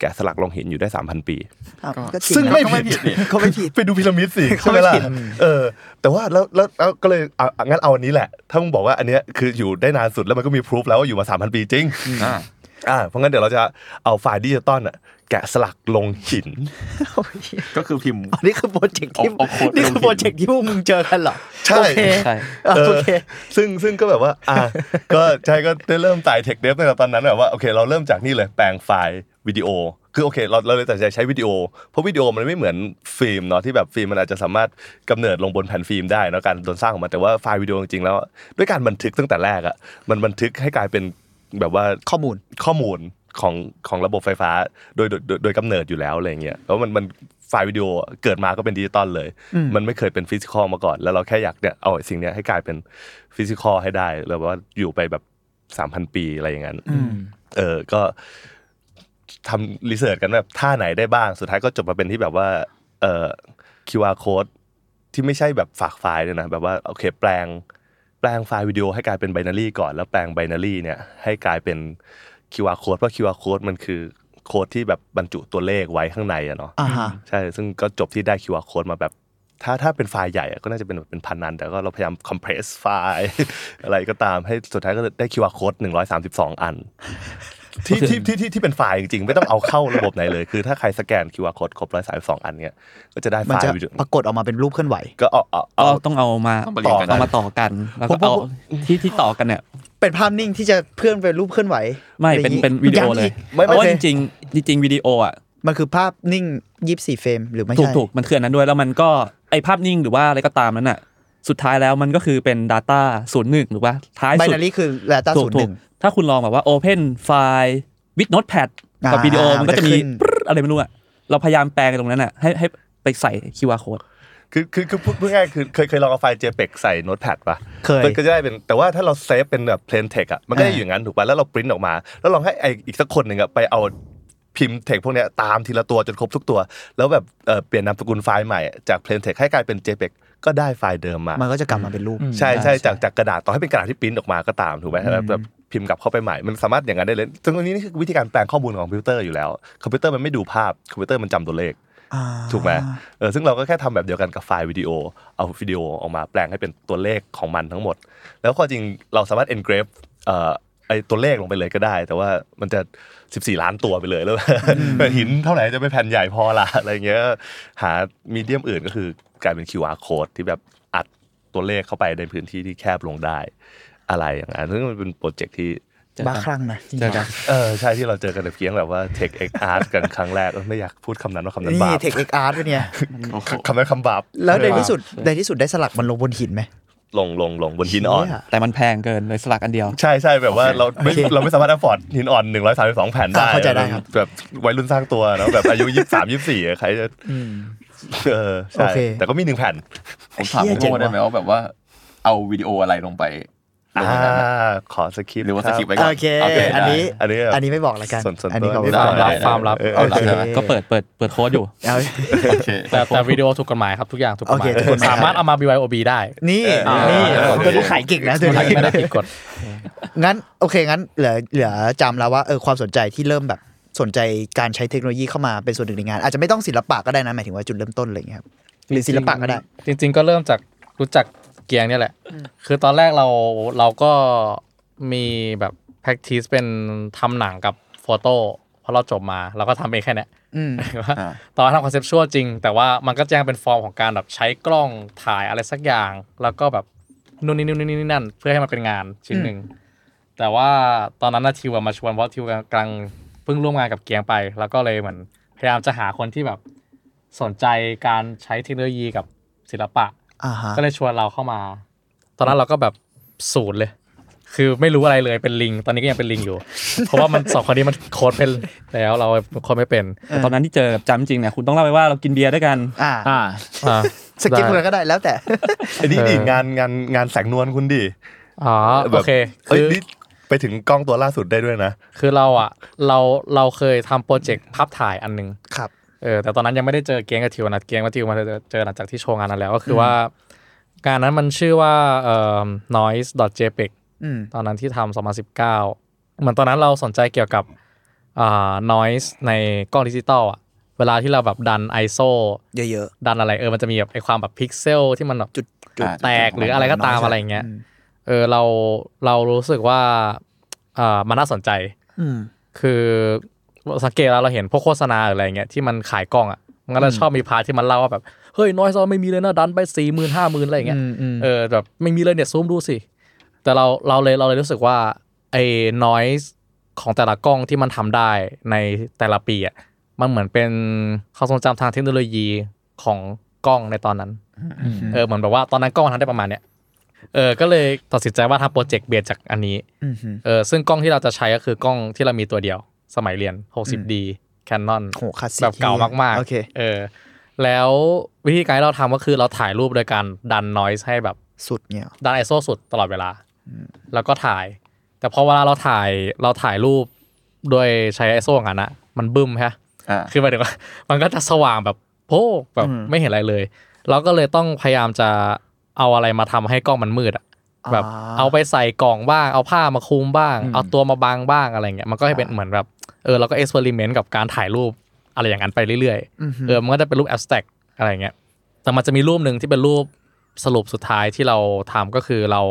Speaker 7: แกะสลักลงหินอยู่ได้ 3,000 ปี
Speaker 4: ครับ
Speaker 5: ก็
Speaker 4: ก็จริ
Speaker 7: ซึ่ง
Speaker 4: นะ
Speaker 7: ไม่ผิด
Speaker 4: ก็ไม่ผิด
Speaker 7: ไปดูพีระมิด สิใช่ไหมล่ะเออ แต่ว่าแล้วแล้วแล้วก็เลยเอางั้นเอาอันนี้แหละ ถ้ามึงบอกว่าอันเนี้ยคืออยู่ได้นานสุดแล้วมันก็มีพิสูจแล้วว่าอยู่มา3,000ปีจริง
Speaker 3: อ่า
Speaker 7: อ่าเพราะงั้นเดี๋ยวเราจะเอาไฟล์ดิจิตอลน่ะแกะสลักลงหิน
Speaker 3: ก็คือพิมพ์
Speaker 4: อันนี้คือโปรเจกต์ที่
Speaker 3: เอาเอาโค้ด
Speaker 4: นี่คือโปรเจกต์ที่พวกมึงเจอกันเหรอ
Speaker 7: ใช่
Speaker 4: โอเค
Speaker 6: ใช่
Speaker 4: เออโอเค
Speaker 7: ซึ่งซึ่งก็แบบว่าอ่า ก็ใช่ก็ได้เริ่มไต่เทคเดฟตั้งแต่ตอนนั้นแบบว่าโอเคเราเริ่มจากนี่เลยแปลงไฟล์วิดีโอ คือโอเคเราเราเลยตัดสินใจใช้วิดีโอ เพราะวิดีโอมันไม่เหมือนฟิล์มเนาะที่แบบฟิล์มมันอาจจะสามารถกำเนิดลงบนแผ่นฟิล์มได้เนอะการโดนสร้างออกมาแต่ว่าไฟล์วิดีโอจริงๆแล้ว ด้วยการบันทึกตั้งแต่แรกอะมันบันทึกให้กลายเป็นแบบว่า
Speaker 4: ข้อมูล
Speaker 7: ข้อมูลของของระบบไฟฟ้าโดยโดยโดยโดยกำเนิดอยู่แล้วอะไรเงี้ยแล้วมันมันไฟล์วิดีโอเกิดมาก็เป็นดิจิตอลเลย มันไม่เคยเป็นฟิสิกอลมาก่อน แล้วเราแค่อยากเนี่ยเอาไอ้สิ่งเนี้ยให้กลายเป็นฟิสิกอลให้ได้แล้วว่าอยู่ไปแบบสามพันปีอะไรอย่างนั้น เออก็ทำรีเสิร์ชกันแบบท่าไหนได้บ้าง สุดท้ายก็จบมาเป็นที่แบบว่าเอ่อ QR code ที่ไม่ใช่แบบฝากไฟล์เนี่ยนะแบบว่าโอเคแปลงแปลงไฟล์วิดีโอให้กลายเป็นไบนารีก่อนแล้วแปลงไบนารีเนี่ยให้กลายเป็น QR code เพราะ QR code มันคือโค้ดที่แบบบรรจุตัวเลขไว้ข้างในอะเนาะ
Speaker 4: อ่าฮะ
Speaker 7: ใช่ซึ่งก็จบที่ได้ QR code มาแบบ ถ้าถ้าเป็นไฟล์ใหญ่อะก็น่าจะเป็นแบบเป็นพันนัน แต่ก็เราพยายาม compress ไฟล์ อะไรก็ตามให้สุดท้ายก็ได้ QR code 132 อัน ที่ที่ที่ที่ที่เป็นไฟล์จริงๆ ไม่ต้องเอาเข้าระบบไหนเลย คือถ้าใครสแกน QR code ครบ132 อันเนี่ยก็จะได้ไฟ
Speaker 4: มันจะ
Speaker 7: ล์วิดีโอ
Speaker 4: ปรากฏออกมาเป็นรูปเคลื่อนไหว
Speaker 7: ก็เอาเอา
Speaker 6: ก็
Speaker 7: เอา
Speaker 6: ต้องเอามา
Speaker 3: ต้องมาเรี
Speaker 6: ต่
Speaker 3: ย
Speaker 6: อน
Speaker 3: กัน
Speaker 6: เอามาต่อกัน แล้ว
Speaker 4: ผ
Speaker 6: ก็
Speaker 4: มผม
Speaker 6: เอาที่ที่ต่อกันเนี่ย
Speaker 4: เป็นภาพนิ่งที่จะเพื่อนเป็นรูปเคลื่อนไหว
Speaker 6: ไม่เป็นเป็นวิดีโอเลย
Speaker 7: ไม่ไม่
Speaker 6: เพราะว่า
Speaker 7: ใช่
Speaker 6: จริงๆจริง ๆ วิดีโออ่ะ
Speaker 4: มันคือภาพนิ่งยี่สิบสี่เฟรมหรือไม่
Speaker 6: ถูก
Speaker 4: ใช่
Speaker 6: ถูกมันเคลื่อนนั้นด้วย แล้วมันก็ไอภาพนิ่งหรือว่าอะไรก็ตามนั้นอ่ะสุดท้ายแล้วมันก็คือเป็น Data ศูนย์หนึ่งหรือว่าท้าย
Speaker 4: ไบ
Speaker 6: สุด
Speaker 4: นารีคือแลต้า
Speaker 6: ถู
Speaker 4: ศู
Speaker 6: ก
Speaker 4: นย์ห
Speaker 6: ถูก
Speaker 4: นึ่ง
Speaker 6: ถ้าคุณลองแบบว่า Open File with Notepad กับ
Speaker 4: อ่า
Speaker 6: วิดีโอมันก็จะมี
Speaker 4: มันจะขึ้น
Speaker 6: ปรึ๊ดอะไรไม่รู้อ่ะเราพยายามแปลงตรงนั้นอ่ะให้ให้ไปใส่ QR code
Speaker 7: คือคือคือพูดพูดง่ายๆคือเคยเคยลองเอาไฟล์ JPEG ใส่ Notepad ป่ะ
Speaker 4: เคย
Speaker 7: มันก็จะได้เป็นแต่ว่าถ้าเราเซฟเป็นแบบ plain text อะมันก็จะอยู่อย่างนั้นถูกป่ะแล้วเราปริ้นออกมา แล้วลองให้ไออีกสักคนหนึ่งอะไปเอาพิมพ์เทคพวกเนี้ยตามทีละตัวจนครบทุกตัว แล้วแบบเอ่อเปลี่ยนนามสกุลไฟล์ใหม่อะจาก plain text ให้กลายเป็น JPEG ก็ได้ไฟล์เดิมมา
Speaker 4: มันก็จะกลับมาเป็นรูป
Speaker 7: ใช่
Speaker 6: ใช่
Speaker 7: ใช่จากจากกระดาษต่อให้เป็นกระดาษที่ปริ้นออกมาก็ตามถูกไหมแล้วแบบพิมพ์กลับเข้าไปใหม่มันสามารถอย่างนั้นได้เลยซึ่งตรงนี้นี่คือวิธีการแปลงข้อมูลของคอมพิวเตอร์อยู่แล้วคอมพิวเตอร์มันไม่ดูภาพคอมพิวเตอร์มันจำตัวเลข ถูกไหมเออซึ่งเราก็แค่ทำแบบเดียวกันกับไฟล์วิดีโอ เอาวิดีโอออกมาแปลงให้เป็นตัวเลขของมันทั้งหมด แล้วก็จริงเราสามารถ engrave เอ่อไอตัวเลขลงไปเลยก็ได้ แต่ว่ามันจะ 14 ล้านตัวไปเลยแล้ว หินเท่าไหร่จะไปแผ่นใหญ่พอละอะไรเงี้ยหามีเดียมอื่นก็คือกลายเป็น QR code ที่แบบอัดตัวเลขเข้าไปในพื้นที่ที่แคบลงได้ อะไรอย่างนั้นซึ่งมันเป็นโปรเจกต์ที่
Speaker 4: บ้าคลั่งนะจริง
Speaker 6: เจอกัน
Speaker 7: เออใช่ที่เราเจอกันในเพียงแบบว่า Tech X Art กันครั้งแรกเออไม่อยากพูดคำนั้นว่าคำนั้น
Speaker 4: นี่
Speaker 7: บาป
Speaker 4: เทคเอ็กอาร์ตเนี่ย
Speaker 7: คำนั้นคำบาป
Speaker 4: แล้วในที่สุดในที่สุดได้สลักมันลงบนหินไหม
Speaker 7: ลงลงลงบนหินอ่อน
Speaker 4: เหี้ย
Speaker 6: แต่มันแพงเกินเลยสลักอันเดียว
Speaker 7: ใช่ใช่แบบว่าเราไม่เราไม่สามารถ afford หินอ่อน 132 แผ่นได้
Speaker 4: อ่าเข้าใจได้ครับ
Speaker 7: แบบวัยรุ่นสร้างตัวเนอะแบบอายุ 23 24อะใครจะเออใช่
Speaker 4: โอเค
Speaker 7: แต่ก็มีหนึ่งแผ่น
Speaker 3: ผมถาม
Speaker 4: เหี้
Speaker 3: คุณ
Speaker 4: ยเจ๋ง
Speaker 3: โง่ได้ไหมว่าแบบว่าเอาวิดีโออะไรลงไปลง
Speaker 7: อ่า
Speaker 3: ในนั้นอะ
Speaker 7: ขอสคริปต์
Speaker 3: หรือว่าสกิป
Speaker 7: คบ
Speaker 3: ไว้ก่อน
Speaker 4: โอเค
Speaker 3: โเค
Speaker 4: อันนี้
Speaker 3: ได้
Speaker 7: อันนี้
Speaker 4: อันนี้ไม่บอกละกัน
Speaker 7: ส่วนส่วน
Speaker 4: อันนี้ก็
Speaker 7: ตัว
Speaker 4: ไม่
Speaker 7: ได้
Speaker 4: บอก
Speaker 7: ได้
Speaker 5: รับ
Speaker 7: ได้
Speaker 5: ฟาร์มรับ
Speaker 7: เออ
Speaker 4: โอเค
Speaker 6: ก็เปิดเปิดเปิดโค้ดอยู่
Speaker 4: เอา
Speaker 3: โอเค
Speaker 5: แต่แต่วิดีโอถูกกฎหมายครับทุกอย่างถูกกฎหมาย
Speaker 4: โอเคถูกกฎหมาย
Speaker 5: สามารถเอามา BYOB ได้
Speaker 4: นี่
Speaker 5: อ่า
Speaker 4: นี่
Speaker 5: เออ
Speaker 4: ตัวนี้ขายเก่งนะตัว
Speaker 5: ไม่
Speaker 4: นี้
Speaker 5: ได้ผิดกฎ
Speaker 4: งั้นโอเคงั้นเหลือเหลือจำแล้วว่าเออความสนใจที่เริ่มแบบสนใจการใช้เทคโนโลยีเข้ามาเป็นส่วนหนึ่งในงาน อาจจะไม่ต้องศิลปะก็ได้นะหมายถึงว่าจุดเริ่มต้นอะไรอย่างเงี้ยครับหรือศิลปะก็ได้
Speaker 5: จริงๆก็เริ่มจากรู้จักเกียงเนี่ยแหละ คือตอนแรกเราเราก็มีแบบ practice เป็นทำหนังกับโฟโต้เพราะเราจบมาเราก็ทำเองแค่เนี้ย
Speaker 4: อืม
Speaker 5: ว่า
Speaker 3: อ่า
Speaker 5: ตอนทำคอนเซปชวลจริง แต่ว่ามันก็แจ้งเป็นฟอร์มของการแบบใช้กล้องถ่ายอะไรสักอย่าง แล้วก็แบบนู่นนี่นู่นนี่นั่น เพื่อให้มันเป็นงานชิ้นหนึ่ง แต่ว่าตอนนั้นนะทิวอะมาชวนเพราะทิวกำลังเพิ่งร่วมงานกับเกียงไป แล้วก็เลยเหมือนพยายามจะหาคนที่แบบสนใจการใช้เทคโนโลยีกับศิลปะ
Speaker 4: อ่าฮะ
Speaker 5: ก็เลยชวนเราเข้ามา ตอนนั้นเราก็แบบศูนย์เลย คือไม่รู้อะไรเลยเป็นลิง ตอนนี้ก็ยังเป็นลิงอยู่ เพราะว่ามันสองคนนี้มันโค้ดเป็นแล้วเราโค้ดไม่เป็น
Speaker 6: แต่ตอนนั้นที่เจอกับจำจริงเนี่ยคุณต้องเล่าไปว่าเรากินเบียร์ด้วยกัน
Speaker 4: อ่า
Speaker 2: อ่า
Speaker 5: อ่า
Speaker 4: สกิปคนก็ได้แล้วแต่
Speaker 7: ไอ้นี่ดิงานงานงานแสงนวลคุณดิ
Speaker 5: อ๋อโอเค
Speaker 7: เอ้ย
Speaker 5: คือ
Speaker 7: นี่ไปถึงกล้องตัวล่าสุดได้ด้วยนะ
Speaker 5: คือเราอ่ะเราเราเคยทำโปรเจกต์ภาพถ่ายอันหนึง
Speaker 4: ครับ
Speaker 5: เออแต่ตอนนั้นยังไม่ได้เจอเกียงกับทิวนะเกียงกับทิวมาเจอเจอหลังจากที่โชว์งานนั้นแล้วก็คืออว่างานนั้นมันชื่อว่าเอ่อ noise jpeg
Speaker 4: อืม
Speaker 5: ตอนนั้นที่ทำ2019 เหมือนตอนนั้นเราสนใจเกี่ยวกับอ่า noise ในกล้องดิจิตอลอะเวลาที่เราแบบดัน ISO
Speaker 4: เยอะ
Speaker 5: ดันอะไรเออมันจะมีแบบไอความแบบพิกเซลที่มันแบบ
Speaker 4: ๆ จุดจุด
Speaker 5: แตกหรืออะไรก็ตามอะไรเงี้ยเออเราเรารู้สึกว่าอ่ามันน่าสนใจ
Speaker 4: อืม
Speaker 5: คือสังเกตแล้วเราเห็นพวกโฆษณาหรืออะไรเงี้ยที่มันขายกล้องอ่ะมันก็จะชอบมีพาร์ทที่มันเล่าว่าแบบเฮ้ยน้อยซอไม่มีเลยนะดันไปสี่หมื่นห้าหมื่นอะไรอย่างเงี้ย
Speaker 4: อืมอืม
Speaker 5: เออแบบไม่มีเลยเนี่ยซูมดูสิ แต่เราเราเลยเราเลยรู้สึกว่าไอ้น้อยของแต่ละกล้องที่มันทำได้ในแต่ละปีอ่ะมันเหมือนเป็นความทรงจำทางเทคโนโลยีของกล้องในตอนนั้น เออเหมือนแบบว่าตอนนั้นกล้องมันทำได้ประมาณเนี้ยเออก็เลยตัดสินใจว่าทำโปรเจกต์เบียดจากอันนี้
Speaker 4: อืมฮึ
Speaker 5: เออซึ่งกล้องที่เราจะใช้ก็คือกล้องที่เรามีตัวเดียว สมัยเรียน 60D Canon
Speaker 4: โหคลาสสิก
Speaker 5: แบบเก่ามากๆ
Speaker 4: โอเค
Speaker 5: เออแล้ววิธีการที่เราทำก็คือเราถ่ายรูปโดยการดัน noise ให้แบบ
Speaker 4: สุดเนี่ย
Speaker 5: ดันไอโซสุดตลอดเวลา แล้วก็ถ่าย แต่พอเวลาเราถ่ายเราถ่ายรูปโดยใช้ไอโซอย่างนั้นอะมันบึ้มฮะ
Speaker 3: อ่า
Speaker 5: คือหมายถึงว่า มันก็จะสว่างแบบโพแบบ
Speaker 4: อืม
Speaker 5: ไม่เห็นอะไรเลย เราก็เลยต้องพยายามจะเอาอะไรมาทำให้กล้องมันมืดอะแบบเอาไปใส่กล่องบ้าง เอาผ้ามาคลุมบ้าง เอาตัวมาบังบ้างอะไรเงี้ยมันก็ให้เป็นเหมือนแบบเออเราก็เอ็กซ์เพร์เมนต์กับการถ่ายรูปอะไรอย่างนั้นไปเรื่อยๆเออมันก็จะเป็นรูปแอสแต็กอะไรเงี้ย แต่มันจะมีรูปหนึ่งที่เป็นรูปสรุปสุดท้ายที่เราทำก็คือเรา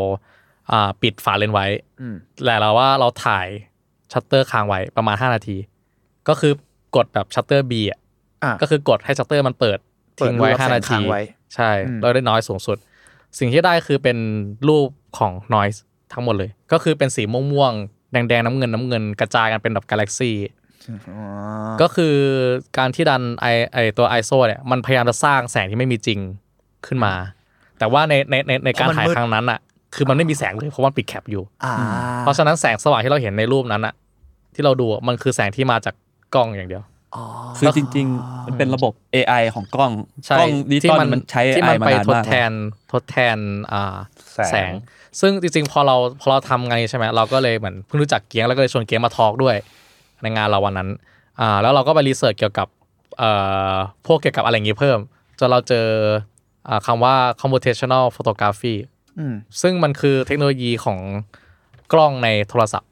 Speaker 5: อ่าปิดฝาเลนส์ไว้
Speaker 4: อืม
Speaker 5: แต่เราว่าเราถ่ายชัตเตอร์ค้างไว้ประมาณ 5 นาที ก็คือกดแบบชัตเตอร์บีอ่ะ
Speaker 4: อ่ะ
Speaker 5: ก็คือกดให้ชัตเตอร์มันเปิด
Speaker 4: เปิด
Speaker 5: ทิ้งไว้
Speaker 4: รูป
Speaker 5: 5 นา
Speaker 4: ค้า
Speaker 5: ที
Speaker 4: งไว้
Speaker 5: ใช่
Speaker 4: อืม
Speaker 5: เราได้น้อยสูงสุด สิ่งที่ได้คือเป็นรูปของ noise ทั้งหมดเลย ก็คือเป็นสีม่วงๆ แดงๆ น้ำเงินน้ำเงินกระจายกันเป็นแบบกาแล็กซี่
Speaker 4: อ๋อ
Speaker 5: ก็คือการที่ดันไอไอตัว ISO เนี่ยมันพยายามจะสร้างแสงที่ไม่มีจริงขึ้นมา แต่ว่าในในในในการถ่ายครั้งนั้นอ่ะคือมันไม่มีแสงเลยเพราะมันปิดแคปอยู่
Speaker 4: อ่า
Speaker 5: เพราะฉะนั้นแสงสว่างที่เราเห็นในรูปนั้นอ่ะที่เราดูอะมันคือแสงที่มาจากกล้องอย่างเดียว
Speaker 6: คือจริงๆ มันเป็นระบบ AI ของกล้อง
Speaker 5: ใช่
Speaker 6: กล้องดิจิ
Speaker 5: ที่
Speaker 6: ตอล
Speaker 5: มัน
Speaker 6: มันใช้
Speaker 5: ที่
Speaker 6: AI
Speaker 5: มัน
Speaker 6: มา
Speaker 5: ไป
Speaker 6: นาน
Speaker 5: ทด
Speaker 6: มาก
Speaker 5: แทนทดแทนอ่า
Speaker 7: แสง
Speaker 5: แสง ซึ่งจริงๆ พอเราพอเราทำงานนี้ใช่ไหมเราก็เลยเหมือนเพิ่งรู้จักเกียงแล้วก็เลยชวนเกียงมาทอล์กด้วย ในงานเราวันนั้นอ่าแล้วเราก็ไปรีเสิร์ชเกี่ยวกับเอ่อพวกเกี่ยวกับอะไรอย่างนี้เพิ่มจนเราเจออ่าคำว่า computational photography
Speaker 4: อืม
Speaker 5: ซึ่งมันคือเทคโนโลยีของกล้องในโทรศัพท์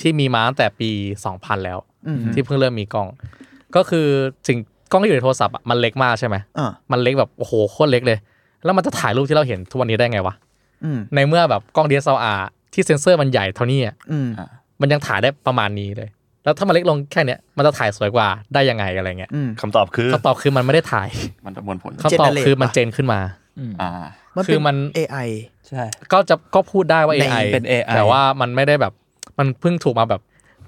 Speaker 5: ที่มีมาตั้งแต่ปี 2000 แล้ว
Speaker 4: อืม
Speaker 5: ที่เพิ่งเริ่มมีกล้อง ก็คือสิ่งกล้องที่อยู่ในโทรศัพท์อะมันเล็กมากใช่ไหม
Speaker 4: อ่า
Speaker 5: มันเล็กแบบโอ้โหโคตรเล็กเลย แล้วมันจะถ่ายรูปที่เราเห็นทุกวันนี้ได้ไงวะ
Speaker 4: อืม
Speaker 5: ในเมื่อแบบกล้อง DSLR ที่เซ็นเซอร์มันใหญ่เท่านี้อะ
Speaker 4: อืม
Speaker 5: มันยังถ่ายได้ประมาณนี้เลย แล้วถ้ามันเล็กลงแค่เนี้ยมันจะถ่ายสวยกว่าได้ยังไงอะไรเงี้ย
Speaker 4: อืม
Speaker 7: คำตอบคือ
Speaker 5: คำตอบคือมันไม่ได้ถ่าย
Speaker 3: มันประมวลผล
Speaker 5: คำตอบ
Speaker 4: Generate
Speaker 5: คือมัน
Speaker 4: ปะ
Speaker 5: เจนขึ้นมา
Speaker 3: อ่า
Speaker 4: มัน
Speaker 5: คื
Speaker 4: เป็
Speaker 5: อมัน น
Speaker 4: AI
Speaker 6: ใช่
Speaker 5: ก็จะก็พูดได้ว่า
Speaker 4: ใน
Speaker 5: AI
Speaker 6: เป็น AI
Speaker 5: แต่ว่ามันไม่ได้แบบมันเพิ่งถูกมาแบบ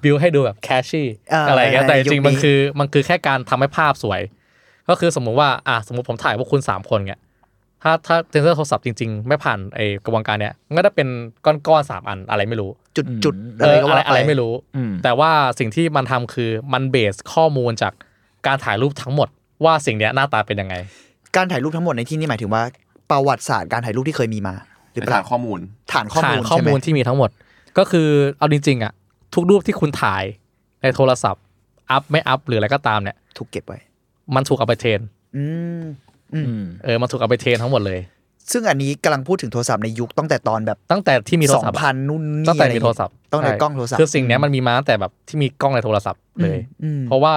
Speaker 5: บิวให้ดูแบบแคชชี่
Speaker 4: เอออ
Speaker 5: อะไรเงี้ย
Speaker 4: ใน
Speaker 5: แต่จ
Speaker 4: ยุค
Speaker 5: ริง
Speaker 4: นี้
Speaker 5: ๆมันคือมันคือแค่การทำให้ภาพสวย ก็คือสมมุติว่าอ่ะสมมุติผมถ่ายพวกคุณ 3 คนเงี้ยถ้าถ้าเซนเซอร์โทรศัพท์จริงๆ ไม่ผ่านไอกระบวนการเนี้ยมันก็จะเป็นก้อนๆสามอันอะไรไม่รู้
Speaker 4: จุดจุด
Speaker 5: เอ
Speaker 4: อะไร
Speaker 5: อ
Speaker 4: ก็
Speaker 5: อะไร
Speaker 4: ว่า
Speaker 5: อะไรไม่
Speaker 4: รู้
Speaker 5: รู้
Speaker 2: อืม
Speaker 5: แต่ว่าสิ่งที่มันทำคือมันเบสข้อมูลจากการถ่ายรูปทั้งหมด ว่าสิ่งเนี้ยหน้าตาเป็นยังไง
Speaker 4: การถ่ายรูปทั้งหมดในที่นี่หมายถึงว่า ประวัติศาสตร์การถ่ายรูปที่เคยมีมา หรือ
Speaker 3: เป็น
Speaker 4: เปล่า
Speaker 3: ฐานข้อมูล
Speaker 4: ฐานข้อ
Speaker 5: ฐา
Speaker 4: มู
Speaker 5: น
Speaker 4: ล
Speaker 5: ข้อ
Speaker 4: ใช่ไหม
Speaker 5: มูลที่มีทั้งหมด ก็คือเอาจริงๆอ่ะทุกรูปที่คุณถ่ายในโทรศัพท์ อัพไม่อัพหรืออะไรก็ตามเนี่ย
Speaker 4: ถูกเก็บไว้
Speaker 5: มันถูกเอาไปเทรน
Speaker 4: อืม
Speaker 5: เออมันถูกเอาไปเทรนทั้งหมดเลย
Speaker 4: ซึ่งอันนี้กำลังพูดถึงโทรศัพท์ในยุคตั้งแต่ตอนแบบ
Speaker 5: ตั้งแต่ที่มีโทร
Speaker 4: สอง
Speaker 5: ศัพท์
Speaker 4: พั
Speaker 5: อะ
Speaker 4: นนู่นนี่
Speaker 5: ตั้งแต่มี
Speaker 4: ะ
Speaker 5: โทรศัพท์
Speaker 4: ต้องใน
Speaker 5: ใช่
Speaker 4: กล้องโทรศัพท์
Speaker 5: คือสิ่งเนี้ยมันมีมาตั้งแต่แบบที่มีกล้องในโทรศัพท์เลย
Speaker 4: อืม
Speaker 5: เพราะว่า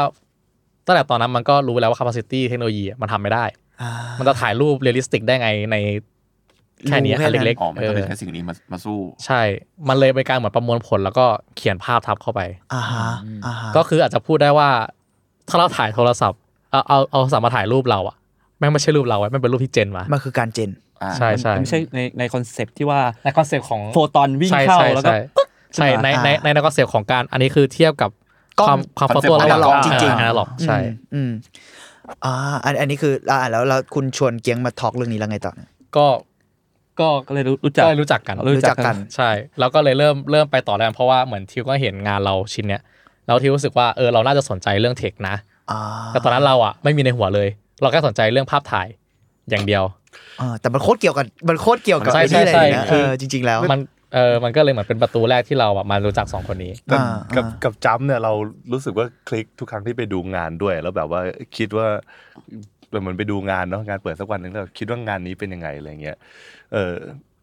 Speaker 5: ตั้งแต่ตอนนั้นมันก็รู้แล้วว่า capacity เทคโนโลยีอะมันทำไม่ได้
Speaker 4: อ่า
Speaker 5: มันจะถ่ายรูปเรียลลิสติกได้ไงในแค่เนี้ย
Speaker 4: รู้แค่
Speaker 5: อัน
Speaker 4: นั้น
Speaker 5: เล็ก
Speaker 3: อ๋อ
Speaker 5: ๆ
Speaker 3: มัน
Speaker 5: เอ
Speaker 3: ก็เลย
Speaker 5: อ
Speaker 3: ใช้สิ่งนี้มามาสู้
Speaker 5: ใช่ มันเลยเป็นการเหมือนประมวลผลแล้วก็เขียนภาพทับเข้าไป
Speaker 4: อ่าฮะอ่าฮะ
Speaker 5: ก็คืออาจจะพูดได้ว่า ถ้าเราถ่ายโทรศัพท์เอาเอาเอาโทรศัพท์มาถ่ายรูปเราอะแม่งไม่ใช่รูปเราอะแม่งเป็นรูปที่เจนมา
Speaker 4: มันคือการเจน
Speaker 3: อ่า
Speaker 5: ใช่ใช่
Speaker 6: มันไม่ใช่ในในคอนเซปที่ว่า
Speaker 5: ในคอนเซปต์ของ
Speaker 6: โฟตอนวิ่งเข้าแล้วก็
Speaker 5: ใช่ในในในในคอนเซปต์ของการอันนี้คือเทียบกับ
Speaker 4: กล้อง
Speaker 5: ความความ
Speaker 3: คอนเซปต์
Speaker 5: ตัว
Speaker 3: ของ
Speaker 4: analog จริงๆ
Speaker 5: อนาล็อกใช่
Speaker 4: อืมอืมอ่าอันอันนี้คืออ่าแล้วแล้วคุณชวนเกียงมาทอล์กเรื่องนี้แล้วไงต่อ
Speaker 5: ก็ก็
Speaker 6: ก็เลยรู้รู้จัก
Speaker 5: ก็เลยรู้จักกัน
Speaker 6: รู้จักกัน
Speaker 5: ใช่ แล้วก็เลยเริ่มเริ่มไปต่อแล้วกันเพราะว่าเหมือนทิวก็เห็นงานเราชิ้นเนี้ยแล้วทิวรู้สึกว่าเออเราน่าจะสนใจเรื่องเทคนะ
Speaker 4: อ่า
Speaker 5: แต่ตอนนั้นเราอ่ะไม่มีในหัวเลย เราแค่สนใจเรื่องภาพถ่ายอย่างเดียว
Speaker 4: เออแต่มันโคตรเกี่ยวกับมันโคตรเกี่ยวกับ
Speaker 5: ใช่
Speaker 4: ไอ้นี่เลย
Speaker 5: ใช่
Speaker 4: นะ
Speaker 5: ใช่
Speaker 4: เออจริง ๆ แล้ว
Speaker 5: มันเออมันก็เลยเหมือนเป็นประตูแรกที่เราแบบมารู้จักสองคนนี้
Speaker 7: แต่
Speaker 4: อ่า
Speaker 7: กับ
Speaker 4: อ่า
Speaker 7: กับจัมป์เนี่ยเรารู้สึกว่าคลิกทุกครั้งที่ไปดูงานด้วย แล้วแบบว่าคิดว่าเหมือนไปดูงานเนาะงานเปิดสักวันหนึงแล้วคิดว่างานนี้เป็นยังไงอะไรเงี้ยเออ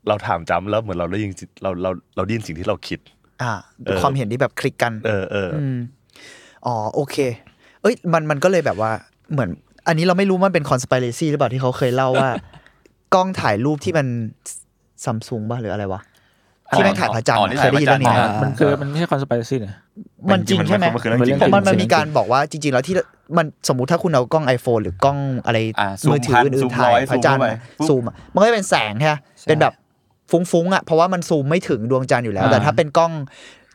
Speaker 7: เราถามจัมป์แล้วเหมือนเราได้ยินสิ่งเราเราเราได้ยินสิ่งที่เราคิด
Speaker 4: อ่า
Speaker 7: เออ
Speaker 4: ความเห็นที่แบบคลิกกัน
Speaker 7: เออเอออ
Speaker 4: มอ๋อโอเค เอ้ยมันมันก็เลยแบบว่าเหมือน อันนี้เราไม่รู้มันเป็นคอน spiracy หรือเปล่าที่เขาเคยเล่า ว่า กล้องถ่ายรูปที่มันซัมซุงบ้าหรืออะไรวะ ที่แม่งถ่ายพระจันท
Speaker 3: อ๋
Speaker 4: ร์
Speaker 3: อที่
Speaker 4: อะเค
Speaker 3: ถ่าย ยพ
Speaker 4: ได้ยิน
Speaker 3: ระจันทร์
Speaker 4: เรื่องนี้ไหม
Speaker 6: อ่า
Speaker 4: มัน
Speaker 2: คือมันไม่ใช่คอนสไปซี่นะ
Speaker 4: มันจริงใช่ไหม
Speaker 3: นคือเรื่องจริง
Speaker 4: มัน
Speaker 2: จริง
Speaker 4: มันมีการบอกว่าจริง ๆ แล้วที่มันสมมติถ้าคุณเอากล้อง iPhone หรือกล้องอะไร
Speaker 3: อ่าซูม
Speaker 4: มือถือ
Speaker 3: พัน
Speaker 4: อื่
Speaker 3: ซู
Speaker 4: น
Speaker 3: ม
Speaker 4: ๆถ่าย
Speaker 3: ร้อย
Speaker 4: พระจันทร์อะ
Speaker 3: ซู
Speaker 4: ซูม
Speaker 3: มไป
Speaker 4: อะมันก็จะเป็นแสงใช่ไหมเป็นแบบฟุ้งๆอ่ะเพราะว่ามันซูมไม่ถึงดวงจันทร์อยู่แล้ว แต่ถ้าเป็นกล้อง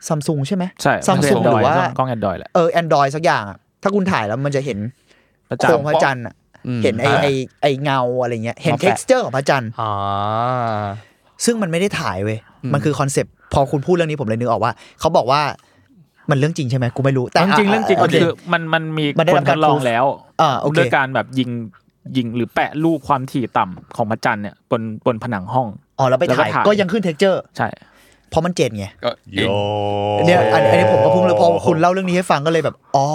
Speaker 4: ซัมซุงใช่ไหม
Speaker 2: ใช่
Speaker 4: Samsung
Speaker 2: มันเป็น Android
Speaker 4: หรือว่า
Speaker 2: กล้องแอนดรอยแหละ
Speaker 4: เออแอนดรอยสักอย่างอะถ้าคุณถ่ายแล้วมันจะเห็น
Speaker 2: ประ
Speaker 4: โครง
Speaker 2: จำ
Speaker 4: พระจันทร์อะ
Speaker 6: อืม
Speaker 4: เห็นไอไอไอเงาอะไรเงี้ยเห็น
Speaker 6: มา
Speaker 4: เท็
Speaker 6: แปะ
Speaker 4: กซ์เจอร์ของพระจันทร์
Speaker 5: อ๋อ
Speaker 4: ซึ่งมันไม่ได้ถ่ายเว้ย มันคือคอนเซปต์พอคุณพูดเรื่องนี้ผมเลยนึกออกว่า เขาบอกว่ามันเรื่องจริงใช่ไหมกูไม่รู้แต่
Speaker 2: จริงๆเรื่องจริง
Speaker 4: โอเค
Speaker 2: คือมันมันมี
Speaker 4: มันได้
Speaker 2: ค
Speaker 4: รั
Speaker 2: น
Speaker 4: บ
Speaker 2: ท
Speaker 4: การ
Speaker 2: ดลอง
Speaker 4: proof
Speaker 2: แล้ว
Speaker 4: อ่าโอเค
Speaker 2: ด้วยการแบบยิงยิงหรือแปะลูกความถี่ต่ำของพระจันทร์เนี่ยบนบนผนังห้อง
Speaker 4: อ๋อแล้วไปถ่าย
Speaker 2: แล้วก็ถ่าย
Speaker 4: ก็ยังขึ้นเท็กเจอร์
Speaker 2: ใช่
Speaker 4: เพราะมันเจ็ดไง
Speaker 3: ก็
Speaker 7: โย
Speaker 3: อีก
Speaker 4: เนี่ยอันอันนี้ผมก็เพุ่งเลยพอคุณเล่าเรื่องนี้ให้ฟังก็เลยแบบอ๋อ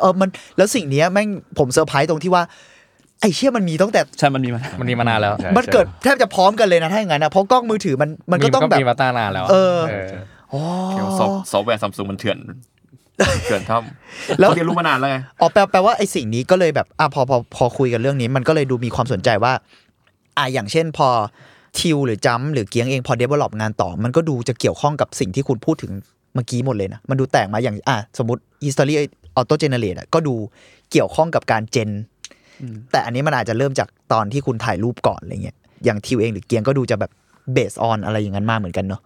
Speaker 4: เออมันแล้วสิ่งเนี้ยแม่งผมเซอร์ไพรส์ตรงที่ว่าไอ้เชี่ยมันมีตั้งแต่
Speaker 6: ใช่มันมีมา
Speaker 5: มันมีมานานแล้ว
Speaker 7: ใช่
Speaker 4: มันเกิดแทบจะพร้อมกันเลยนะถ้าอย่างนั้นนะเพราะกล้องมือถือมันมันก็ต้องแบบ
Speaker 5: มีมาตั้งนานแล้ว
Speaker 4: เออ
Speaker 5: เออ
Speaker 4: อ๋อ
Speaker 3: ซอฟต์ซอฟต์แวร์ซัมซุงมันเถื่อนเถื่อนท่อม
Speaker 4: แล้ว
Speaker 3: เขาเรียนรู้มานานแล้วไง
Speaker 4: อ๋อแปลแปลว่าไอ้สิ่งนี้ก็เลยแบบอ่ะพอพอพอคุยกันเรื่องนี้มันก็เลยดูมีความสนใจว่าอ่ะอย่างเช่นพอทิวหรือจัมหรือเกียงเองพอเดเวลลอปงานต่อ มันก็ดูจะเกี่ยวข้องกับสิ่งที่คุณพูดถึงเมื่อกี้หมดเลยนะ มันดูแตกมาอย่างอ่ะสมมติ history auto generate อ่ะก็ดูเกี่ยวข้องกับการเจน แต่อันนี้มันอาจจะเริ่มจากตอนที่คุณถ่ายรูปก่อนอะไรเงี้ยอย่างทิวเองหรือเกียงก็ดูจะแบบเบสออนอะไรอย่างนั้นมาเหมือนกันเนาะ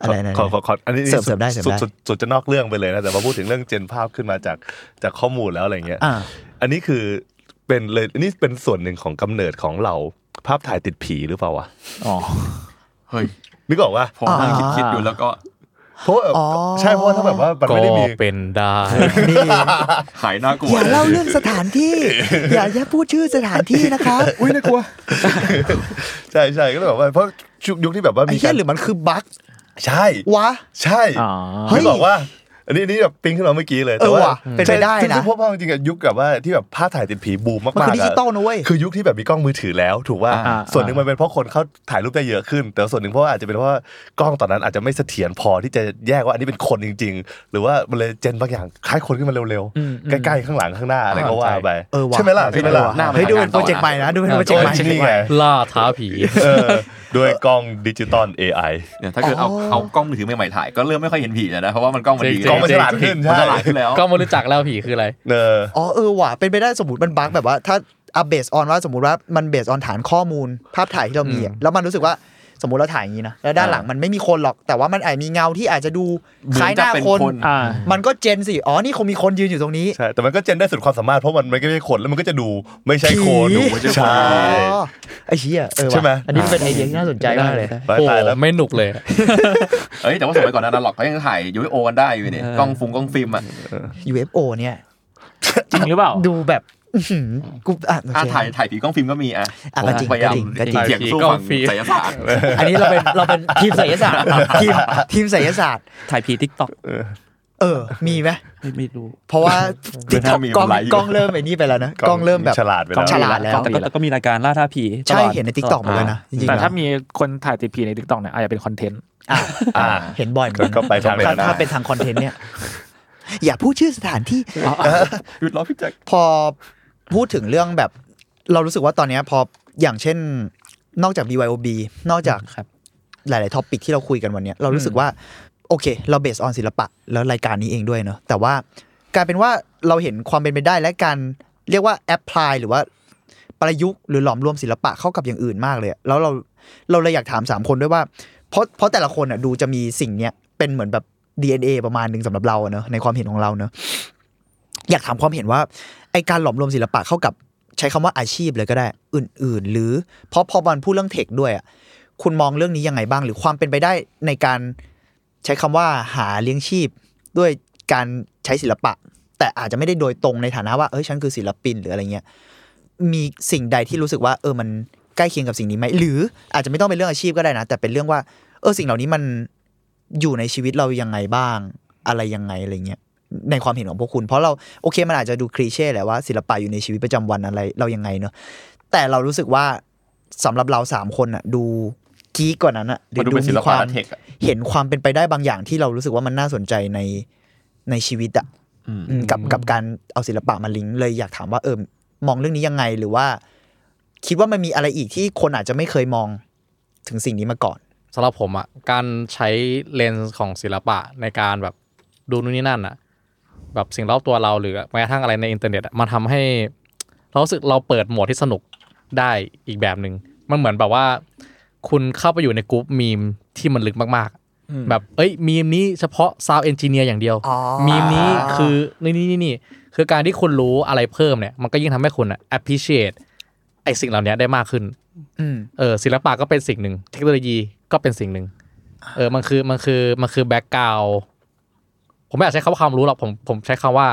Speaker 4: อะไรนะ
Speaker 7: ขอขอขออันนี้
Speaker 4: เสริมเสริมได้เสริมได้
Speaker 7: สุดสุดจะนอกเรื่องไปเลยนะแต่มาพูดถึงเรื่องเจนภาพขึ้นมาจากจากข้อมูลแล้วอะไรเงี้ย
Speaker 4: อ่า
Speaker 7: อันนี้คือเป็นเลยอันนี้เป็นส่วนหนึ่งของกำเนิดของเราภาพถ่ายติดผีหรือเปล่าวะ
Speaker 2: อ๋อ
Speaker 3: เฮ้ย
Speaker 7: นึกออกว่า
Speaker 3: ผมนั่งคิดคิดอยู่แล้วก็
Speaker 7: เพราะว่า
Speaker 4: อ๋อ
Speaker 7: ใช่เพราะว่าถ้าแบบว่ามัน
Speaker 5: ก็
Speaker 7: ไม่ได้มี
Speaker 5: เป็นได้
Speaker 3: หายน่ากลัว
Speaker 4: อย่าเล่าเรื่องสถานที่ อย่าอย่าพูดชื่อสถานที่นะครับอุ้ยน่ากลัว
Speaker 7: ใช่ใช่ก็เลยแบบว่าเพราะยุคที่แบบว่า
Speaker 4: ไอ้
Speaker 7: มี
Speaker 4: เหี้
Speaker 7: กาย ร
Speaker 4: หรือมันคือบั๊ก
Speaker 7: ใช่
Speaker 4: วะ
Speaker 7: ใช่
Speaker 2: อ๋อ
Speaker 4: เฮ้ย
Speaker 7: นึกออกว่า อันนี้อันนี้แบบปิ๊งขึ้นมาเมื่อกี้เลย
Speaker 4: เออ
Speaker 7: แต่ว่า
Speaker 4: ว่ะเป็นไป
Speaker 7: ใช่
Speaker 4: ได้
Speaker 7: ซึ่ง
Speaker 4: นะ
Speaker 7: ซึ่งพวกพ่อจริงๆอะยุคแบบว่าที่แบบภาพถ่ายติดผีบูมมากๆ
Speaker 4: มันคือดิ
Speaker 7: อะ
Speaker 4: จิตอลนะเว้ย
Speaker 7: คือยุคที่แบบมีกล้องมือถือแล้วถูกว่า
Speaker 2: อ่า
Speaker 7: ส่วนหนึ่งมันเป็นเพราะคนเขาถ่ายรูปได้เยอะขึ้น แต่ส่วนหนึ่งเพราะว่าอาจจะเป็นเพราะว่ากล้องตอนนั้นอาจจะไม่เสถียรพอที่จะแยกว่าอันนี้เป็นคนจริง ๆ หรือว่ามันเลยเจนบางอย่างคล้ายคนขึ้นมาเร็ว
Speaker 2: อืม
Speaker 7: ๆ ใกล้ๆข้างหลังข้างหน้าอะไรก็ว่าไป
Speaker 4: เออว่ะ
Speaker 7: ใช่ไหมล่ะใช่ไหมล่ะ
Speaker 3: หน้า
Speaker 4: เฮ้ยดูเป็น
Speaker 3: ทำงา
Speaker 4: โปรเจกต์ใหม่นะดูเป็นโปรเจกต์ใหม่
Speaker 7: โอ้ยนี่ไง
Speaker 5: ล่าท้าผี
Speaker 7: เออด้วยกล้องดิจิตอล AI
Speaker 3: เนี่ยถ้าเกิดเอาเอากล้องมือถือใหม่ๆถ่ายก็เริ่มไม่ค่อยเห็นผีแล้วนะ เพราะว่ามันกล้องมันดี
Speaker 5: จ
Speaker 3: ก
Speaker 5: ริงๆ
Speaker 3: ล้องมันฉลาดขึ้น
Speaker 7: จริงๆ
Speaker 3: มันฉลาดขึ้นแล้ว
Speaker 5: ก็ไม่รู้จักแล้วผีคืออะไร
Speaker 7: เออ
Speaker 4: อ๋อเออว่ะเป็นไปได้สมมติมันบั๊กแบบว่าถ้าอัเบสออนว่าสมมติว่ามันเบสออนฐานข้อมูล ภาพถ่ายที่เรามีอะแล้วมันรู้สึกว่าสมมติเราถ่ายอย่างนี้นะแล้วด้านหลังมันไม่มีคนหรอกแต่ว่ามันอาจมีเงาที่อาจจะดูคล้ายหน้า
Speaker 3: เหมือนจะเป็น
Speaker 4: คน
Speaker 3: คน
Speaker 2: อ่า
Speaker 4: มันก็เจนสิอ๋อนี่คงมีคนยืนอยู่ตรงนี้
Speaker 7: ใช่แต่มันก็เจนได้สุดความสามารถเพราะมันไม่ใช่คนแล้วมันก็จะดูไม่ใช่คน
Speaker 4: ผี
Speaker 7: ดูไม่ใช่คน
Speaker 4: อ๋อไอ้เชี่ยเออ
Speaker 7: ใช่ไหม
Speaker 4: ว่ะอันนี้มันเป็นไอเดียที่น่าสนใจมากเลย
Speaker 7: ตาย
Speaker 5: โอ้
Speaker 7: ตายแล้ว
Speaker 5: ไม่หนุกเลย
Speaker 3: เอ้ยแต่ว่าสมัยก่อนนะหลอกเขายังถ่ายยูโอกันได้อยู่เนี่ย
Speaker 6: เออ
Speaker 3: กล้องฟุงกล้องฟิล์มอะ
Speaker 4: UFO เนี่ย
Speaker 2: จริงหรือเปล่า
Speaker 4: ดูแบบอื้อหือกูอ่ะโอ
Speaker 3: อ่ะ
Speaker 4: เค
Speaker 3: ถ่ายถ่ายผีกล้องฟิล์มก็มีอ่ะ
Speaker 4: อ่ะ
Speaker 3: ผม
Speaker 4: ก็จริง
Speaker 3: พยายาม
Speaker 4: ก็จริงก็จริง
Speaker 3: เถียงสู้ฝั่งไสยศาสตร์
Speaker 4: อันนี้เราเป็นเราเป็นทีมศิลศาสตร์ทีมทีมศิลศาสตร์
Speaker 6: ถ่ายผีทิกต็อก
Speaker 4: เออ มีไหม
Speaker 6: ไม่รู้
Speaker 4: เพราะว่า
Speaker 3: เป็นถ้ามี
Speaker 4: กล้อง
Speaker 3: ไลฟ์อยู่
Speaker 4: กล้องเริ่มไอ้นี่ไปแล้วนะกล้องเริ่มแบบ
Speaker 7: ฉลาดไปแล้ว
Speaker 4: ฉลาดแล้ว
Speaker 6: แต่ก็แต่ก็มีรายการล่าท่าผี
Speaker 4: ใช่
Speaker 6: ตลด
Speaker 4: เห็นในทิกตอกเหมือนกันนะจริงๆ
Speaker 2: แต่ถ้า
Speaker 4: แล้ว
Speaker 2: มีคนถ่ายติดผีในทิกตอกเนี่ยอาจจะเป็นคอนเทนต์
Speaker 4: อ่ะ
Speaker 7: อ่า
Speaker 4: เห็นบ่อยเหมือนกัน
Speaker 7: ก็ไปทาง
Speaker 4: ถ้า
Speaker 7: นั้นนะ
Speaker 4: ถ้าเป็นทางคอนเทนต์เนี่ย อย่าพูดชื่อสถานที่
Speaker 3: หยุดรอพี่แจ็ค
Speaker 4: พอพูดถึงเรื่องแบบ เรารู้สึกว่าตอนเนี้ยพออย่างเช่นนอกจาก BYOB นอกจาก
Speaker 6: ครับ
Speaker 4: หลาย ๆ ท็อปิกที่เราคุยกันวันเนี้ยเรารู้สึกว่า โอเค เราเบสออนศิลปะ แล้วรายการนี้เองด้วยเนอะแต่ว่ากลายเป็นว่าเราเห็นความเป็นไปได้และการเรียกว่าแอ p พลายหรือว่าประยุกต์หรือหลอมรวมศิลปะเข้ากับอย่างอื่นมากเลยอะแล้วเราเราเลยอยากถามสามคนด้วยว่า เพราะเพราะแต่ละคนอ่ะดูจะมีสิ่งเนี้ยเป็นเหมือนแบบ DNA ประมาณหนึ่งสำหรับเราอะเนอะในความเห็นของเราเนอะอยากถามความเห็นว่าไอการหลอมรวมศิลปะเข้ากับใช้คำว่าอาชีพเลยก็ได้ อื่น ๆ หรือเพราะพอบันพูดเรื่องเทคด้วยอ่ะ คุณมองเรื่องนี้ยังไงบ้าง หรือความเป็นไปได้ในการใช้คำว่าหาเลี้ยงชีพ ด้วยการใช้ศิลปะ แต่อาจจะไม่ได้โดยตรงในฐานะว่าเอ้ยฉันคือศิลปินหรืออะไรเงี้ยมีสิ่งใดที่รู้สึกว่า เออมัน ใกล้เคียงกับสิ่งนี้ไหมหรืออาจจะไม่ต้องเป็นเรื่องอาชีพก็ได้นะ แต่เป็นเรื่องว่า เออสิ่งเหล่านี้มันอยู่ในชีวิตเรายังไงบ้าง อะไรยังไงอะไรเงี้ยในความเห็นของพวกคุณ เพราะเราโอเคมันอาจจะดูคลีเช่แหละว่าศิลปะอยู่ในชีวิตประจำวันอะไรเรายังไงเนอะแต่เรารู้สึกว่าสำหรับเราสามคนอะดูกี้กว่านั้นอะหรื
Speaker 3: มันดูเป็นศิล
Speaker 4: ค
Speaker 3: ปะ
Speaker 4: วาม
Speaker 3: และเทคอะ
Speaker 4: เห็นความเป็นไปได้บางอย่างที่เรารู้สึกว่ามันน่าสนใจในในชีวิตอะ
Speaker 3: อืม
Speaker 4: อืมกับกับการเอาศิลปะมาลิงก์เลยอยากถามว่าเออมองเรื่องนี้ยังไงหรือว่า คิดว่ามันมีอะไรอีกที่คนอาจจะไม่เคยมองถึงสิ่งนี้มาก่อน
Speaker 5: สำหรับผมอะ่ะการใช้เลนส์ของศิลปะในการแบบดูนู่นนี่นั่นอะ่ะ แบบสิ่งรอบตัวเราหรือแม้กระทั่งอะไรในอินเทอร์เน็ตอะมันทำให้ เรารู้สึกเราเปิดโหมดที่สนุกได้อีกแบบหนึง่งมันเหมือนแบบว่า คุณเข้าไปอยู่ในกลุ่มมีมที่มันลึกมากๆ แบบเอ้ยมีมนี้เฉพาะซาวเอนจิเนียร์อย่างเดียว
Speaker 4: อ๋อ
Speaker 5: มีมนี้คือนี่นี่นี่นี่คือการที่คุณรู้อะไรเพิ่มเนี่ยมันก็ยิ่งทำให้คุณอะ appreciate ไอสิ่งเหล่านี้ได้มากขึ้น
Speaker 4: อืม
Speaker 5: เออศิลปะก็เป็นสิ่งหนึ่ง เทคโนโลยีก็เป็นสิ่งหนึ่งเออมันคือมันคือมันคือแบ็กกราวผมไม่อยากใช้คำว่าความรู้หรอกผมผมใช้คำว่า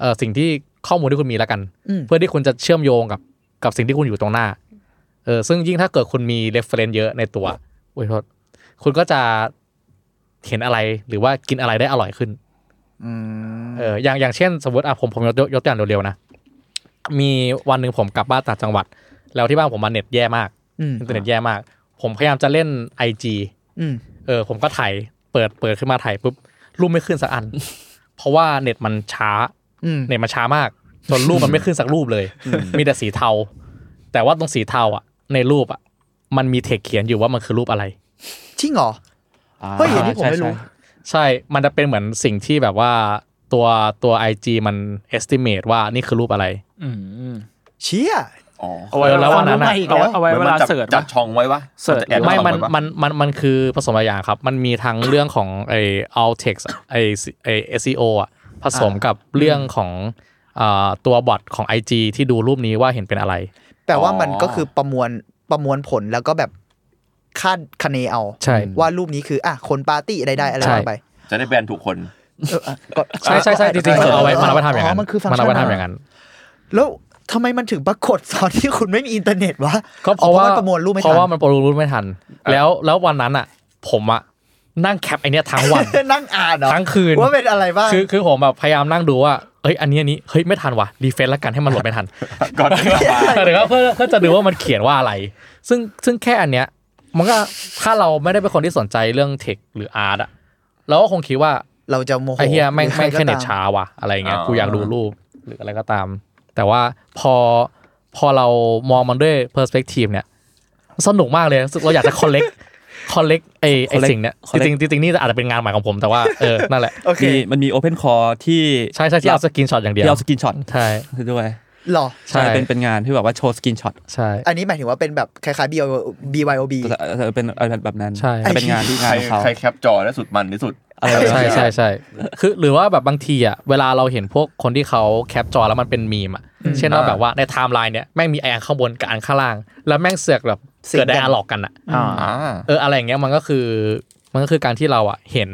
Speaker 5: เออสิ่งที่ข้อมูลที่คุณมีแล้วกัน
Speaker 4: อืม
Speaker 5: เพื่อที่คุณจะเชื่อมโยงกับกับสิ่งที่คุณอยู่ตรงหน้าเออซึ่งยิ่งถ้าเกิดคุณมีเรฟเฟรนซ์เยอะในตัวอุ้ยโทษคุณก็จะเห็นอะไรหรือว่ากินอะไรได้อร่อยขึ้น
Speaker 4: อืม
Speaker 5: เอออย่างอย่างเช่นสมมติอ่ะผมผมยกยกยกตัวอย่างเร็วๆนะ มีวันหนึ่งผมกลับบ้านต่างจังหวัด แล้วที่บ้านผมมาเน็ตแย่มาก
Speaker 4: อืม
Speaker 5: อินเทอร์เน็ตแย่มาก ผมพยายามจะเล่น IG
Speaker 4: อืม
Speaker 5: เออผมก็ถ่ายเปิดเปิดขึ้นมาถ่ายปุ๊บรูปไม่ขึ้นสักอัน เพราะว่าเน็ตมันช้า
Speaker 4: อืม
Speaker 5: เน็ตมันช้ามาก จนรูปมันไม่ขึ้นสักรูปเลย มีแต่สีเทา แต่ว่าตรงสีเทาอ่ะ ในรูปอ่ะ มันมีเทคเขียนอยู่ว่ามันคือรูปอะไร
Speaker 4: จริงเหรอ เฮ้ยอย่างนี้ผมไม่รู้
Speaker 6: ใช่ใช่
Speaker 5: ใช่ มันจะเป็นเหมือนสิ่งที่แบบว่าตัวตัว IG มัน estimate ว่านี่คือรูปอะไร
Speaker 2: อืม
Speaker 4: เชี่ย
Speaker 3: อ๋อ
Speaker 2: เอาไว้เวลาวันนั้นอะ
Speaker 4: เอาไว้อีกแล้
Speaker 2: เอา
Speaker 4: ว
Speaker 2: ไว้เอาไว้เวลา
Speaker 3: หมือนมันจับ
Speaker 2: เสิร์ช
Speaker 3: จั
Speaker 2: ปะ
Speaker 3: ดช่องไว้วะ
Speaker 2: เสิร์ช
Speaker 3: แอบ
Speaker 5: ไม่
Speaker 3: ช่อง
Speaker 5: มัน
Speaker 3: ว้ปะ
Speaker 5: มัน มัน มัน คือผสมหลายอย่างครับ มันมีทั้งเรื่องของไอ all text อะไอไอ SEO อ่ะ ผสมกับเรื่องของอ่าตัวบอทของ IG ที่ดูรูปนี้ว่าเห็นเป็นอะไร
Speaker 4: แปลว่ามัน
Speaker 3: อ๋อ
Speaker 4: ก็คือประมวลประมวลผลแล้วก็แบบคาดคะเนเอา
Speaker 5: ใช่
Speaker 4: ว่ารูปนี้คืออ่ะคนปาร์ตี้ได้ได้อะไร
Speaker 5: ใช่
Speaker 4: ว่าไป
Speaker 3: จะได้แบนถูกคน
Speaker 4: เอออ่ะก็
Speaker 5: ใช่ใช่ใช่จริงๆมันเอาไว้มันเอาไว้ทำอย่างนั้น
Speaker 4: มันคือฟังก์
Speaker 5: มัน
Speaker 4: ชั
Speaker 5: เอา
Speaker 4: น
Speaker 5: ไว้ทำอย่างนั้น
Speaker 4: แล้วทำไมมันถึงปรากฏตอนที่คุณไม่มีอินเทอร์เน็ตวะ
Speaker 5: ก็เพราะว่า
Speaker 4: อ๋อประมวลรูปไม่ทัน
Speaker 5: เพราะว่ามันประมวลรูปไม่ทัน แล้วแล้ววันนั้นอ่ะ ผมอ่ะนั่งแคปไอเนี้ยทั้งวัน
Speaker 4: นั่งอ่านเหรอ
Speaker 5: ทั้งคืน
Speaker 4: ว่าเป็นอะไรบ้าง
Speaker 5: คือคือผมแบบพยายามนั่งดูว่าเอ้ยอันนี้อันนี้เฮ้ยไม่ทันว่ะดีเฟนต์ละกันให้มันหลบไม่ทัน
Speaker 3: ก่อนที่จะมา
Speaker 5: แต่เดี๋ยวก็เพื่อเพื่อจะดูว่ามันเขียนว่าอะไร ซึ่งซึ่งแค่อันเนี้ย มันก็ถ้าเราไม่ได้เป็นคนที่สนใจเรื่องเทคหรืออาร์ตอะเราก็คงคิดว่า
Speaker 4: เราจะโมโห
Speaker 5: ไอ้เฮียแม่ง
Speaker 4: หรือใคร
Speaker 5: แม่งแค่เน็ต
Speaker 4: ก็ตาม
Speaker 5: ช้าว่ะอะไรเงี้ย
Speaker 3: อ่า
Speaker 5: กูอยากดูรูปหรืออะไรก็ตาม แต่ว่าพอพอเรามองมันด้วยเพอร์สเปกทีฟเนี่ย สนุกมากเลยรู้สึกเราอยากจะ collect collect ไอไอ
Speaker 6: collect
Speaker 5: สิ่งเนี้ยจ
Speaker 6: collect
Speaker 5: ริงๆจริงๆนี่อาจจะเป็นงานใหม่ของผมแต่ว่าเออนั่นแหละ
Speaker 4: โอเค
Speaker 6: มีมันมีโอเพนคอร์ที่
Speaker 5: ใช่ใช่ที่เอาสกินช็อตอย่างเดียว
Speaker 6: ที่เอาสกินช็อต
Speaker 5: ใช่
Speaker 6: ด้วย
Speaker 4: หรอ
Speaker 5: ใช่
Speaker 6: เป็นเป็นงานที่แบบว่าโชว์สกินช็อต
Speaker 5: ใช่
Speaker 4: อันนี้หมายถึงว่าเป็นแบบคล้ายๆ B B Y O B
Speaker 6: เป็นอะไรแบบนั้น
Speaker 5: ใช่
Speaker 6: แต่เป็นงานที่
Speaker 3: ใค
Speaker 6: งาร นของเขา
Speaker 3: ใครแคปจอได้สุดมันที่สุด
Speaker 6: อะไรแบบ
Speaker 5: ใช่
Speaker 6: นั้น
Speaker 5: ใช่ใช่ คือหรือว่าแบบบางทีอ่ะเวลาเราเห็นพวกคนที่เขาแคปจอแล้วมันเป็นมีมอ่ะ เช่นว่า
Speaker 3: อ่า
Speaker 5: แบบว่าในไทม์ไลน์เนี่ยแม่งมีไออันข้างบนกับอันข้างล่าง แล้วแม่งเสือกแบบ
Speaker 4: สิ่ง
Speaker 5: เกิดได
Speaker 4: กัน
Speaker 5: อะล็อกกันอ่ะ
Speaker 2: อ่า
Speaker 3: อ่า
Speaker 5: เอออะไรอย่างเงี้ยมันก็คือมันก็คือการที่เราอ่ะเห็น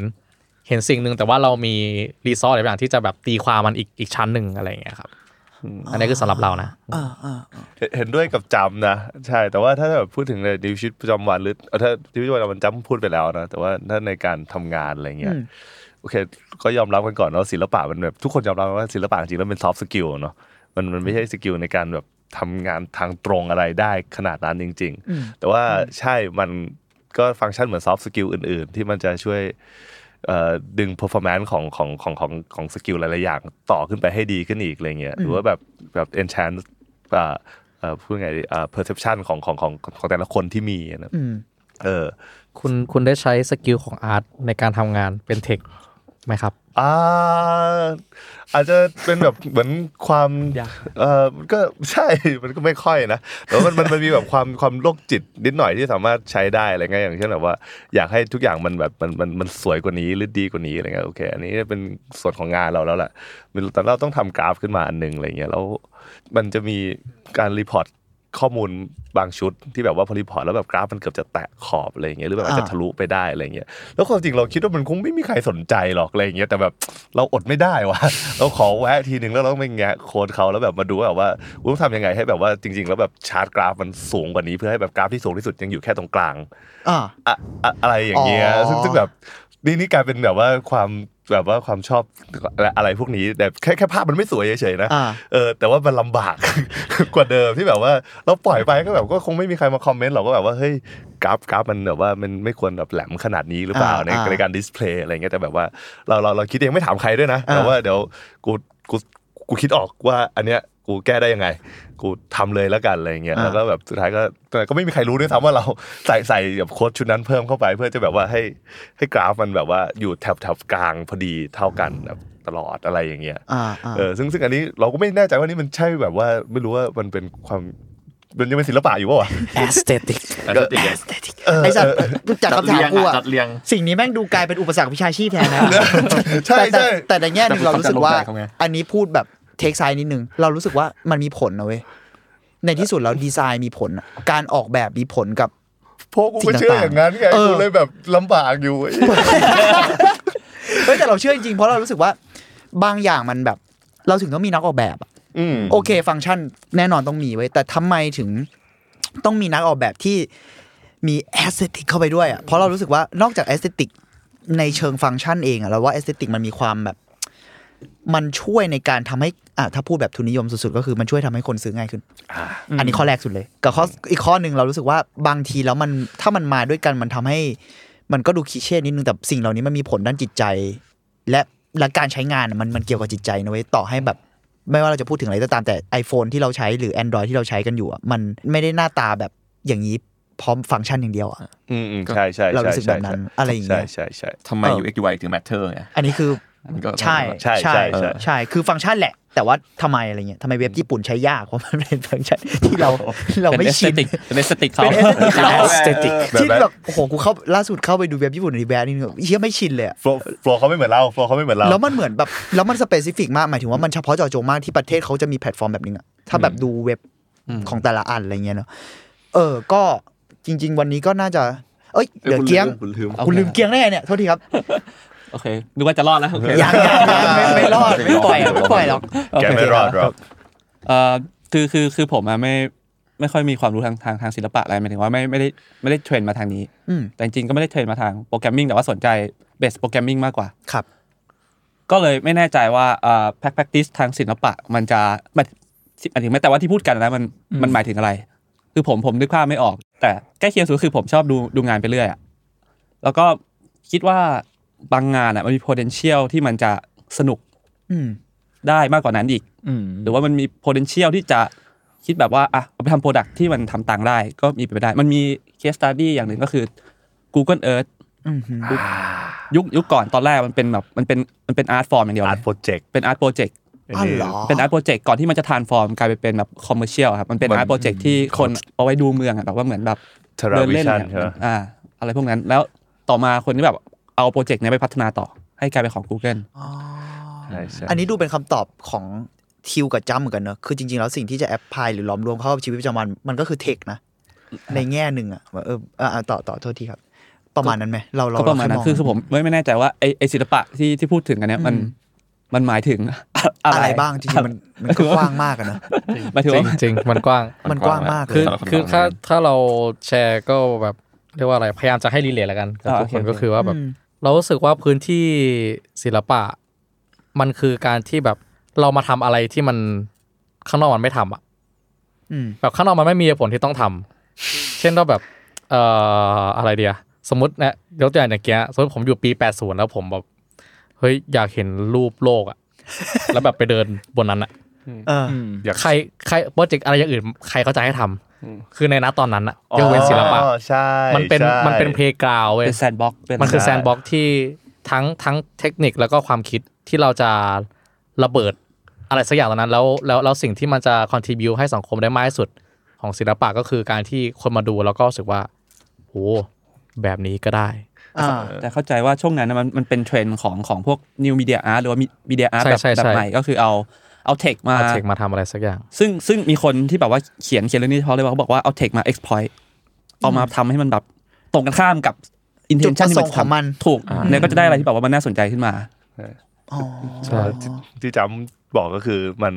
Speaker 5: เห็นสิ่งหนึ่งแต่ว่าเรามีรีซอสอะไรบางอย่างที่จะแบบตีความมันอีกอีกชั้นหนึ่งอะไรอย่างเงี้ยครับอืมอันนี้คือสำหรับเรานะ
Speaker 7: เห็นด้วยกับจำนะ ใช่แต่ว่าถ้าแบบพูดถึงในชีวิตประจำวันหรือเอ่อถ้าชีวิตประจำวันจำพูดไปแล้วนะ แต่ว่าถ้าในการทำงานอะไรเงี้ยโอเค ก็ยอมรับกันก่อนเนาะศิลปะมันแบบทุกคนยอมรับว่าศิลปะจริงๆแล้วเป็นซอฟต์สกิลเนาะมันมันไม่ใช่สกิลในการแบบทำงานทางตรงอะไรได้ขนาดนั้นจริง ๆ แต่ว่าใช่มันก็ฟังก์ชันเหมือนซอฟต์สกิลอื่น ๆ ที่มันจะช่วย เอ่อดึง performance ของของของของของสกิลหลาย ๆ อย่างต่อขึ้นไปให้ดีขึ้นอีกอะไรเงี้ยหรือว่าแบบแบบ enchant อ่าเอ่อพูดไงดีอ่า perception ของของของของแต่ละคนที่มีนะ
Speaker 4: อืม
Speaker 7: เออ
Speaker 5: คุณคุณได้ใช้สกิลของอาร์ตในการทำงานเป็นเทคไหมครับ
Speaker 7: อ่าอาจจะเป็นแบบ เหมือนความเออมันก็ใช่ มันก็ไม่ค่อยนะแต่ว่ามันมันมันมีแบบความความโรคจิตนิดหน่อยที่สามารถใช้ได้อะไรเงี้ยอย่างเช่นแบบว่าอยากให้ทุกอย่างมันแบบมันมันมันสวยกว่านี้หรือดีกว่านี้อะไรเงี้ยโอเค อันนี้เป็นส่วนของงานเราแล้วแหละ มันตอนเราต้องทำกราฟขึ้นมาอันหนึงอะไรเงี้ยแล้วมันจะมีการรีพอร์ต ข้อมูลบางชุดที่แบบว่าพอรีพอร์ตแล้วแบบกราฟมันเกือบจะแตะขอบอะไรอย่างเงี้ยหรือแบบอาจจะ
Speaker 4: อ่า
Speaker 7: ทะลุไปได้อะไรอย่างเงี้ยแล้วความจริงเราคิดว่ามันคงไม่มีใครสนใจหรอกอะไรอย่างเงี้ยแต่แบบเราอดไม่ได้ว่ะ เราขอแวะทีหนึ่งแล้วเราต้องไปแงะโค้ดเขาแล้วแบบมาดูว่าแบบว่าอุ๊ยต้องทำยังไงให้แบบว่าจริง ๆ แล้วแบบชาร์ตกราฟมันสูงกว่านี้เพื่อให้แบบกราฟที่สูงที่สุดยังอยู่แค่ตรงกลาง
Speaker 4: อ่า
Speaker 7: อะอะอะไรอย่างเงี้ย
Speaker 4: อ๋อ
Speaker 7: ซึ่งซึ่งแบบนี่นี่กลายเป็นแบบว่าความแบบว่าความชอบอะไรอะไรพวกนี้แบบแค่แค่ภาพมันไม่สวยเฉยๆนะ
Speaker 4: อ่า
Speaker 7: เออแต่ว่ามันลำบาก กว่าเดิมที่แบบว่าเราปล่อยไปก็แบบก็คงไม่มีใครมาคอมเมนต์หรอกว่าแบบว่าเฮ้ยกราฟกราฟมันแบบว่ามันไม่ควรแบบแหลมขนาดนี้หรือเปล่า
Speaker 4: อ่า
Speaker 7: ใน
Speaker 4: อ่า
Speaker 7: ในการดิสเพลย์อะไรเงี้ยแต่แบบว่าเราเราเราคิดเองไม่ถามใครด้วยนะ
Speaker 4: อ่า
Speaker 7: แต่ว่าเดี๋ยวกูกูกูคิดออกว่าอันเนี้ยกูแก้ได้ยังไง กูทำเลยแล้วกันอะไรอย่างเงี้ย
Speaker 4: อ่า
Speaker 7: แล้วก็แบบสุดท้ายก็แต่ก็ไม่มีใครรู้ด้วยซ้ำว่าเรา ใส่ใส่แบบโค้ดชุดนั้นเพิ่มเข้าไป เพื่อจะแบบว่าให้ให้กราฟมันแบบว่าอยู่แถบแถบกลางพอดีเท่ากันแบบตลอดอะไรอย่างเงี้ย
Speaker 4: อ่าอ่า
Speaker 7: เออซึ่งซึ่งอันนี้เราก็ไม่แน่ใจว่านี่มันใช่แบบว่าไม่รู้ว่ามันเป็นความมันยังเป็นศิลปะอยู่ปะวะ
Speaker 4: aesthetic
Speaker 3: ก็ติดเรียง
Speaker 4: aesthetic ไอสัตว์จากคำถามกูอะ
Speaker 3: จัดเรียง
Speaker 4: สิ่งนี้แม่งดูกลายเป็นอุปสรรควิชาชีพแทนนะ
Speaker 7: ใช่
Speaker 4: แต่แต่
Speaker 7: ใช่
Speaker 4: แต่ในแง่หนึงเรารู้สึกว่า
Speaker 3: แต่ผมเข้ใจเขไง
Speaker 4: อันนี้พูดแบบเทคไซน์นิดนึง เรารู้สึกว่ามันมีผลนะเว้ย ในที่สุดแล้วดีไซน์มีผลอะการออกแบบมีผลกับ
Speaker 7: พวกกูก็เชื่ออย่างนั้นไง
Speaker 4: เออ
Speaker 7: กูเลยแบบลำบากอยู่
Speaker 4: เฮ้ยแต่เราเชื่อจริงๆเพราะเรารู้สึกว่าบางอย่างมันแบบ เราถึงต้องมีนักออกแบบอะ
Speaker 7: อืม
Speaker 4: โอเค ฟังก์ชันแน่นอนต้องมีไว้ยแต่ทำไมถึงต้องมีนักออกแบบที่มีแอสเซติกเข้าไปด้วยอ่ะเพราะเรารู้สึกว่านอกจากแอสเซติกในเชิงฟังก์ชันเองอ่ะเราว่าแอสเซติกมันมีความแบบ มันช่วยในการทำให้อ่ะถ้าพูดแบบทุนนิยมสุดๆ ก็คือมันช่วยทำให้คนซื้อง่ายขึ้น อันนี้ข้อแรกสุดเลย กับข้ออีกข้อหนึ่งเรารู้สึกว่าบางทีแล้วมันถ้ามันมาด้วยกันมันทำให้ มันก็ดูคลิเช่นิดนึงแต่สิ่งเหล่านี้มันมีผลด้านจิตใจ และและการใช้งานอะมันมันเกี่ยวกับจิตใจนะเว้ยต่อให้แบบ ไม่ว่าเราจะพูดถึงอะไรก็ตามแต่ iPhone ที่เราใช้หรือ Android ที่เราใช้กันอยู่อะมันไม่ได้หน้าตาแบบอย่างนี้พร้อมฟังก์ชันอย่างเดียวอะ
Speaker 7: อืมอืมใช่ใช่
Speaker 4: เรา
Speaker 7: ใช่
Speaker 4: รู้สึกแบ
Speaker 7: ใช่
Speaker 4: บนั้น
Speaker 7: ใช่
Speaker 4: อะไรอย่าง
Speaker 7: ใช่
Speaker 4: เงี้ย
Speaker 7: ใช่ใช่
Speaker 3: ทำไม UX UI ถึง matter ไง
Speaker 4: อันนี้คือ
Speaker 3: มันก็
Speaker 4: ใช่
Speaker 7: ใช่ใช่ใช่
Speaker 4: ใช่คือฟังก์ชันแหละ แต่ว่าทำไมอะไรเงี้ยทำไมเว็บญี่ปุ่นใช้ยากเพราะ มันเป็นฟังก์ชันที่เราเรา
Speaker 6: เป็น
Speaker 4: ไม่
Speaker 6: เอสเต
Speaker 4: ชิน
Speaker 6: ติกเป็นเอสเตติกเขา
Speaker 4: เป็น aesthetic เขา
Speaker 6: ติก
Speaker 4: ที่แบบโอ้โหกูเข้าล่าสุดเข้าไปดูเว็บญี่ปุ่นในแบรนด์นี่แบบเฮียไม่ชินเลยอะ
Speaker 7: โฟลโฟลเขาไม่เหมือนเราโฟลเขาไม่เหมือนเรา
Speaker 4: แล้วมันเหมือนแบบแล้วมันสเปซิฟิกมากหมายถึงว่ามันเฉพาะเจาะจงมากที่ประเทศเขาจะมีแพลตฟอร์มแบบนึงอะถ้าแบบดูเว็บของแต่ละอันอะไรเงี้ยเนาะเออ ก็จริง ๆ วันนี้ก็น่าจะ เอ้ยเดี๋ยวเกี้ยง
Speaker 3: คุณลืม
Speaker 6: เอา
Speaker 4: คุณลืมเกี้ยงได้ไงเนี่ยโทษทีครับ
Speaker 6: โอเคนึกว่าจะรอดแล้วโอเค
Speaker 4: ยังยังยังไม่ไม่รอดไม่ปล่อยอะไม่ปล่อยหรอก
Speaker 6: โอ
Speaker 7: แก
Speaker 6: เค
Speaker 7: ไม่รอดหรอก
Speaker 6: เอ่อคือคือคือผมอะไม่ไม่ค่อยมีความรู้ทางทางทางศิลปะอะไรหมายถึงว่าไม่ไม่ได้ไม่ได้เทรนมาทางนี้
Speaker 4: อืม
Speaker 6: แต่จริงๆก็ไม่ได้เทรนมาทางโปรแกรมมิ่งแต่ว่าสนใจเบสโปรแกรมมิ่งมากกว่า
Speaker 4: ครับ
Speaker 6: ก็เลยไม่แน่ใจว่าเอ่อ practice ทางศิลปะมันจะมันหมายถึงแม้แต่ว่าที่พูดกันนะมันมันหมายถึงอะไร คือผมผมนึกภาพไม่ออก แต่ใกล้เคียงสุดคือผมชอบดูดูงานไปเรื่อยอะแล้วก็คิดว่าบางงานอะมันมี potential ที่มันจะสนุก
Speaker 4: อืม
Speaker 6: ได้มากกว่านั้นอีก
Speaker 2: อืม
Speaker 6: หรือว่ามันมี potential ที่จะคิดแบบว่าอ่ะเอาไปทำ product ที่มันทำตังค์ได้ก็มีเป็นไปได้ มันมี case study อย่างหนึ่งก็คือ Google Earth
Speaker 4: อืม
Speaker 6: ยุคยุคก่อนตอนแรกมันเป็นแบบมันเป็นมันเป็น art form อย่างเดียว
Speaker 7: อา
Speaker 6: เล
Speaker 7: ร์ต
Speaker 6: ย
Speaker 7: โปรเจกต์
Speaker 6: เป็น art project
Speaker 4: อ๋อเหรอ
Speaker 6: เป็น art project ก่อนที่มันจะ transform กลายไปเป็นแบบ commercial ครับมันเป็น
Speaker 7: มัน
Speaker 6: art project ที่คนเอาไว้ดูเมืองอ่ะแบบว่าเหมือนแบบ
Speaker 7: เทรา
Speaker 6: เดิน
Speaker 7: วิ
Speaker 6: เล่น
Speaker 7: ชั่น
Speaker 6: เนี่ย
Speaker 7: ใช่ไหม
Speaker 6: อ่า อะไรพวกนั้นแล้วต่อมาคนที่แบบเอาโปรเจกต์เนี้ยไปพัฒนาต่อให้กลายเป็นของ Google
Speaker 7: ใช่ใช่
Speaker 4: อันนี้ดูเป็นคำตอบของทิวกับจ้ำเหมือนกันเนอะคือจริงๆแล้วสิ่งที่จะแอปพลายหรือหลอมรวมเข้ากับชีวิตประจำวันมันก็คือเทคนะ ในแง่หนึ่งอะว่าเออเอออ่ะต่อต่อโทษทีครับ ประมาณนั้นไหมเราเรา
Speaker 6: ก็ประมาณนั้น
Speaker 4: เ
Speaker 6: คือคือผมไม่ไม่แน่ใจว่าไอไอศิลปะที่ที่พูดถึงกันเนี้ยมันมันหมายถึง อะ
Speaker 4: อะไร ไรบ้างจริงๆมันมันก็กว้างมากอะนะ
Speaker 6: หมายถึง
Speaker 5: จ
Speaker 6: ว่า
Speaker 5: ริงจริงมันกว้าง
Speaker 4: มันกว้างมากเลย
Speaker 5: คือ
Speaker 3: สำหรับน
Speaker 5: คือ
Speaker 3: ฟัง
Speaker 5: ถ้า
Speaker 3: นะ
Speaker 5: ถ้าเราแชร์ก็แบบเรียกว่าอะไรพยายามจะให้รีเลทแล้วกันกับ
Speaker 6: อ่า
Speaker 5: ทุกคน
Speaker 6: โอเค
Speaker 5: ก็คือว่าแบบ
Speaker 4: อืม
Speaker 5: เรารู้สึกว่าพื้นที่ศิลปะ มันคือการที่แบบเรามาทำอะไรที่มันข้างนอกมันไม่ทำอ่ะ
Speaker 4: อืม
Speaker 5: แบบข้างนอกมันไม่มีเหตุผลที่ต้องทำเช่นว่าแบบเอ่ออะไรเดียสมมตินะยกตัวอย่างอย่างเงี้ยสมมติผมอยู่ปี 80 แล้วผมแบบเฮ้ยอยากเห็นรูปโลกอ่ะ แล้วแบบไปเดินบนนั้นอ่ะ
Speaker 4: เออ
Speaker 5: ใครใครโปรเจกต์อะไรอย่างอื่น ใครเขาจะให้ทำคือในนัตอนนั้นอะยกเว้นศิลปะ
Speaker 7: อ๋อใช่
Speaker 5: มันเป็น
Speaker 7: ใช่
Speaker 5: มันเป็นเพลกราวเว้ย
Speaker 6: เป็นแซนด์บ็อกเป็น
Speaker 5: มันคือแซนบ็อกที่ทั้งทั้งเทคนิคแล้วก็ความคิดที่เราจะระเบิดอะไรสักอย่างตอนนั้น แล้วแล้วแล้วสิ่งที่มันจะคอนทริบิวให้สังคมได้มากที่สุดของศิลปะก็คือการที่คนมาดูแล้วก็รู้สึกว่าโหแบบนี้ก็ได้
Speaker 4: อ่า
Speaker 6: แต่เข้าใจว่าช่วงนั้นนะมันมันเป็นเทรนด์ของของพวกนิวมีเดียอาร์หรือว่ามีเดียอาร์
Speaker 5: ใช่
Speaker 6: แบบ
Speaker 5: ใช่
Speaker 6: แบบ
Speaker 5: ใช่
Speaker 6: ใหม่ก็คือเอา เอาเทคมา
Speaker 5: เอาเช็คมาทำอะไรสักอย่าง
Speaker 6: ซึ่งซึ่งมีคนที่แบบว่าเขียนเขียนเรื่องนี้เฉพาะเลยว่าเขาบอกว่าเอาเทคมา exploit เอามาทำให้มันแบบตรงกันข้ามกับ intention
Speaker 4: จุดประสงค์
Speaker 6: ที่
Speaker 4: ของมัน
Speaker 6: ถูกเนี่ยก็จะได้อะไรที่แบบว่ามันน่าสนใจขึ้นมา
Speaker 4: อ๋อ
Speaker 7: ที่ที่จำบอกก็คือมัน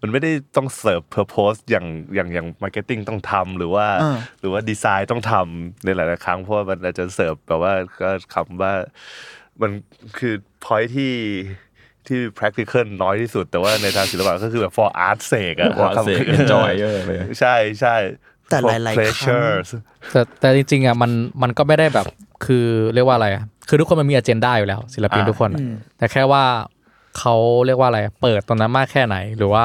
Speaker 7: มันไม่ได้ต้องเสิร์ฟเพอร์โพสอย่างอย่างอย่างมาร์เก็ตติ้งต้องทำหรือว่า
Speaker 4: อ่า
Speaker 7: หรือว่าดีไซน์ต้องทำในหลายๆครั้งเพราะว่ามันอาจจะเสิร์ฟแบบว่าก็คำว่ามันคือ point ที่ที่ practical น้อยที่สุด แต่ว่าในทางศิลปะก็คือแบบ for art sake อะ
Speaker 3: For art sake enjoy เยอะเลย
Speaker 7: ใช่ใช่
Speaker 4: แต่หลายๆครั้ง
Speaker 7: ง
Speaker 5: แต่แต่จริงๆอ่ะมันมันก็ไม่ได้แบบคือเรียกว่าอะไรอ่ะคือทุกคนมันมีอเจนดาอยู่แล้ว ศิลปิน
Speaker 3: อ่า
Speaker 5: ทุกคนอ่ะแต่แค่ว่าเขาเรียกว่าอะไรเปิดตรงนั้นมากแค่ไหน หรือว่า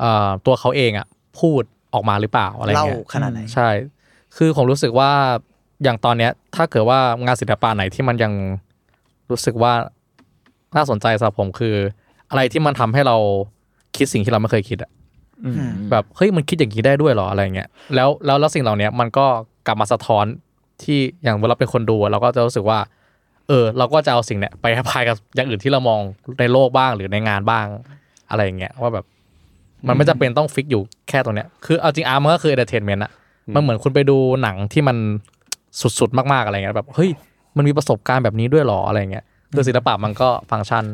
Speaker 5: เอ่อตัวเขาเองอ่ะพูดออกมาหรือเปล่าอะไร
Speaker 4: เล่า
Speaker 5: เงี้ย
Speaker 4: ขนาดไหน
Speaker 5: ใช่ คือผมรู้สึกว่าอย่างตอนเนี้ยถ้าเกิดว่างานศิลปะไหนที่มันยังรู้สึกว่าน่าสนใจสำหรับผมคือ อะไรที่มันทำให้เราคิดสิ่งที่เราไม่เคยคิดอะ
Speaker 2: อืม
Speaker 5: แบบเฮ้ยมันคิดอย่างนี้ได้ด้วยเหรออะไรเงี้ยแล้วแล้วแล้วสิ่งเหล่าเนี้ยมันก็กลับมาสะท้อนที่อย่างเวลาเป็นคนดูอะเราก็จะรู้สึกว่า เออ เราก็จะเอาสิ่งเนี้ยไปพายกับอย่างอื่นที่เรามองในโลกบ้างหรือในงานบ้างอะไรเงี้ยว่าแบบ มันไม่จำเป็นต้องฟิกอยู่แค่ตรงเนี้ยคือเอาจริงอาร์มันก็คือเอนเตอร์เทนเมนต์อะมันเหมือนคุณไปดูหนังที่มันสุดๆ มากๆอะไรเงี้ยแบบเฮ้ยมันมีประสบการณ์แบบนี้ด้วยเหรออะไรเงี้ยคือศิลปะมันก็ฟังก์ชัน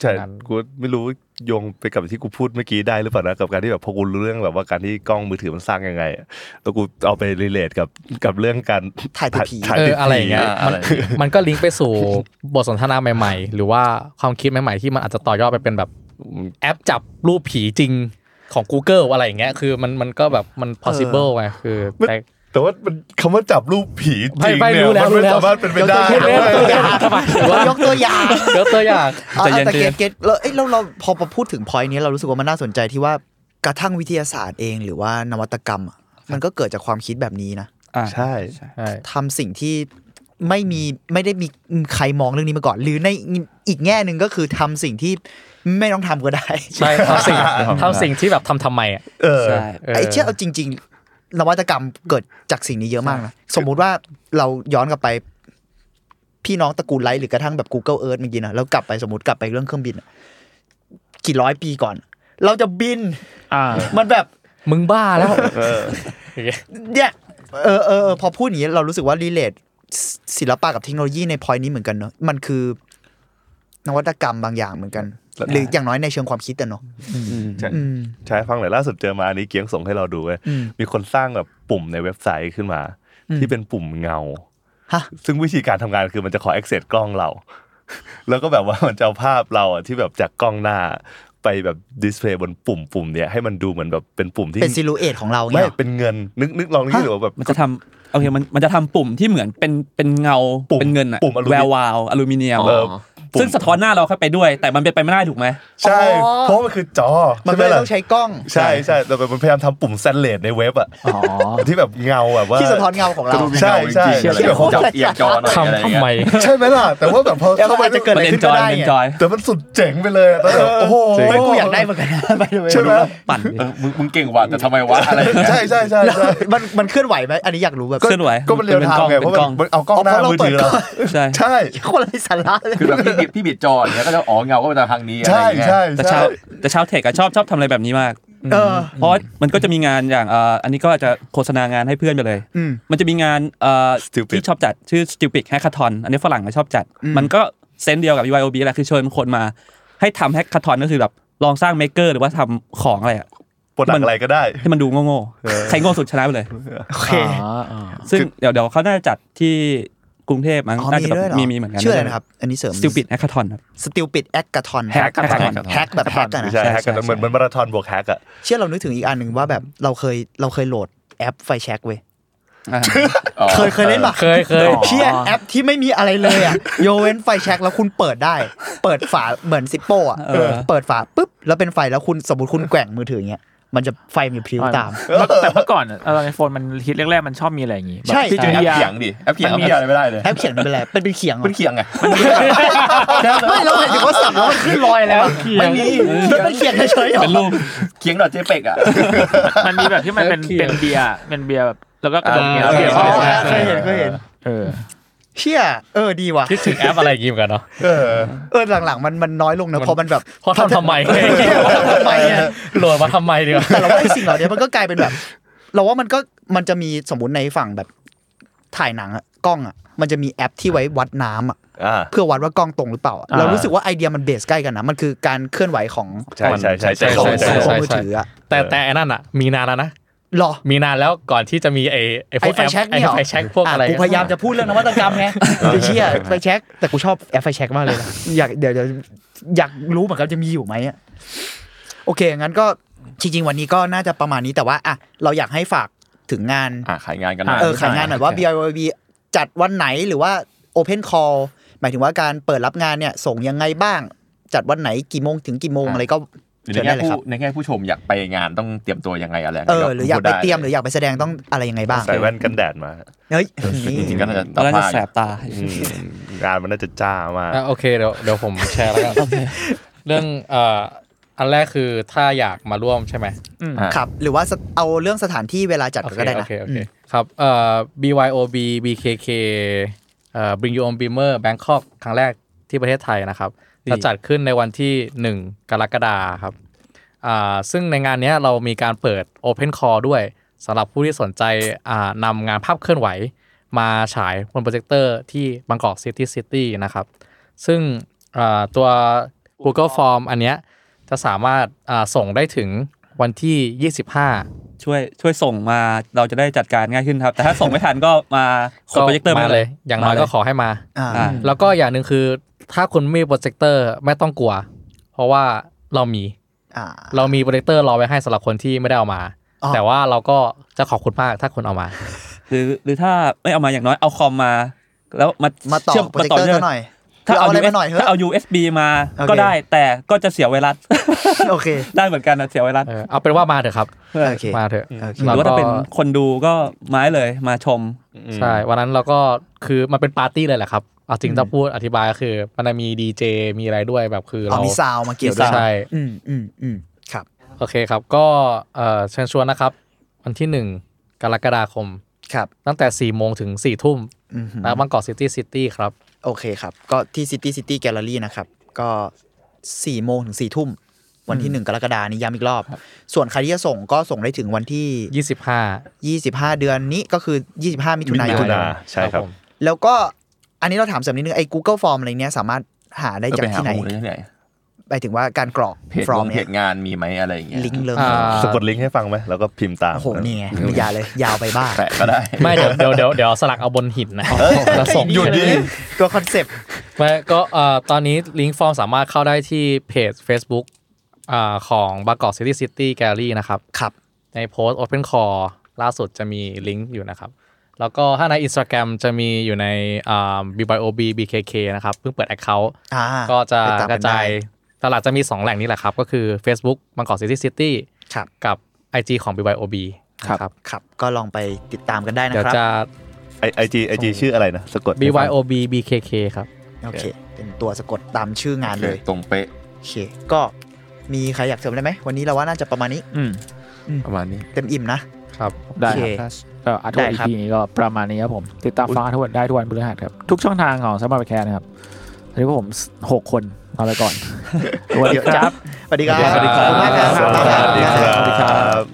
Speaker 7: ใช่
Speaker 5: งั้น
Speaker 7: กูไม่รู้โยงไปกับที่กูพูดเมื่อกี้ได้หรือเปล่านะกับการที่แบบพอกูรู้เรื่องแบบว่าการที่กล้องมือถือมันสร้างยังไงอะแล้วกูเอาไปรีเลทกับกับเรื่องการ
Speaker 4: ถ่ายติดผี
Speaker 7: ถ่าย
Speaker 5: เอ
Speaker 7: ติ
Speaker 5: อ
Speaker 7: ด
Speaker 5: อะไรอย่างเงี้ย
Speaker 7: ผี
Speaker 5: มันมันก็ลิงก์ไปสู่ บทสนทนาใหม่ ๆ หรือว่าความคิดใหม่ ๆ ที่มันอาจจะต่อยอดไปเป็นแบบแอปจับรูปผีจริงของ Google อะไรอย่างเงี้ยคือมันมันก็แบบมัน possible ไงคือแต่
Speaker 7: แต่ว่ามันคำว่าจับรูปผีจริง
Speaker 5: ไม่ไม่
Speaker 7: เนี่ย
Speaker 5: รู้แล้ว
Speaker 7: มัน
Speaker 5: รู้
Speaker 7: ไม่
Speaker 5: แล้ว
Speaker 7: สามารถเป็นไปได้
Speaker 4: เดี๋ยวจะพูดเล่น
Speaker 7: เว้ย
Speaker 4: ยกตัวอย่าง
Speaker 5: ยกตัวอย่าง
Speaker 4: เอา
Speaker 6: ใจเย็
Speaker 4: เอา
Speaker 6: น
Speaker 4: แต่เกต
Speaker 6: ใจเย็น
Speaker 4: เกตเราเอ้ยเราเราพอมาพูดถึงพอยนี้เรารู้สึกว่ามันน่าสนใจที่ว่ากระทั่งวิทยาศาสตร์เองหรือว่านวัตกรรมอะมันก็เกิดจากความคิดแบบนี้นะ
Speaker 6: อ่า
Speaker 7: ใช่
Speaker 5: ใช่
Speaker 4: ทำสิ่งที่ไม่มีไม่ได้มีใครมองเรื่องนี้มาก่อน หรือในอีกแง่หนึ่งก็คือทำสิ่งที่ไม่ต้องทำก็ได้
Speaker 5: ใช่ทำสิ่งทำสิ่งที่แบบทำทำไมอ่ะ
Speaker 7: เออ
Speaker 6: ใช่
Speaker 5: เออ
Speaker 4: ไอ้เชื่อเอาจริง ๆ นวัตกรรมเกิดจากสิ่งนี้เยอะมากนะสมมุติว่าเราย้อนกลับไป พี่น้องตระกูลไลท์หรือกระทั่งแบบ Google Earth เมื่อกี้นะแล้วกลับไปสมมติกลับไปเรื่องเครื่องบินอะกี่ร้อยปีก่อน เราจะบิน
Speaker 2: อ่า
Speaker 4: มันแบบ
Speaker 5: มึงบ้าแล้ว
Speaker 4: เนี่ยเออเออเออพอพูดอย่างนี้เรารู้สึกว่ารีเลทศิลปะกับเทคโนโลยีในพอยนี้เหมือนกันเนอะมันคือนวัตกรรมบางอย่างเหมือนกัน หรืออย่างน้อยในเชิงความคิดแต่เนอะ
Speaker 7: ใช่
Speaker 4: อืม
Speaker 7: ใช่ฟังหน่อยล่าสุดเจอมาอันนี้เกียงส่งให้เราดูเว้ย
Speaker 4: อืม
Speaker 7: มีคนสร้างแบบปุ่มในเว็บไซต์ขึ้นมา ที่เป็นปุ่มเงา
Speaker 4: ฮะ
Speaker 7: ซึ่งวิธีการทำงานคือมันจะขอ access กล้องเรา แล้วก็แบบว่ามันจะเอาภาพเราอ่ะที่แบบจากกล้องหน้าไปแบบดิสเพลย์บนปุ่มปุ่มเนี่ยให้มันดูเหมือนแบบเป็นปุ่มที่
Speaker 4: เป็นซิลูเอทของเรา
Speaker 7: ไม่
Speaker 4: เงี้ย
Speaker 7: เป็นเงินนึกนึกลองนึกดูว่าแบบ
Speaker 6: มันจะทำโอเคมันมันจะทำปุ่มที่เหมือนเป็นเป็นเงา
Speaker 7: ปุ่ม
Speaker 6: เป็นเงินอะ
Speaker 7: ปุ่มอลูมิ
Speaker 6: แวววาวอลูมิเนียม
Speaker 7: เออปุ่ม
Speaker 6: ซึ่งสะท้อนหน้าเราเข้าไปด้วย แต่มันเป็นไปไม่ได้ถูกไหม
Speaker 7: ใช่
Speaker 4: อ๋อ
Speaker 7: เพราะมันคือจอ
Speaker 4: มันไม่
Speaker 7: ใช่ห
Speaker 4: ได้
Speaker 7: ล่ะ
Speaker 4: ต้องใช้กล้อง
Speaker 7: ใช่ใช่แต่แบบมันพยายามทำปุ่มแซนเลดในเว็บอ่ะ
Speaker 2: อ๋อ
Speaker 7: ที่แบบเงาแบบว่า
Speaker 4: ที่สะท้อนเงาของเรา
Speaker 7: ใช่ใช่
Speaker 3: ที่แบบจับเอียดจอหน่อยอะไร
Speaker 5: ทำทำ
Speaker 3: เงี้ย
Speaker 5: ไม
Speaker 7: ใช่ไหมล่ะ แต่ว่าแบบพอ
Speaker 4: แล้วมัน
Speaker 7: เข้าไป
Speaker 4: อาจจะเกิด
Speaker 6: มันเอนจอยมันเอนจอย
Speaker 7: แต่มันสุดเจ๋งไปเลยอะตอนนั้นแบบโอ้โห
Speaker 4: เฮ้ยกูอยากได้เหมือนกันนะไปดูไป
Speaker 7: ใช่ไหม
Speaker 4: ดู
Speaker 6: ปั่น
Speaker 3: เออมึงมึงเก่งกว่าแต่ทำไมวะอะไรเงี้ย
Speaker 7: ใช่ใช่ใช่
Speaker 4: แล้ว
Speaker 7: ใช่
Speaker 4: มันมันเคลื่อนไหวไหมอันนี้อยากรู้แบบ
Speaker 6: เคลื่อนไหว
Speaker 7: ก็มันเรียลไทม์ไงเพราะ
Speaker 6: ป็น
Speaker 7: มัน
Speaker 6: กล้อง
Speaker 7: มันเอากล้องหน้ามือถือเรา
Speaker 6: ใช่
Speaker 7: ใช่
Speaker 4: คนไรสาระเลย
Speaker 3: คือแบบพี่บิดพี่บิดจออย่างเงี้ยก็จะอ๋อเงาก็มาจากทางนี้อะไร
Speaker 7: ใช่
Speaker 3: เงี้ย
Speaker 7: ใช่
Speaker 6: แต่
Speaker 7: ใช่
Speaker 6: ชาวแต่ชาวเทคอะชอบชอบทำอะไรแบบนี้มาก
Speaker 4: เออ
Speaker 6: เพราะมันก็จะมีงานอย่างเอ่ออันนี้ก็อาจจะโฆษณางานให้เพื่อนไปเลย
Speaker 4: อืม
Speaker 6: มันจะมีงานเอ่อ
Speaker 7: stupid
Speaker 6: ที่ชอบจัดชื่อ Stupid Hackathon อันนี้ฝรั่งก็ชอบจัด
Speaker 4: อืม
Speaker 6: มันก็เซนส์เดียวกับ UIOB แหละคือเชิญคนมา ให้ทำแฮกคาทอนก็คือแบบลองสร้างเมกเกอร์หรือว่าทำของอะไรอะ
Speaker 7: ปลดหนักอะไรก็ได้
Speaker 6: ให้มันดูโง่ๆใครโง่สุดชนะไปเลย
Speaker 4: โอเค
Speaker 2: อ๋ออ๋อ
Speaker 6: ซึ่งเดี๋ยวเดี๋ยวเขาน่าจะจัดที่กรุงเทพมั้ง
Speaker 4: อ๋อ
Speaker 6: น่า
Speaker 4: มี
Speaker 6: จะแบบ
Speaker 4: ด้วยเหรอ
Speaker 6: มีมีเหมือนกัน
Speaker 4: ชื่ออะไรนะครับ อันนี้เสริม
Speaker 6: Stupid Hackathon ครับ
Speaker 4: Stupid Hackathon
Speaker 6: Hackathon
Speaker 4: แฮกแบบแฮกอะนะ
Speaker 7: ใช่แฮกกันเหมือนเหมือนมาราธอนบวกแฮกอะ
Speaker 4: เชื่อเรานึกถึงอีกอันหนึ่งว่าแบบเราเคยเราเคยโหลดแอปไฟแช็กเว้ย
Speaker 6: อ่า
Speaker 3: อ๋อ
Speaker 4: เคยเคยเล่นปะ
Speaker 5: เคยเคย
Speaker 4: เชี่ยแอปที่ไม่มีอะไรเลยอ่ะโยเว้นไฟแช็กแล้วคุณเปิดได้ เปิดฝาเหมือนซิปโป้อ่ะ
Speaker 6: เออ
Speaker 4: เปิดฝาปุ๊บแล้วเป็นไฟแล้วคุณสมมติคุณแกว่งมือถืออย่างเงี้ยมันจะไฟมีพริ้วตาม
Speaker 2: แต่เมื่อก่อนอะตอนไอโฟนมันฮิตแรกๆมันชอบมีอะไรอย่างงี้แบบ
Speaker 4: ใช่
Speaker 2: ที่
Speaker 3: เจอ
Speaker 2: จะ
Speaker 3: แอ
Speaker 2: มี
Speaker 3: ป
Speaker 2: ยา
Speaker 3: เขียง ดิแอปเขียง
Speaker 2: มั
Speaker 3: เอา
Speaker 2: นมี
Speaker 3: ไม่ได้อะไรไม่ได้เลย
Speaker 4: แอปเขียงนี่เป็นอะไรเป็นเป็นเขียงเหรอ
Speaker 3: เป็นเขียง ไง
Speaker 4: ไม่เราหมายถึงว่าสับแล้วมันขึ้นลอยแล้ว
Speaker 3: ไม่มี
Speaker 4: มันเป็นเขียงเฉยๆเหรอ
Speaker 6: เป็นรูป
Speaker 3: เขียงดอทเจเป็กอ่ะ
Speaker 2: มันมีแบบที่มันเป็นเป็นเบียร์เป็นเบียร์แบบแล้วก็กระดกเงี้ย
Speaker 3: อ่า
Speaker 2: แล้วเบียร์
Speaker 4: อ๋อ
Speaker 2: เข้าไป
Speaker 4: เคยเห็นเคยเห็น
Speaker 2: เออ
Speaker 4: เชี่ยเออดีว่ะ
Speaker 5: คิดถึงแอปอะไรอย่างงี้เหมือนกันเนาะ
Speaker 3: เออ
Speaker 4: เออหลังๆมันมันน้อยลงนะเพอมันแบบ
Speaker 5: เพราะทำทำไม
Speaker 4: ทำไมอะ
Speaker 5: โหลดมาทำไมดีกว่า
Speaker 4: แต่เราว่าไอ้สิ่งเหล่านี้มันก็กลายเป็นแบบ เราว่ามันก็มันจะมีสมมติในฝั่งแบบถ่ายหนังอะกล้องอะมันจะมีแอปที่ไว้วัดน้ำอะ
Speaker 3: อ่า
Speaker 4: เพื่อวัดว่ากล้องตรงหรือเปล่าอะ
Speaker 2: อ่า
Speaker 4: เรารู้สึกว่าไอเดียมันเบสใกล้กันนะมันคือการเคลื่อนไหวของ
Speaker 3: ใช่ใช่ใช่ใช่
Speaker 4: ของ
Speaker 3: ใช่ใช่
Speaker 4: ของ
Speaker 3: ใช่
Speaker 4: มือถืออะ
Speaker 5: แต่แต่ไอ้นั่นอ่ะ มีนานแล้วนะ
Speaker 4: หรอ
Speaker 5: มีนานแล้วก่อนที่จะมีไอ้ไอ้พว
Speaker 4: ไอ้
Speaker 5: ก
Speaker 4: ไฟแช็กเนี่ยเห
Speaker 5: ไอ้
Speaker 4: รอ
Speaker 5: ไฟแช็กพวกอะไร
Speaker 4: กูพยายามจะพูดเรื่องนวัตกรรม ไงไอ้เชี่ยไฟแช็กแต่กูชอบแอปไฟแช็กมากเลยนะอยากเดี๋ยวเดี๋ยวอยากรู้เหมือนกันจะมีอยู่ไหมอะโอเคงั้นก็จริง ๆ วันนี้ก็น่าจะประมาณนี้แต่ว่าอะเราอยากให้ฝากถึงงาน
Speaker 3: อ่าขายงานกันหน่อย
Speaker 4: เออขายงานหน่อยว่า BYOB จัดวันไหนหรือว่า Open Call หมายถึงว่าการเปิดรับงานเนี่ย ส่งยังไงบ้าง จัดวันไหนกี่โมงถึงกี่โมง
Speaker 3: อ่ะ
Speaker 4: อะไรก็
Speaker 3: หรือใน
Speaker 4: เชิญ
Speaker 3: แง่
Speaker 4: ได้เลย
Speaker 3: ผู้
Speaker 4: ครับ
Speaker 3: ในแง่ผู้ชมอยากไปงานต้องเตรียมตัวยังไงอะไร
Speaker 4: เออหรืออยากไปเตรียมหรืออยากไปแสดงต้องอะไรยังไงบ้าง
Speaker 7: ใส่แว่นกันแดดมา
Speaker 4: เฮ้ย
Speaker 3: จริงๆก็น่าจะ
Speaker 6: ตอนนั้นจะแสบตา
Speaker 7: อืมงานมันน่าจะจ้ามาก
Speaker 5: อ่ะโอเคเดี๋ยวเดี๋ยวผมแชร์แล้วกันเรื่องเอ่ออันแรกคือถ้าอยากมาร่วมใช่ไหม
Speaker 4: ครับ หรือว่าเอาเรื่องสถานที่เวลาจัด
Speaker 5: โอเค
Speaker 4: ก็ได้
Speaker 5: โอ
Speaker 4: นะ
Speaker 5: เคโอเคครับเอ่อ BYOB BKK เอ่อ Bring Your Own Beamer Bangkok ครั้งแรกที่ประเทศไทยนะครับ
Speaker 6: ดี
Speaker 5: จะจัดขึ้นในวันที่ 1 กรกฎาคมครับอ่าซึ่งในงานเนี้ยเรามีการเปิด Open Call ด้วยสำหรับผู้ที่สนใจอ่านำงานภาพเคลื่อนไหว มาฉายบนโปรเจคเตอร์ที่บางกอกซิตี้ซิตี้นะครับ ซึ่งเอ่อตัว Google Form อันเนี้ยจะสามารถอ่าส่งได้ถึงวันที่ 25
Speaker 6: ช่วยช่วยส่งมาเราจะได้จัดการง่ายขึ้นครับ แต่ถ้าส่งไม่ทันก็มาขด
Speaker 5: ก็
Speaker 6: โปรเจคเตอร์
Speaker 5: มาเล
Speaker 6: มาเลย ย
Speaker 5: อย่างน้อย
Speaker 6: มเล
Speaker 5: ก็ขอให้มา
Speaker 4: อ่า
Speaker 6: อ่า
Speaker 5: แล้วก็อย่างหนึ่งคือถ้าคุณไม่มีโปรเจคเตอร์ไม่ต้องกลัว เพราะว่าเรามี
Speaker 4: อ่า
Speaker 5: เรามีโปรเจคเตอร์รอไว้ให้สำหรับคนที่ไม่ได้เอามา
Speaker 4: อ๋อ
Speaker 5: แต่ว่าเราก็จะขอบคุณมากถ้าคุณเอามา
Speaker 6: หรือหรือถ้าไม่เอามาอย่างน้อยเอาคอมมา แล้วมา
Speaker 4: มาต่อ
Speaker 6: ชื่ม
Speaker 4: โปรเจคเตอร์
Speaker 6: ม
Speaker 4: ก็หน่อย
Speaker 6: ถ้า
Speaker 4: คือเอา
Speaker 6: เอา
Speaker 4: อะไรมา
Speaker 6: USB
Speaker 4: หน่อยเถ
Speaker 6: ถ้าเอา
Speaker 4: อะ
Speaker 6: USB มา
Speaker 4: โอ
Speaker 6: ก็
Speaker 4: เค
Speaker 6: ได้แต่ก็จะเสียเวลา
Speaker 4: โอเค
Speaker 6: ได้เหมือนกันนะเสียเวลา
Speaker 5: เออเอาเป็นว่ามาเถอะครับ
Speaker 4: โอเค
Speaker 5: มาเถอะ
Speaker 4: โอเค
Speaker 6: หรือว่าถ้าเป็นคนดูก็ไม้เลยมาชม
Speaker 5: ใช่ วันนั้นเราก็คือมันเป็นปาร์ตี้เลยแหละครับเอาจริงถ้าพูดอธิบายก็คือ มันมีดีเจมีอะไรด้วยแบบคือ
Speaker 4: เอา
Speaker 5: เรา
Speaker 4: มีซาวมาเกี่ยวด้วย
Speaker 5: ใช่
Speaker 4: อืมอืมอืมครับ
Speaker 5: โอเคครับ ก็เอ่อเชิญชวนนะครับ วันที่ 1 กรกฎาคม
Speaker 4: ครับ
Speaker 5: ตั้งแต่ 4 โมงถึง 4 ทุ่ม
Speaker 4: อืม
Speaker 5: ณบางกอกซิตี้ซิตี้ครับ
Speaker 4: โอเคครับ ก็ที่ City City Gallery นะครับ ก็4โมงถึง4ทุ่ม วันที่ 1 กรกฎานี้ย้ำอีกรอบ ส่วนใครที่จะส่งก็ส่งได้ถึงวันที่
Speaker 5: 25
Speaker 4: 25 เดือนนี้ก็คือ 25 มิถุนาย
Speaker 7: มิถุ
Speaker 4: น
Speaker 7: นา ใช่ครับ
Speaker 5: ผม
Speaker 4: แล้วก็อันนี้เราถามเสริมนิดนึง ไอ้ Google Form อะไรเนี้ยสามารถหาได้
Speaker 3: จะ
Speaker 4: จาก
Speaker 3: ไปหา
Speaker 4: ที่ไหน
Speaker 3: ข้อมูลได้ที่ไหน
Speaker 4: หมายถึงว่าการกรอก
Speaker 3: เพจ
Speaker 4: from
Speaker 3: งเพ
Speaker 4: เนี่ย
Speaker 3: จงานมีไหมอะไรอย่างเงี้ย
Speaker 4: ลิงก์เลย
Speaker 5: อ่า
Speaker 7: สะกดลิงก์ให้ฟังไหมแล้วก็พิมพ์ตาม
Speaker 4: โอ้โหนี่ไงยาวเลย ยาวไปบ้าง
Speaker 3: แปะก็ได้
Speaker 5: ไม่เดี๋ยวเดี๋ยวเดี๋ยวเดี๋ยวสลักเอาบนหินนะแล้วส่ง
Speaker 3: หยุดดิ
Speaker 4: ตัวคอนเซปต์
Speaker 5: ไม่ก็เอ่อตอนนี้ลิงก์ฟอร์มสามารถเข้าได้ที่เพจ Facebook อ่าของบางกอกซิตี้ซิตี้แกลลี่นะครับ
Speaker 4: ครับ
Speaker 5: ในโพสต์ Open Call ล่าสุดจะมีลิงก์อยู่นะครับ แล้วก็ถ้าใน Instagram จะมีอยู่ในอ่า BYOB BKK นะครับ เพิ่งเปิด Account
Speaker 4: อ่า
Speaker 5: ก็จะ
Speaker 4: ไปตาม
Speaker 5: ก
Speaker 4: กั
Speaker 5: ระ
Speaker 4: นได้
Speaker 5: จายตลาดจะมี 2 แหล่งนี้แหละครับ ก็คือ Facebook บางกอกซิตี้ซิตี้
Speaker 4: ครับ
Speaker 5: กับ IG ของ BYOB นะครับ
Speaker 4: ครับ ก็ลองไปติดตามกันได้นะ
Speaker 5: เดี๋ยว
Speaker 4: ครับ
Speaker 5: จะ
Speaker 7: ไอจีไอจีชื่ออะไรนะสะกด
Speaker 5: BYOB BKK ครับ
Speaker 4: โอเค เป็นตัวสะกดตามชื่องานเลย
Speaker 3: ตรงเป๊ะ
Speaker 4: โอเค ก็มีใครอยากเสริมอะไรไหม วันนี้เราว่าน่าจะประมาณนี้
Speaker 2: อืม
Speaker 3: ประมาณนี้
Speaker 4: เต็มอิ่มนะ
Speaker 5: ครับ
Speaker 2: ได้
Speaker 4: โอเค
Speaker 2: ครับก็อัทว
Speaker 4: ได้
Speaker 2: ดอี
Speaker 4: ครับ
Speaker 2: พีนี้ก็ประมาณนี้ครับผม ติดตามฟังอัทวดได้ทุกวันพฤหัสครับ ทุกช่องทางของสมาร์ทแคร์นะครับวันนี้พวกผมหกคน ลาไปก่อนสวัสดีครับ
Speaker 4: สวัสดีครับ
Speaker 5: สวัสดีครั
Speaker 4: ขอบ
Speaker 5: บ
Speaker 4: คุณมากครับ
Speaker 7: สวัสดีครับ
Speaker 2: สวัสดีครับ